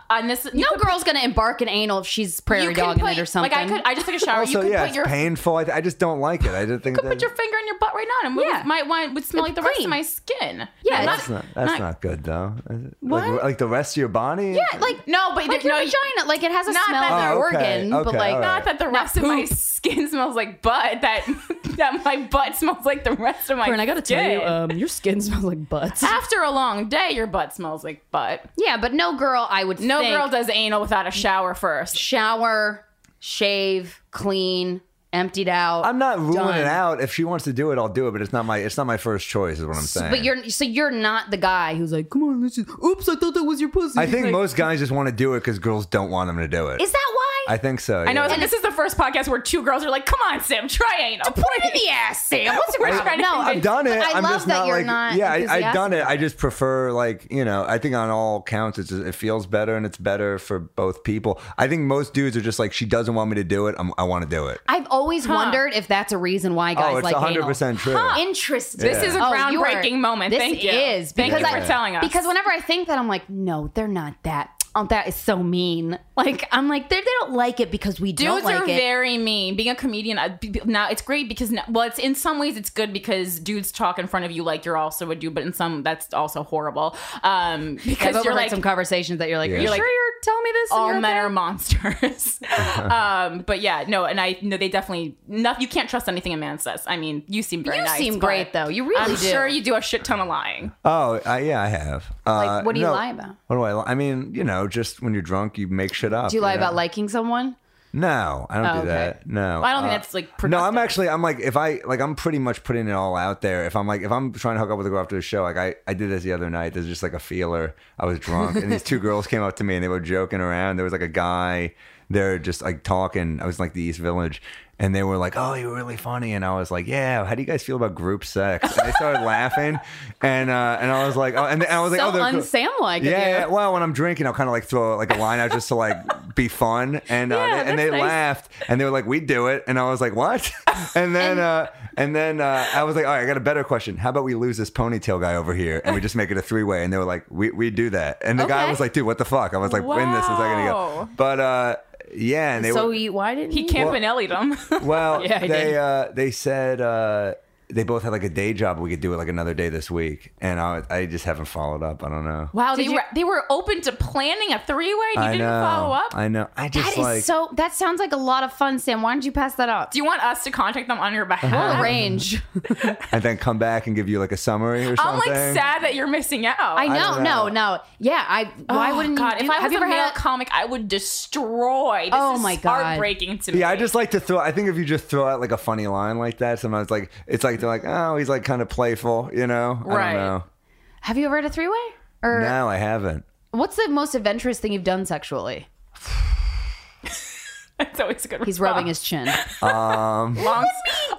Speaker 1: uh, And this, you
Speaker 2: No
Speaker 1: could-
Speaker 2: girl's gonna embark in anal if she's prairie
Speaker 1: you can
Speaker 2: dogging
Speaker 1: put,
Speaker 2: it or something.
Speaker 1: Like I could, I just took a shower.
Speaker 4: Also,
Speaker 1: you could
Speaker 4: yeah,
Speaker 1: put
Speaker 4: it's
Speaker 1: your
Speaker 4: painful. I, th- I just don't like it. I didn't think
Speaker 1: could
Speaker 4: that.
Speaker 1: put your finger in your butt right now, and yeah.
Speaker 2: Yeah.
Speaker 1: might want would smell
Speaker 2: It's
Speaker 1: like the rest of
Speaker 2: clean.
Speaker 1: my skin.
Speaker 2: yeah,
Speaker 1: No,
Speaker 2: it's-
Speaker 4: that's not, that's not, good though. What? Like, like the rest of your body?
Speaker 2: yeah, like
Speaker 1: no, but
Speaker 2: like
Speaker 1: no,
Speaker 2: your
Speaker 1: you-
Speaker 2: vagina, like it has a
Speaker 1: Not
Speaker 2: smell
Speaker 1: that-
Speaker 2: of
Speaker 4: Oh,
Speaker 2: your
Speaker 4: okay,
Speaker 2: organ, but
Speaker 4: okay,
Speaker 2: like
Speaker 4: all
Speaker 1: Not that the rest of my skin smells like butt. That that my butt smells like the rest of my.
Speaker 6: Corinne, I gotta tell you,
Speaker 1: skin.
Speaker 2: uh,
Speaker 6: um, your skin smells like butts.
Speaker 1: after a long day, your butt smells like butt.
Speaker 2: yeah, but no girl, I would
Speaker 1: No
Speaker 2: think,
Speaker 1: girl does anal without a shower first.
Speaker 2: shower, shave, clean, emptied out.
Speaker 4: I'm not ruling
Speaker 2: Done.
Speaker 4: it out. If she wants to do it, I'll do it. But it's not my it's not my first choice. Is what I'm saying.
Speaker 2: But you're so you're not the guy who's like, come on, let's just. Oops, I thought that was your pussy.
Speaker 4: I think
Speaker 2: Like,
Speaker 4: most guys just want to do it because girls don't want them to do it.
Speaker 2: is that why?
Speaker 4: I think so.
Speaker 1: I know. it's Like, this is the first podcast where two girls are like, "Come on, Sim, try anal." Put
Speaker 2: Put it in the ass, Sam. What's
Speaker 1: We're
Speaker 2: wrong?
Speaker 1: trying to
Speaker 2: No,
Speaker 4: I've done it.
Speaker 2: But I
Speaker 4: am
Speaker 2: love
Speaker 4: just
Speaker 2: that
Speaker 4: not
Speaker 2: you're
Speaker 4: like
Speaker 2: not
Speaker 4: yeah. I, I've done
Speaker 2: enthusiastic.
Speaker 4: it. I just prefer like you know. I think on all counts, it's just, it feels better and it's better for both people. I think most dudes are just like she doesn't want me to do it. I'm, I want to do it.
Speaker 2: I've always wondered if that's a reason why guys
Speaker 4: oh, it's
Speaker 2: like
Speaker 4: hundred
Speaker 2: anal.
Speaker 4: percent true.
Speaker 2: Interesting.
Speaker 1: This is a
Speaker 2: Oh, you are-
Speaker 1: groundbreaking moment.
Speaker 2: This
Speaker 1: Thank you.
Speaker 2: is
Speaker 1: Thank you
Speaker 2: because
Speaker 1: for
Speaker 2: I-
Speaker 1: telling us.
Speaker 2: Because whenever I think that, I'm like, no, they're not that. Oh, that is so mean. Like I'm like they they don't like it because we
Speaker 1: Dudes
Speaker 2: don't like
Speaker 1: are
Speaker 2: it.
Speaker 1: very mean. Being a comedian I- be- be- now, it's great because now, well, it's in some ways it's good because dudes talk in front of you like you're also a dude, but in some that's also horrible um,
Speaker 2: I've
Speaker 1: because you're
Speaker 2: overheard
Speaker 1: like
Speaker 2: some conversations that you're like,
Speaker 4: Yeah.
Speaker 2: are you
Speaker 4: You're
Speaker 2: sure
Speaker 1: like,
Speaker 2: you're telling me this? and
Speaker 1: all
Speaker 2: you're
Speaker 1: men
Speaker 2: okay?"
Speaker 1: are monsters. um, but yeah, no, and I no, they definitely no, you can't trust anything a man says. I mean, you seem very
Speaker 2: You
Speaker 1: nice,
Speaker 2: seem
Speaker 1: but
Speaker 2: great though. You really
Speaker 1: I'm
Speaker 2: do.
Speaker 1: sure you do a shit ton of lying.
Speaker 4: Oh, I, yeah, I have. Uh,
Speaker 2: what do you lie about?
Speaker 4: What do I? Li- I mean, you know, just when you're drunk, you make shit up.
Speaker 2: do you lie
Speaker 4: know?
Speaker 2: about liking someone?
Speaker 4: No, I don't
Speaker 2: Oh,
Speaker 4: do
Speaker 2: okay.
Speaker 4: that. No, Uh,
Speaker 1: I don't think that's, like,
Speaker 4: No, I'm
Speaker 1: productive.
Speaker 4: actually. I'm like, if I like, I'm pretty much putting it all out there. If I'm like, if I'm trying to hook up with a girl after the show, like I, I did this the other night. There's just like a feeler. I was drunk, and these two girls came up to me and they were joking around. There was like a guy there just like talking. I was in, like the East Village. And they were like, "Oh, you're really funny," and I was like, "Yeah." How do you guys feel about group sex? And they started laughing, and uh, and I was like, "Oh," and, I was like,
Speaker 2: So
Speaker 4: "Oh, they're cool."
Speaker 2: un-Sam-like of
Speaker 4: Yeah,
Speaker 2: you.
Speaker 4: yeah. Well, when I'm drinking, I'll kind of like throw like a line out just to like be fun, and uh,
Speaker 2: Yeah,
Speaker 4: they, and
Speaker 2: that's
Speaker 4: they
Speaker 2: nice.
Speaker 4: laughed, and they were like, "We do it," and I was like, "What?" And then uh, and then uh, I was like, "All right, I got a better question. How about we lose this ponytail guy over here, and we just make it a three way?" And they were like, "We we do that." And the guy
Speaker 2: Okay.
Speaker 4: was like, "Dude, what the fuck?" I was like, "Win this a
Speaker 1: Wow.
Speaker 4: second ago," but uh, yeah, and they
Speaker 6: so
Speaker 4: were,
Speaker 6: you, why didn't
Speaker 1: He
Speaker 6: he?
Speaker 1: campanelli'd them.
Speaker 4: well,
Speaker 6: Yeah, I did.
Speaker 4: they uh, they said uh, they both had like a day job. We could do it like another day this week, and I I just haven't followed up. I don't know.
Speaker 1: Wow, they
Speaker 2: Did you-
Speaker 1: were they were open to planning a three way and you
Speaker 4: I
Speaker 1: didn't
Speaker 4: know,
Speaker 1: follow up.
Speaker 4: I know. I
Speaker 2: That
Speaker 4: just
Speaker 2: is
Speaker 4: like
Speaker 2: so. That sounds like a lot of fun, Sam. Why don't you pass that up?
Speaker 1: Do you want us to contact them on your
Speaker 2: We'll
Speaker 1: behalf?
Speaker 2: arrange.
Speaker 4: and then come back and give you like a summary or
Speaker 1: I'm
Speaker 4: something.
Speaker 1: like sad that you're missing out.
Speaker 2: I know,
Speaker 4: don't
Speaker 2: no,
Speaker 4: know.
Speaker 2: no. Yeah, I. Why
Speaker 1: Oh,
Speaker 2: wouldn't
Speaker 1: God?
Speaker 2: You do,
Speaker 1: if I
Speaker 2: have
Speaker 1: was
Speaker 2: you
Speaker 1: a
Speaker 2: ever
Speaker 1: male
Speaker 2: had?
Speaker 1: comic, I would destroy. This
Speaker 2: Oh,
Speaker 1: is
Speaker 2: my God.
Speaker 1: heartbreaking to me.
Speaker 4: Yeah, I just like to throw. I think if you just throw out like a funny line like that, sometimes like it's like they're like, oh, he's like kind of playful, you know?
Speaker 1: Right.
Speaker 4: I don't know.
Speaker 2: have you ever had a three way? Or
Speaker 4: No, I haven't.
Speaker 2: what's the most adventurous thing you've done sexually?
Speaker 1: it's always a good.
Speaker 2: He's rubbing his chin.
Speaker 1: long, a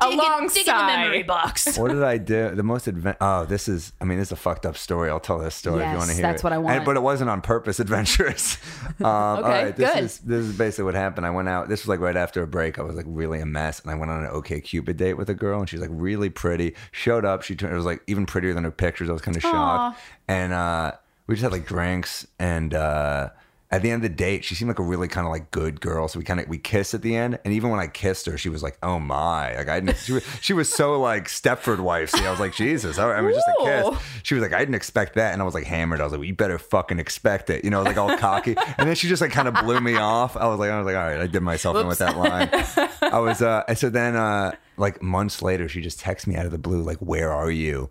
Speaker 2: dig in-
Speaker 1: long
Speaker 2: dig in the memory
Speaker 1: box.
Speaker 4: What did I do? The most advent. Oh, this is. I mean, this is a fucked up story. I'll tell this story if
Speaker 2: Yes,
Speaker 4: you want to hear.
Speaker 2: that's
Speaker 4: it.
Speaker 2: what I
Speaker 4: And-
Speaker 2: want.
Speaker 4: but it wasn't on purpose. Adventurous. Um, all right, this
Speaker 2: good.
Speaker 4: Is, this is basically what happened. I went out. This was like right after a break. I was like really a mess, and I went on an OK Cupid date with a girl, and she's like really pretty. Showed up. She turned. It was like even prettier than her pictures. I was kind of shocked. And uh, we just had like drinks and. Uh, at the end of the date, she seemed like a really kind of like good girl. So we kind of we kissed at the end, and even when I kissed her, she was like, "Oh my!" Like I didn't. She was, she was so like Stepford wife. I was like, "Jesus!" All right, I mean, just a kiss
Speaker 1: Ooh.
Speaker 4: she was like, I didn't expect that. And I was like, hammered. I was like, well, you better fucking expect it. You know, I was like all cocky. And then she just like kind of blew me off. I was like, I was like, all right, I did myself in with that line. I was, uh, and so then, uh, like months later, she just texts me out of the blue, like, where are you?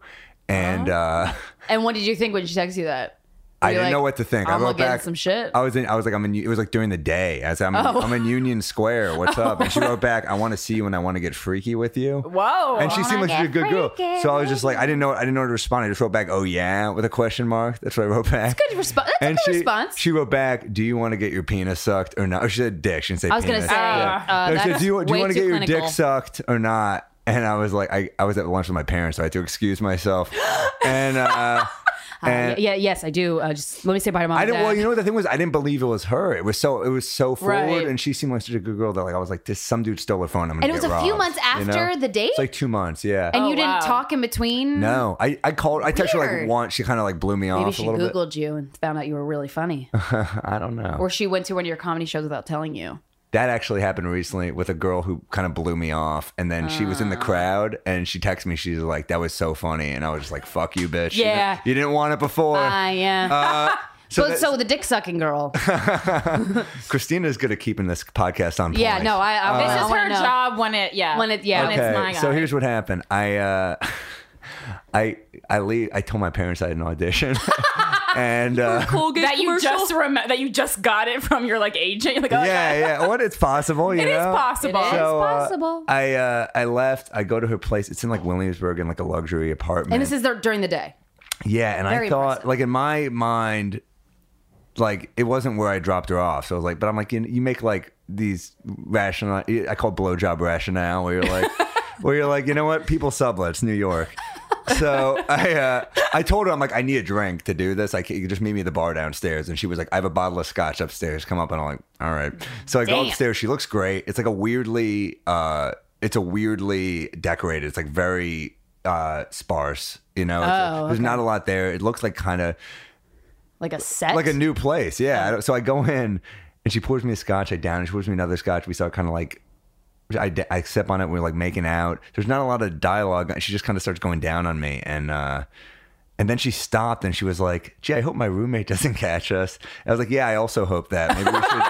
Speaker 4: And, uh,
Speaker 2: and what did you think when she texted you that?
Speaker 4: I
Speaker 2: You're Oh.
Speaker 4: didn't
Speaker 2: like,
Speaker 4: know what to think.
Speaker 2: "I'm
Speaker 4: I wrote
Speaker 2: looking at
Speaker 4: back Oh,
Speaker 2: some Oh. shit."
Speaker 4: I was in. I was like, I'm in. It was like during the day. I said, I'm, in- I'm in Union Square. What's up? And she wrote back, I want to see you and I want to get freaky with you.
Speaker 1: Whoa.
Speaker 4: And she seemed like she was a good girl.
Speaker 3: freaky
Speaker 4: So I was just like, I didn't know. I didn't know how to respond. I just wrote back, oh yeah, with a question mark. That's what I wrote back.
Speaker 2: Good response. That's
Speaker 4: And
Speaker 2: a good
Speaker 4: she,
Speaker 2: response.
Speaker 4: she wrote back, "Do you want to get your penis sucked or not?" Or she said, "Dick." She didn't say.
Speaker 2: I was gonna
Speaker 4: penis.
Speaker 2: say,
Speaker 4: Yeah.
Speaker 2: uh,
Speaker 4: No, she said,
Speaker 2: that's
Speaker 4: "Do you, do
Speaker 2: way
Speaker 4: you want to
Speaker 2: too
Speaker 4: get your
Speaker 2: clinical."
Speaker 4: dick sucked or not?" And I was like, I, I was at lunch with my parents, so I had to excuse myself. And uh,
Speaker 2: Uh, yeah, yes, I do. Uh, just let me say bye to mom.
Speaker 4: I
Speaker 2: and
Speaker 4: didn't. Well,
Speaker 2: Dad.
Speaker 4: you know what the thing was, I didn't believe it was her. It was so. It was so forward,
Speaker 2: Right.
Speaker 4: and she seemed like such a good girl that like I was like, this some dude stole her phone. I'm gonna
Speaker 2: And it was
Speaker 4: get
Speaker 2: a few
Speaker 4: robbed,
Speaker 2: months
Speaker 4: you know?
Speaker 2: after the date?
Speaker 4: It's like two months. Yeah.
Speaker 2: and
Speaker 1: Oh,
Speaker 2: you didn't
Speaker 1: wow.
Speaker 2: talk in between.
Speaker 4: no, I I called. I texted her
Speaker 2: Weird.
Speaker 4: like once. She kind of like blew me
Speaker 2: Maybe
Speaker 4: off a
Speaker 2: she
Speaker 4: little bit.
Speaker 2: googled you and found out you were really funny,
Speaker 4: I don't know.
Speaker 2: or she went to one of your comedy shows without telling you.
Speaker 4: That actually happened recently with a girl who kind of blew me off, and then she was in the
Speaker 2: Ah.
Speaker 4: crowd and she texted me. She's like, "That was so funny," and I was just like, "Fuck you, bitch! You
Speaker 2: Yeah.
Speaker 4: didn't- you didn't want it before."
Speaker 2: Ah, yeah.
Speaker 4: Uh, so,
Speaker 2: so,
Speaker 4: that- Oh
Speaker 2: so the dick sucking girl.
Speaker 4: Christina's good at keeping this podcast on.
Speaker 2: Yeah,
Speaker 4: point.
Speaker 2: no, I. I
Speaker 1: This
Speaker 2: I
Speaker 1: is
Speaker 2: wanna
Speaker 1: her
Speaker 2: know.
Speaker 1: job when it yeah
Speaker 2: When it- yeah.
Speaker 1: when it's my guy.
Speaker 4: so here's what happened. I uh, I I leave. I told my parents I had an audition, and uh,
Speaker 1: that you just rem- that you just got it from your like agent. You're like, oh,
Speaker 4: yeah,
Speaker 1: yeah,
Speaker 4: yeah. What it's possible, you
Speaker 1: It
Speaker 4: know.
Speaker 1: is possible. It is
Speaker 4: So, uh,
Speaker 2: possible.
Speaker 4: I uh, I left. I go to her place. It's in like Williamsburg in like a luxury apartment.
Speaker 2: And this is their, during the day.
Speaker 4: yeah, and I
Speaker 2: very
Speaker 4: thought
Speaker 2: impressive.
Speaker 4: like in my mind, like it wasn't where I dropped her off. So I was like, but I'm like, you, you make like these rational. I call it blowjob rationale where you're like, where you're like, you know what? People sublet. It's New York. So I uh, I told her I'm like I need a drink to do this. I can, you just meet me at the bar downstairs, and she was like, I have a bottle of scotch upstairs. Come up, and I'm like, all right. So I go upstairs. She looks great. It's like a weirdly uh, it's a weirdly decorated. It's like very uh sparse. You know, It's a- there's not a lot there. It looks like kind of
Speaker 2: Oh, Like a set. Oh.
Speaker 4: like a new place. Yeah. I don't- So I go in and she pours me a scotch. I down and she pours me another scotch. We start kind of like, I, d- I sip on it. We're like making out. There's not a lot of dialogue. She just kind of starts going down on me. And, uh, and then she stopped and she was like, gee, I hope my roommate doesn't catch us. I was like, yeah, I also hope that. Maybe we should.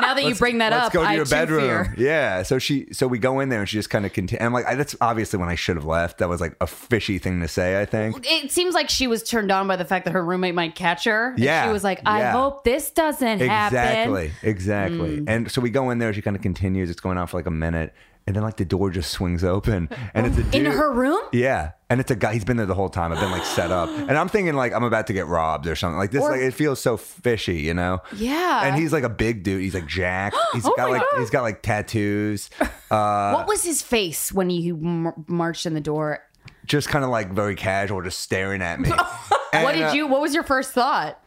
Speaker 2: now that you bring that
Speaker 4: Let's
Speaker 2: up,
Speaker 4: go to
Speaker 2: I
Speaker 4: your
Speaker 2: too
Speaker 4: bedroom.
Speaker 2: fear.
Speaker 4: Yeah. So she, so we go in there and she just kind of continues. I'm like, I, that's obviously when I should have left. That was like a fishy thing to say, I think.
Speaker 2: It seems like she was turned on by the fact that her roommate might catch her. And
Speaker 4: Yeah,
Speaker 2: she was like, I
Speaker 4: yeah.
Speaker 2: hope this doesn't happen.
Speaker 4: Exactly. Exactly.
Speaker 2: Mm.
Speaker 4: And so we go in there. She kind of continues. It's going on for like a minute, and then like the door just swings open, and it's a dude.
Speaker 2: In her room?
Speaker 4: Yeah, and it's a guy. He's been there the whole time. I've been like set up, and I'm thinking like I'm about to get robbed or something. Like this, like it feels so fishy, you know?
Speaker 2: Yeah. Oh
Speaker 4: And he's like a big dude. He's like Jack. He's got like he's got like tattoos. uh,
Speaker 2: what was his face when he mar- marched in the door?
Speaker 4: Just kind of like very casual, just staring at me.
Speaker 2: What
Speaker 4: And, uh, Oh
Speaker 2: did you? What was your first thought?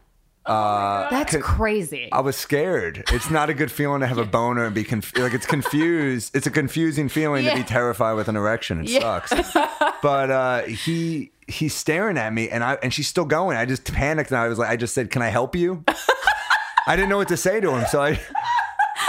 Speaker 2: Uh, That's crazy.
Speaker 4: I was scared. It's not a good feeling to have a boner and be confused. Like it's confused. It's a confusing feeling to
Speaker 2: Yeah.
Speaker 4: be terrified with an erection. It sucks. But uh, he he's staring at me, and I and she's still going. I just panicked, and I was like, I just said, "Can I help you?" I didn't know what to say to him, so I.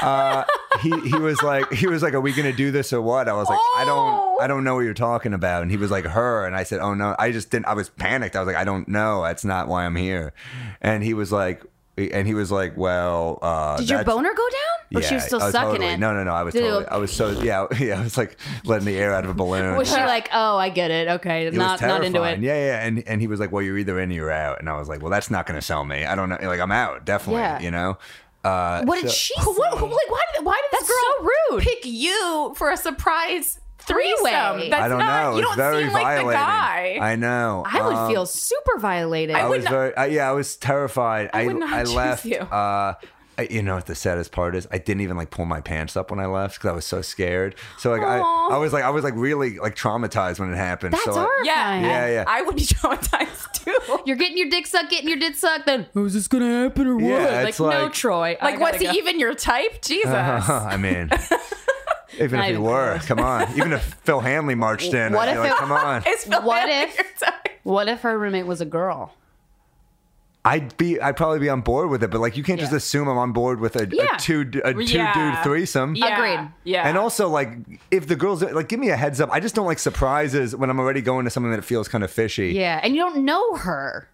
Speaker 4: Uh, he he was like he was like, "Are we gonna do this or what?" I was like, "I don't I don't know what you're talking about." And he was like, "Her," and I said, "Oh no!" I just didn't. I was panicked. I was like, "I don't know. That's not why I'm here." And he was like, and he was like, "Well, uh,
Speaker 2: did your
Speaker 4: that's-
Speaker 2: boner go down? Or she was still
Speaker 4: oh,
Speaker 2: sucking
Speaker 4: totally.
Speaker 2: it?
Speaker 4: No, no, no. I was
Speaker 2: Did it
Speaker 4: totally,
Speaker 2: go-
Speaker 4: I was so yeah, yeah. I was like letting the air out of a balloon.
Speaker 2: Was she like, oh, I get it. Okay,
Speaker 4: It
Speaker 2: not
Speaker 4: was
Speaker 2: not into it.
Speaker 4: terrifying. Yeah, yeah. And and he was like, "Well, you're either in or you're out." And I was like, "Well, that's not going to sell me. I don't know. Like, I'm out, definitely.
Speaker 2: Yeah.
Speaker 4: You know." Uh,
Speaker 2: What did she?
Speaker 1: Who- what- who-
Speaker 2: say?
Speaker 1: like why did why did this
Speaker 2: That's
Speaker 1: girl
Speaker 2: so rude.
Speaker 1: pick you for a surprise threesome?
Speaker 2: Three-way.
Speaker 1: That's
Speaker 4: I don't
Speaker 1: not
Speaker 4: know.
Speaker 1: you
Speaker 4: it's
Speaker 1: don't
Speaker 4: very
Speaker 1: seem
Speaker 4: violating.
Speaker 1: like the guy.
Speaker 4: I know.
Speaker 2: I would
Speaker 4: Um,
Speaker 2: feel super violated.
Speaker 4: I was very. I, yeah, I was terrified. I
Speaker 1: would not
Speaker 4: I
Speaker 1: choose
Speaker 4: left.
Speaker 1: you.
Speaker 4: Uh, I- you know what the saddest part is? I didn't even like pull my pants up when I left because I was so scared. So like I,
Speaker 1: Aw.
Speaker 4: I was like I was like really like traumatized when it happened.
Speaker 2: That's
Speaker 4: so like,
Speaker 2: horrifying.
Speaker 1: yeah,
Speaker 4: Yeah, yeah.
Speaker 1: I would be traumatized too.
Speaker 2: You're getting your dick sucked, getting your dick sucked. Then oh, is this gonna happen or what?
Speaker 4: Yeah,
Speaker 2: like,
Speaker 4: it's
Speaker 2: no,
Speaker 4: like- Uh-huh.
Speaker 2: Troy. I
Speaker 1: Like, was
Speaker 2: gotta
Speaker 1: he
Speaker 2: go.
Speaker 1: even your type? Jesus.
Speaker 4: I mean, even if he
Speaker 2: even
Speaker 4: were, come on. Even if Phil Hanley marched in,
Speaker 2: What
Speaker 4: I'd be
Speaker 2: if
Speaker 4: like,
Speaker 2: it-
Speaker 4: come on.
Speaker 1: Is Phil
Speaker 2: What
Speaker 1: Hanley
Speaker 2: if-
Speaker 1: your type?
Speaker 2: What if her roommate was a girl?
Speaker 4: I'd be, I'd probably be on board with it, but like, you can't just
Speaker 2: Yeah.
Speaker 4: assume I'm on board with a,
Speaker 2: Yeah.
Speaker 4: a two, a two
Speaker 1: Yeah.
Speaker 4: dude threesome.
Speaker 1: Yeah.
Speaker 2: Agreed.
Speaker 1: Yeah.
Speaker 4: And also, like, if the girls like, give me a heads up. I just don't like surprises when I'm already going to something that feels kind of fishy.
Speaker 2: Yeah, and you don't know her.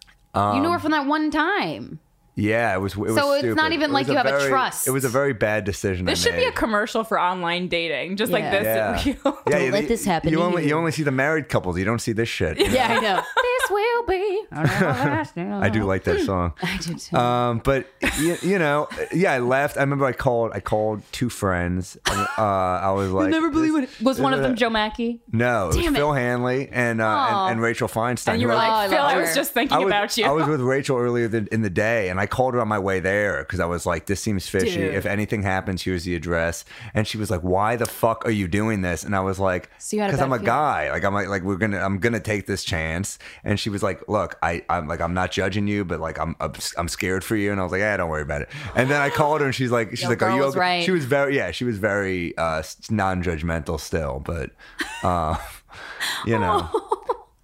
Speaker 2: you know her from that one time.
Speaker 4: Yeah, it was. It was
Speaker 2: So it's
Speaker 4: stupid.
Speaker 2: not even
Speaker 4: It
Speaker 2: like
Speaker 4: was
Speaker 2: you have a
Speaker 4: very-
Speaker 2: trust.
Speaker 4: It was a very bad decision.
Speaker 1: This
Speaker 4: I
Speaker 1: should be
Speaker 4: made.
Speaker 1: a commercial for online dating, just like
Speaker 2: Yeah.
Speaker 1: this.
Speaker 4: yeah.
Speaker 1: real.
Speaker 4: yeah,
Speaker 2: Don't
Speaker 4: you-
Speaker 2: let this happen
Speaker 4: You
Speaker 2: to
Speaker 4: only
Speaker 2: you.
Speaker 4: you only see the married couples. You don't see this shit. you know?
Speaker 2: Yeah, I know.
Speaker 5: This will be.
Speaker 4: I do like
Speaker 2: Mm.
Speaker 4: that song.
Speaker 2: I do too.
Speaker 4: Um, but you, you know, yeah, I left. I remember I called. I called two friends. and, Uh, I was like,
Speaker 2: Never believe it. Was one of them Joe Mackey?
Speaker 4: No, it was
Speaker 2: Damn it.
Speaker 4: Phil Hanley and, uh,
Speaker 2: Aw.
Speaker 4: and and Rachel Feinstein.
Speaker 1: And you
Speaker 4: who
Speaker 1: were
Speaker 4: I-
Speaker 1: like,
Speaker 2: I
Speaker 1: Phil,
Speaker 2: love
Speaker 1: I was
Speaker 2: her.
Speaker 1: just thinking
Speaker 4: I was,
Speaker 1: about you.
Speaker 4: I was with Rachel earlier th- in the day, and I called her on my way there because I was like, "This seems fishy.
Speaker 1: Dude.
Speaker 4: If anything happens, here's the address." And she was like, "Why the fuck are you doing this?" And I was like,
Speaker 2: So you had a
Speaker 4: "Because
Speaker 2: bad
Speaker 4: I'm a
Speaker 2: feeling.
Speaker 4: guy. Like I'm like, like we're gonna I'm gonna take this chance." And and she was like, "Look, I, I'm like, I'm not judging you, but like, I'm, I'm, I'm scared for you." And I was like, "Yeah, don't worry about it." And then I called her, and she's like, "She's
Speaker 2: Your
Speaker 4: like, are
Speaker 2: girl
Speaker 4: you
Speaker 2: was
Speaker 4: okay?"
Speaker 2: right.
Speaker 4: She was very, yeah, she was very uh, s- non-judgmental still, but, uh, you know,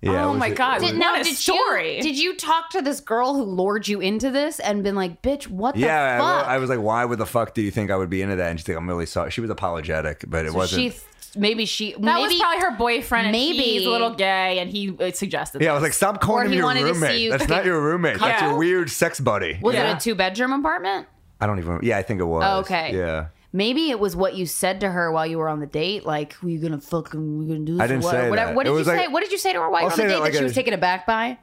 Speaker 4: yeah. it
Speaker 1: oh
Speaker 4: was
Speaker 1: my
Speaker 4: a-
Speaker 1: god!
Speaker 4: it was-
Speaker 1: What
Speaker 2: now,
Speaker 1: a
Speaker 2: did
Speaker 1: story.
Speaker 2: You, did you talk to this girl who lured you into this and been like, bitch, what
Speaker 4: yeah,
Speaker 2: the
Speaker 4: I,
Speaker 2: fuck?
Speaker 4: wa- I was like, "Why would the fuck do you think I would be into that?" And she's like, "I'm really sorry." She was apologetic, but it wasn't.
Speaker 2: she, th- maybe she,
Speaker 1: that
Speaker 2: maybe
Speaker 1: was probably her boyfriend. And
Speaker 2: maybe-
Speaker 1: maybe he's a little gay, and he uh, suggested.
Speaker 4: yeah, I was like, "Stop
Speaker 2: Or
Speaker 4: calling him
Speaker 2: he
Speaker 4: your
Speaker 2: wanted to see
Speaker 4: roommate.
Speaker 2: you
Speaker 4: That's not
Speaker 2: fucking
Speaker 4: your roommate. That's your
Speaker 1: cuddle.
Speaker 4: weird sex buddy."
Speaker 2: was
Speaker 1: Yeah.
Speaker 2: it a two bedroom apartment?
Speaker 4: I don't even. Yeah, I think it was.
Speaker 2: okay.
Speaker 4: Yeah.
Speaker 2: Maybe it was what you said to her while you were on the date, like "Were you gonna fucking, we gonna do this?"
Speaker 4: I didn't
Speaker 2: or what,
Speaker 4: say
Speaker 2: whatever.
Speaker 4: that.
Speaker 2: What
Speaker 4: It
Speaker 2: did you
Speaker 4: was like-
Speaker 2: say? What did you say to her while you
Speaker 4: I'll
Speaker 2: were on
Speaker 4: say
Speaker 2: the
Speaker 4: that
Speaker 2: date that
Speaker 4: like
Speaker 2: she
Speaker 4: I-
Speaker 2: was taken aback by?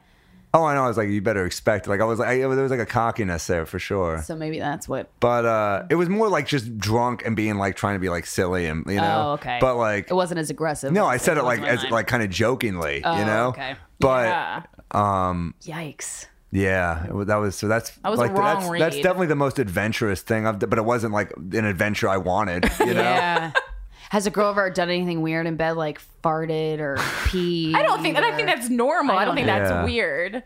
Speaker 4: Oh, I know. I was like, you better expect. Like I was like, I, there was like a cockiness there for sure.
Speaker 2: So maybe that's what.
Speaker 4: But uh it was more like just drunk and being like trying to be like silly and you know.
Speaker 2: Oh, okay.
Speaker 4: But like,
Speaker 2: It wasn't as aggressive.
Speaker 4: no, I said it like
Speaker 2: wasn't
Speaker 4: as
Speaker 2: mine.
Speaker 4: like kind of jokingly, you know.
Speaker 2: okay.
Speaker 4: But
Speaker 1: Yeah.
Speaker 2: Yikes.
Speaker 4: yeah, it was- that was so that's
Speaker 1: was a
Speaker 4: like
Speaker 1: wrong
Speaker 4: that's that's
Speaker 1: read.
Speaker 4: definitely the most adventurous thing I've. done, But it wasn't like an adventure I wanted, you know.
Speaker 2: Yeah. Has a girl ever done anything weird in bed, like farted or peed?
Speaker 1: I don't think. I don't think that's normal. I don't,
Speaker 2: don't
Speaker 1: think
Speaker 4: know.
Speaker 1: that's
Speaker 4: Yeah.
Speaker 1: weird.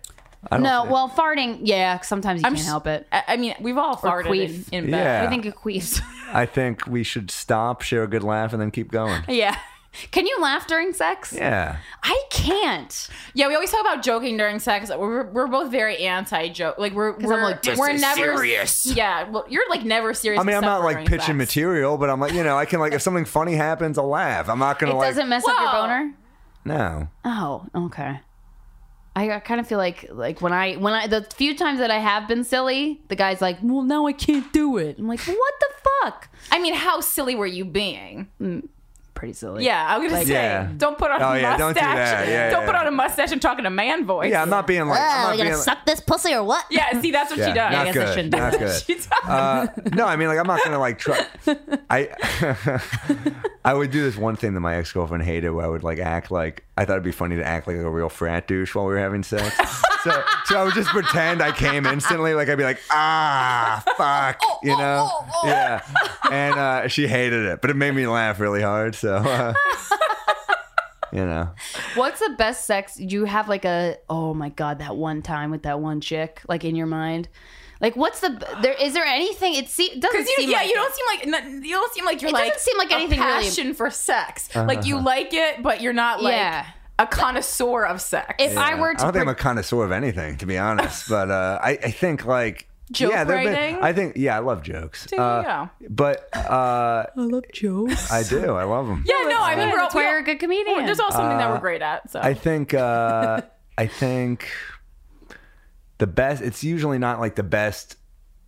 Speaker 4: I don't
Speaker 2: No,
Speaker 4: think-
Speaker 2: well, farting. Yeah, sometimes you
Speaker 1: I'm
Speaker 2: can't
Speaker 1: s-
Speaker 2: help it.
Speaker 1: I, I mean, we've all farted
Speaker 2: queef.
Speaker 1: in, in bed.
Speaker 2: I
Speaker 4: Yeah.
Speaker 2: think it queefs.
Speaker 4: I think we should stop, share a good laugh, and then keep going.
Speaker 1: Yeah.
Speaker 2: Can you laugh during sex?
Speaker 4: Yeah.
Speaker 2: I can't.
Speaker 1: Yeah, we always talk about joking during sex. We're, we're both very anti joke. Like we're we're,
Speaker 2: like, "This
Speaker 1: we're never serious. Yeah, well, you're like never serious.
Speaker 4: I mean, I'm
Speaker 1: except
Speaker 4: not
Speaker 1: for
Speaker 4: like
Speaker 1: during sex.
Speaker 4: pitching material, but I'm like, you know, I can like if something funny happens, I'll laugh. I'm not gonna
Speaker 2: It
Speaker 4: like
Speaker 2: doesn't mess up your
Speaker 1: Whoa.
Speaker 2: boner.
Speaker 4: no.
Speaker 2: Oh, okay. I, I kind of feel like like when I when I the few times that I have been silly, the guy's like, "Well, now I can't do it." I'm like, "What the fuck?"
Speaker 1: I mean, how silly were you being?
Speaker 2: Pretty silly.
Speaker 1: Yeah, I was gonna say,
Speaker 4: Yeah.
Speaker 1: don't put on
Speaker 4: Oh,
Speaker 1: a
Speaker 4: yeah,
Speaker 1: mustache.
Speaker 4: don't do that. Yeah,
Speaker 1: Don't
Speaker 4: yeah,
Speaker 1: put
Speaker 4: yeah.
Speaker 1: on a mustache and talk in a man voice.
Speaker 4: Yeah, I'm not being like. I'm
Speaker 3: Wow,
Speaker 4: not
Speaker 3: you gonna
Speaker 4: being,
Speaker 3: suck this pussy or what?
Speaker 1: Yeah, see, that's what
Speaker 4: Yeah,
Speaker 1: she does.
Speaker 4: Not
Speaker 1: I guess
Speaker 4: good.
Speaker 1: I shouldn't do
Speaker 4: not
Speaker 1: that.
Speaker 4: good.
Speaker 1: She does.
Speaker 4: Uh, no, I mean, like, I'm not gonna like try. I I would do this one thing that my ex girlfriend hated, where I would like act like I thought it'd be funny to act like a real frat douche while we were having sex. so, so I would just pretend I came instantly, like I'd be like, ah, fuck, you know, yeah. And uh, she hated it, but it made me laugh really hard. So, uh, you know,
Speaker 2: What's the best sex? Do you have like a oh my god that one time with that one chick like in your mind? Like what's the there is there anything it see, doesn't
Speaker 1: Because you,
Speaker 2: seem
Speaker 1: yeah,
Speaker 2: like
Speaker 1: you don't seem like not- you don't seem like you're
Speaker 2: It
Speaker 1: like
Speaker 2: doesn't seem like
Speaker 1: a
Speaker 2: anything really- Uh-huh.
Speaker 1: passion for sex. Like you like it, but you're not like
Speaker 2: Yeah.
Speaker 1: a connoisseur of sex.
Speaker 2: if I were
Speaker 4: I
Speaker 2: to
Speaker 4: don't think I'm
Speaker 2: pre-
Speaker 4: a connoisseur of anything, to be honest. But uh, I, I think like
Speaker 1: Joke
Speaker 4: yeah, there've
Speaker 1: writing?
Speaker 4: Been, I think yeah, I love jokes.
Speaker 1: you
Speaker 4: Uh, but uh, I love jokes. I do. I love them.
Speaker 1: yeah, no, I mean, we're,
Speaker 2: that's why
Speaker 1: we're-
Speaker 2: you're Oh, a good comedian.
Speaker 1: there's all something that we're great at. So
Speaker 4: Uh, I think uh, I think the best. It's usually not like the best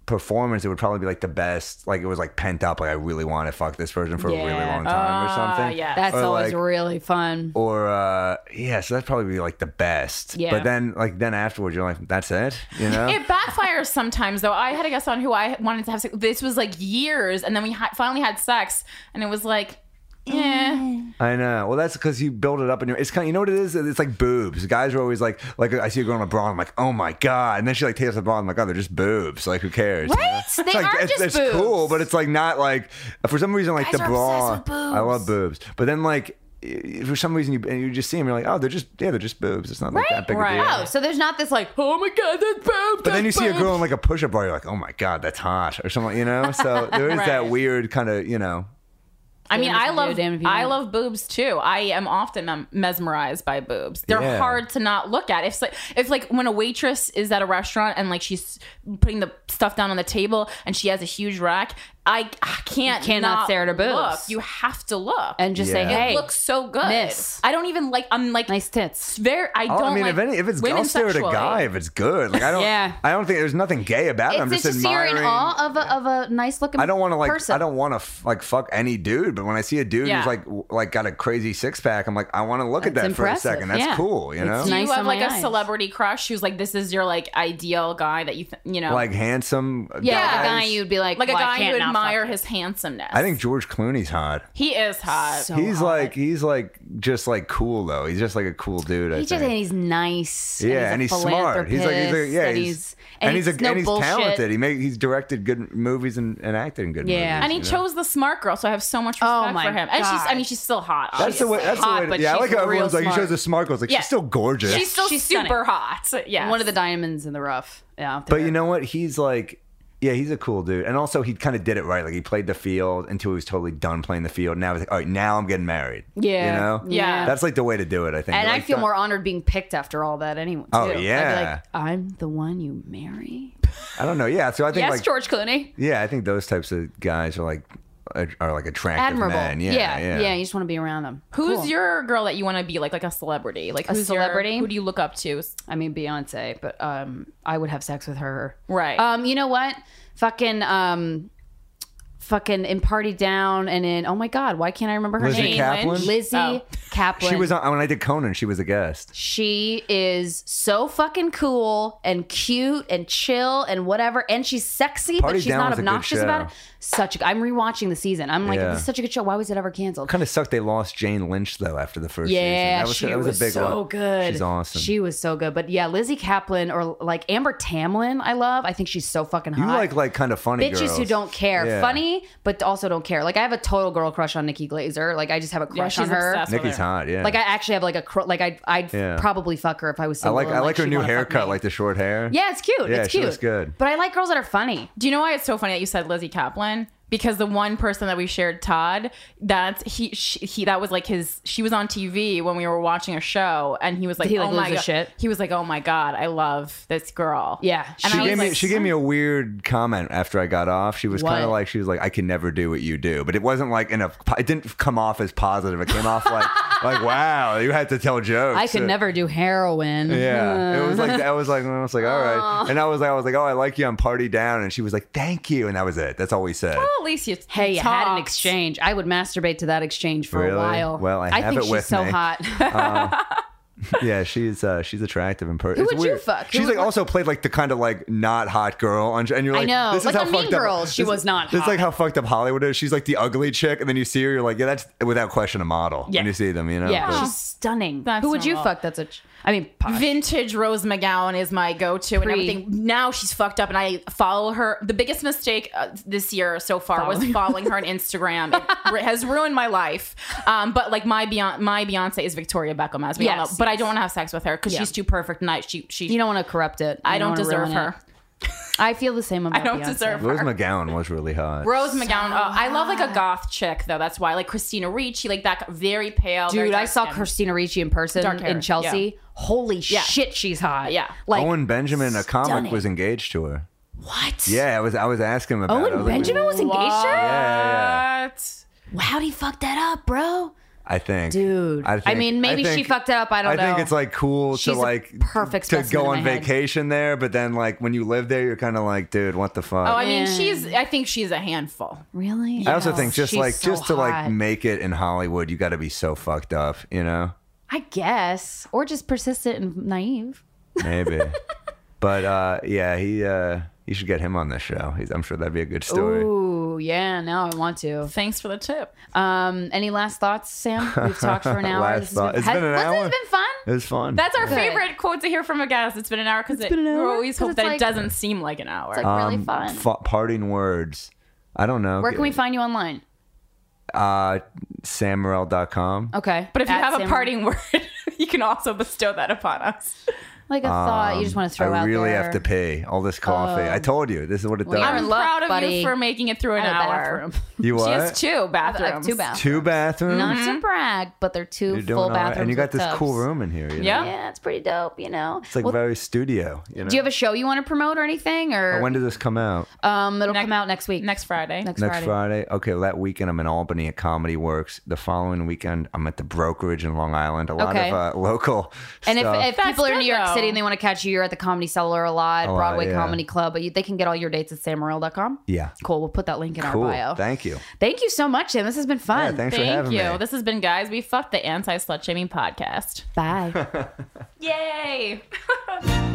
Speaker 4: performance. It would probably be like the best. Like it was like pent up. Like I really want to fuck this person for a really
Speaker 2: Yeah.
Speaker 4: long time or something.
Speaker 1: yeah.
Speaker 2: that's
Speaker 4: or,
Speaker 2: always
Speaker 4: like-
Speaker 2: really fun.
Speaker 4: Or uh, yeah, so that'd probably be like the best.
Speaker 2: Yeah.
Speaker 4: But then like then afterwards, you're like, that's it. You know.
Speaker 1: It backfires sometimes, though. I had a guess on who I wanted to have sex. This was like years, and then we ha- finally had sex, and it was like,
Speaker 2: Mm.
Speaker 1: eh.
Speaker 4: I know. Well, that's because you build it up in your. It's kind. Of, you know what it is? It's like boobs. Guys are always like, like I see a girl in a bra, I'm like, oh my god, and then she like takes off the bra, I'm like, oh, they're just boobs. Like who cares? you know?
Speaker 2: Right? They
Speaker 4: it's like,
Speaker 2: are
Speaker 4: it's,
Speaker 2: just
Speaker 4: it's
Speaker 2: boobs.
Speaker 4: cool, but it's like not like for some reason like
Speaker 1: Guys
Speaker 4: the
Speaker 1: are
Speaker 4: bra.
Speaker 1: obsessed with
Speaker 4: I love boobs, but then like i- for some reason you and you just see them, you're like, oh, they're just yeah, they're just boobs. It's not like that big
Speaker 1: Right.
Speaker 4: a deal.
Speaker 2: Oh, so there's not this like oh my god that's boob.
Speaker 4: But then you see a girl in like a push-up bar, you're like, oh my god, that's hot, or something, you know. So there is that
Speaker 1: Right.
Speaker 4: weird kind of, you know,
Speaker 1: I mean,
Speaker 2: Damn if
Speaker 1: I
Speaker 2: you do,
Speaker 1: love
Speaker 2: damn if you
Speaker 1: I
Speaker 2: don't.
Speaker 1: love boobs too. I am often um, mesmerized by boobs. They're
Speaker 4: Yeah.
Speaker 1: hard to not look at. If like if like when a waitress is at a restaurant and like she's putting the stuff down on the table and she has a huge rack, I, I can't
Speaker 2: You cannot
Speaker 1: not
Speaker 2: stare at her boobs.
Speaker 1: Look, you have to look
Speaker 2: and just say
Speaker 4: Yeah.
Speaker 2: hey,
Speaker 1: it looks so good.
Speaker 2: miss.
Speaker 1: I don't even like. I'm like
Speaker 2: nice tits.
Speaker 1: very. I don't.
Speaker 4: Oh, I mean,
Speaker 1: like
Speaker 4: if any, if it's,
Speaker 1: women
Speaker 4: I'll stare at a
Speaker 1: sexually.
Speaker 4: guy if it's good. Like I don't,
Speaker 2: Yeah.
Speaker 4: I don't think there's nothing gay about it. I'm
Speaker 2: it's
Speaker 4: just
Speaker 2: just you're in
Speaker 4: admiring.
Speaker 2: awe of a, of a nice looking.
Speaker 4: I don't want to like,
Speaker 2: person.
Speaker 4: I don't want to f- like fuck any dude. But when I see a dude
Speaker 1: Yeah.
Speaker 4: who's like, w- like got a crazy six pack, I'm like, I want to look at
Speaker 2: That's
Speaker 4: that for
Speaker 2: impressive.
Speaker 4: a second. That's
Speaker 2: Yeah.
Speaker 4: cool, you
Speaker 2: It's
Speaker 4: know,
Speaker 1: Do
Speaker 2: nice
Speaker 1: you have
Speaker 2: on
Speaker 1: like
Speaker 2: my
Speaker 1: a
Speaker 2: eyes.
Speaker 1: celebrity crush who's like, this is your like ideal guy that you th- you know,
Speaker 4: like handsome.
Speaker 2: Yeah,
Speaker 4: guys.
Speaker 2: the guy you'd be like,
Speaker 1: like a
Speaker 2: "Well, I
Speaker 1: guy you
Speaker 2: can't not
Speaker 1: admire his handsomeness.
Speaker 4: I think George Clooney's hot.
Speaker 1: he is hot.
Speaker 2: So
Speaker 4: he's
Speaker 2: hot.
Speaker 4: like he's like just like cool though. He's just like a cool dude. I
Speaker 2: He's just
Speaker 4: think.
Speaker 2: and he's nice.
Speaker 4: yeah, and he's,
Speaker 2: a
Speaker 4: smart. He's like he's like
Speaker 2: philanthropist,
Speaker 4: yeah,
Speaker 2: and
Speaker 4: he's,
Speaker 2: he's
Speaker 4: and, he's, a,
Speaker 2: no
Speaker 4: and he's
Speaker 2: bullshit.
Speaker 4: talented. He made he's directed good movies and, and acted in good movies.
Speaker 2: Yeah.
Speaker 1: and he
Speaker 4: you know?
Speaker 1: chose the smart girl, so I have so much respect
Speaker 2: Oh my
Speaker 1: for him. And she's, I
Speaker 2: God.
Speaker 1: mean, she's still hot.
Speaker 4: That's the
Speaker 1: obviously.
Speaker 4: way. That's
Speaker 2: hot,
Speaker 4: the way.
Speaker 2: but
Speaker 4: To, yeah, I
Speaker 2: she's
Speaker 4: like how
Speaker 2: real
Speaker 4: everyone's like he
Speaker 2: smart.
Speaker 4: shows the smart girls. Like
Speaker 1: Yeah.
Speaker 4: she's still gorgeous.
Speaker 1: She's still
Speaker 2: She's stunning.
Speaker 1: super hot. Yeah,
Speaker 2: One of the diamonds in the rough. Yeah,
Speaker 4: But you know what? He's like, yeah, he's a cool dude. And also, he kind of did it right. Like, he played the field until he was totally done playing the field. Now he's like, all right, now I'm getting married.
Speaker 2: Yeah.
Speaker 4: You know?
Speaker 1: Yeah.
Speaker 4: That's like the way to do it, I think.
Speaker 2: and I
Speaker 4: Like,
Speaker 2: feel
Speaker 4: don't-
Speaker 2: more honored being picked after all that anyway. Too.
Speaker 4: Oh,
Speaker 2: I'd be
Speaker 4: yeah.
Speaker 2: like, I'm the one you marry.
Speaker 4: I don't know. Yeah. So I think,
Speaker 2: Yes,
Speaker 4: like,
Speaker 2: George Clooney.
Speaker 4: yeah, I think those types of guys are like, are, are like attractive
Speaker 2: Admirable.
Speaker 4: men. Yeah.
Speaker 2: yeah,
Speaker 4: Yeah.
Speaker 2: You just want to be around him.
Speaker 1: Who's
Speaker 2: Cool.
Speaker 1: your girl that you want to be like, like a celebrity? Like who's your-
Speaker 2: celebrity?
Speaker 1: who do you look up to?
Speaker 2: I mean Beyonce, but um, I would have sex with her.
Speaker 1: Right.
Speaker 2: Um, you know what? Fucking um, fucking in Party Down and in oh my god, why can't I remember her
Speaker 4: Lizzie
Speaker 2: name?
Speaker 4: Kaplan?
Speaker 2: Lizzie
Speaker 1: Oh.
Speaker 2: Kaplan.
Speaker 4: She was on, when I did Conan, she was a guest.
Speaker 2: She is so fucking cool and cute and chill and whatever, and she's sexy,
Speaker 4: Party
Speaker 2: but she's
Speaker 4: Down
Speaker 2: not
Speaker 4: was a good
Speaker 2: obnoxious
Speaker 4: show.
Speaker 2: about it. Such a, I'm rewatching the season. I'm like,
Speaker 4: Yeah.
Speaker 2: this is such a good show. Why was it ever canceled?
Speaker 4: Kind of sucked they lost Jane Lynch, though, after the first season.
Speaker 2: Yeah,
Speaker 4: That was,
Speaker 2: she
Speaker 4: that was, a big
Speaker 2: so
Speaker 4: loss.
Speaker 2: good.
Speaker 4: She's awesome.
Speaker 2: She was so good. But yeah, Lizzie Kaplan or like Amber Tamlin, I love. I think she's so fucking hot.
Speaker 4: you like, like, kind of funny
Speaker 2: bitches
Speaker 4: girls.
Speaker 2: who don't care,
Speaker 4: Yeah.
Speaker 2: funny but also don't care. Like I have a total girl crush on Nikki Glazer. Like I just have a crush
Speaker 1: she's
Speaker 2: on her.
Speaker 1: obsessed.
Speaker 4: Nikki's hot, yeah.
Speaker 2: Like I actually have like a cr- like I'd I'd
Speaker 4: Yeah.
Speaker 2: probably fuck her if I was
Speaker 4: I
Speaker 2: single.
Speaker 4: like,
Speaker 2: and,
Speaker 4: I like her
Speaker 2: she'd
Speaker 4: new
Speaker 2: wanna fuck
Speaker 4: haircut,
Speaker 2: me.
Speaker 4: like the short hair.
Speaker 2: Yeah, it's cute.
Speaker 4: Yeah,
Speaker 2: it's
Speaker 4: she
Speaker 2: cute.
Speaker 4: looks good.
Speaker 2: But I like girls that are funny.
Speaker 1: Do you know why it's so funny that you said Lizzie Kaplan? Because the one person that we shared, Todd, that's he, she, he, that was like his. She was on TV when we were watching a show, and he was like,
Speaker 2: he, like,
Speaker 1: "Oh
Speaker 2: lose
Speaker 1: my
Speaker 2: his
Speaker 1: god!"
Speaker 2: shit?
Speaker 1: He was like, "Oh my god, I love this girl."
Speaker 2: Yeah.
Speaker 1: and
Speaker 4: She
Speaker 1: I
Speaker 4: gave
Speaker 1: was
Speaker 4: me
Speaker 1: like,
Speaker 4: she gave me a weird comment after I got off. She was kind of
Speaker 2: What?
Speaker 4: like she was like I can never do what you do, but it wasn't like in a it didn't come off as positive. It came off like like wow, you had to tell jokes.
Speaker 2: I could never do heroin. Hmm.
Speaker 4: Yeah, it was like I was like I was like all right, and I was like I was like oh I like you on Party Down, and she was like thank you, and that was it. That's all we said.
Speaker 1: Well, at least you
Speaker 2: Hey, you had an
Speaker 1: talked.
Speaker 2: exchange. I would masturbate to that exchange for
Speaker 4: Really?
Speaker 2: a while.
Speaker 4: Well, I have
Speaker 2: think
Speaker 4: it
Speaker 2: she's
Speaker 4: with
Speaker 2: so
Speaker 4: me.
Speaker 2: hot.
Speaker 4: yeah, she's uh, she's attractive in person.
Speaker 2: Who would you fuck? Who
Speaker 4: She's
Speaker 2: would
Speaker 4: like
Speaker 2: work-
Speaker 4: also played like the kind of like not hot girl, on, and you're
Speaker 2: I
Speaker 4: like,
Speaker 2: know.
Speaker 4: this
Speaker 2: Like
Speaker 4: is how
Speaker 2: on Mean
Speaker 4: fucked up-
Speaker 2: Girls, she
Speaker 4: this-
Speaker 2: was not
Speaker 4: It's like
Speaker 2: hot.
Speaker 4: how fucked up Hollywood is. She's like the ugly chick, and then you see her, you're like, yeah, that's without question a model
Speaker 2: Yeah.
Speaker 4: when you see them, you know.
Speaker 2: yeah,
Speaker 4: But-
Speaker 2: she's stunning.
Speaker 1: That's
Speaker 2: Who would you
Speaker 1: normal.
Speaker 2: fuck? That's a. Ch- I mean, posh.
Speaker 1: Vintage Rose McGowan is my go-to and
Speaker 2: Pre.
Speaker 1: everything. Now she's fucked up, and I follow her. The biggest mistake uh, this year so far was following her on Instagram. It ru- has ruined my life. Um, but like my Beyonce, my Beyonce is Victoria Beckham, as we all
Speaker 2: Yes,
Speaker 1: know. But I don't want to have sex with her because she's too perfect. And I, she, she,
Speaker 2: you don't want to corrupt it. You
Speaker 1: I don't
Speaker 2: wanna
Speaker 1: deserve
Speaker 2: ruin it.
Speaker 1: her.
Speaker 2: I feel the same about.
Speaker 1: I don't
Speaker 2: Beyonce.
Speaker 1: deserve her.
Speaker 4: Rose McGowan was really hot.
Speaker 1: Rose McGowan. Oh, I love like a goth chick though. That's why like Christina Ricci, like that very pale. very
Speaker 2: Dude, I saw
Speaker 1: dark-skinned.
Speaker 2: Christina Ricci in person
Speaker 1: Dark hair,
Speaker 2: in Chelsea. Holy shit, she's hot.
Speaker 1: Yeah.
Speaker 2: like
Speaker 4: Owen Benjamin, a comic, was engaged to her. What? Yeah, I was. I was asking him about. it. I
Speaker 2: Owen
Speaker 4: was like,
Speaker 2: Benjamin was engaged to her.
Speaker 4: Yeah, yeah, yeah.
Speaker 1: What?
Speaker 2: How'd he fuck that up, bro?
Speaker 4: I think,
Speaker 2: Dude. I mean, maybe she fucked it up, I don't
Speaker 4: I think
Speaker 2: know.
Speaker 4: it's like cool
Speaker 2: She's a
Speaker 4: to like
Speaker 2: perfect
Speaker 4: to
Speaker 2: specimen
Speaker 4: go
Speaker 2: in
Speaker 4: on
Speaker 2: my head.
Speaker 4: vacation there, but then like when you live there, you're kind of like, dude, what the fuck?
Speaker 1: Oh, I mean,
Speaker 2: Yeah.
Speaker 1: she's. I think she's a handful.
Speaker 2: Really?
Speaker 4: I also think just
Speaker 2: She's
Speaker 4: like
Speaker 2: so
Speaker 4: just to like
Speaker 2: hot.
Speaker 4: make it in Hollywood, you got to be so fucked up, you know?
Speaker 2: I guess, or just persistent and naive.
Speaker 4: Maybe. but uh, yeah, he uh, you should get him on this show. He's, I'm sure that'd be a good story.
Speaker 2: Ooh, yeah. Now I want to.
Speaker 1: Thanks for the tip.
Speaker 2: Um, any last thoughts, Sam? We've talked for an hour.
Speaker 4: Last
Speaker 2: This has
Speaker 4: thought. It's been an
Speaker 2: Listen,
Speaker 4: hour.
Speaker 2: It's been fun.
Speaker 4: It was fun.
Speaker 1: That's our
Speaker 2: Good.
Speaker 1: favorite quote to hear from a guest. It's been an hour because we
Speaker 2: been an hour?
Speaker 1: always
Speaker 2: 'Cause
Speaker 1: hope
Speaker 2: it's
Speaker 1: that it
Speaker 2: like-
Speaker 1: doesn't seem like an hour.
Speaker 2: It's like really
Speaker 4: Um,
Speaker 2: fun.
Speaker 4: Fa- parting words. I don't know.
Speaker 2: Where can we find you online?
Speaker 4: uh, samrel.com.
Speaker 2: Okay.
Speaker 1: but if you
Speaker 2: At
Speaker 1: have a
Speaker 2: Sam-
Speaker 1: parting word, you can also bestow that upon us.
Speaker 2: like a thought, you just want to throw
Speaker 4: Um, I
Speaker 2: out
Speaker 4: really
Speaker 2: there. Oh.
Speaker 4: have to pay all this coffee. I told you this is what it does.
Speaker 2: you're
Speaker 1: I'm
Speaker 2: in luck,
Speaker 1: proud of
Speaker 2: buddy.
Speaker 1: you for making it through an
Speaker 2: I have a
Speaker 1: hour.
Speaker 2: bathroom.
Speaker 4: you
Speaker 1: She
Speaker 4: what?
Speaker 1: has two bathrooms.
Speaker 2: I have two bathrooms.
Speaker 4: Two bathrooms.
Speaker 2: Not to brag, but they're two
Speaker 4: You're doing
Speaker 2: full
Speaker 4: all right.
Speaker 2: bathrooms.
Speaker 4: and you got
Speaker 2: with
Speaker 4: this cool
Speaker 2: tubs.
Speaker 4: room in here. you know?
Speaker 1: Yeah.
Speaker 2: Yeah, it's pretty dope. You know.
Speaker 4: It's like very studio. You know?
Speaker 2: do you have a show you want to promote or anything? Or
Speaker 4: when did this come out?
Speaker 2: um, it'll
Speaker 1: Next-
Speaker 2: come out next week.
Speaker 1: Next Friday.
Speaker 2: next,
Speaker 4: Next
Speaker 2: Friday.
Speaker 4: Friday. Okay, well, that weekend I'm in Albany at Comedy Works. The following weekend I'm at the brokerage in Long Island. A lot
Speaker 2: Okay.
Speaker 4: of uh, local
Speaker 2: And if,
Speaker 4: stuff.
Speaker 2: if
Speaker 1: That's
Speaker 2: people are in
Speaker 1: good,
Speaker 2: New York
Speaker 1: though.
Speaker 2: City and they want to catch you, you're at the Comedy Cellar a lot,
Speaker 4: lot,
Speaker 2: Broadway
Speaker 4: Oh, yeah.
Speaker 2: Comedy Club. But you, they can get all your dates at samarill.com.
Speaker 4: Yeah.
Speaker 2: Cool. We'll put that link in
Speaker 4: cool,
Speaker 2: our bio.
Speaker 4: thank you.
Speaker 2: Thank you so much, Sam. This has been
Speaker 4: Yeah,
Speaker 2: fun.
Speaker 4: thanks for
Speaker 1: Thank
Speaker 4: having
Speaker 1: you.
Speaker 4: me.
Speaker 1: This has been Guys We Fucked the Anti Slut Shaming Podcast.
Speaker 2: Bye.
Speaker 1: Yay.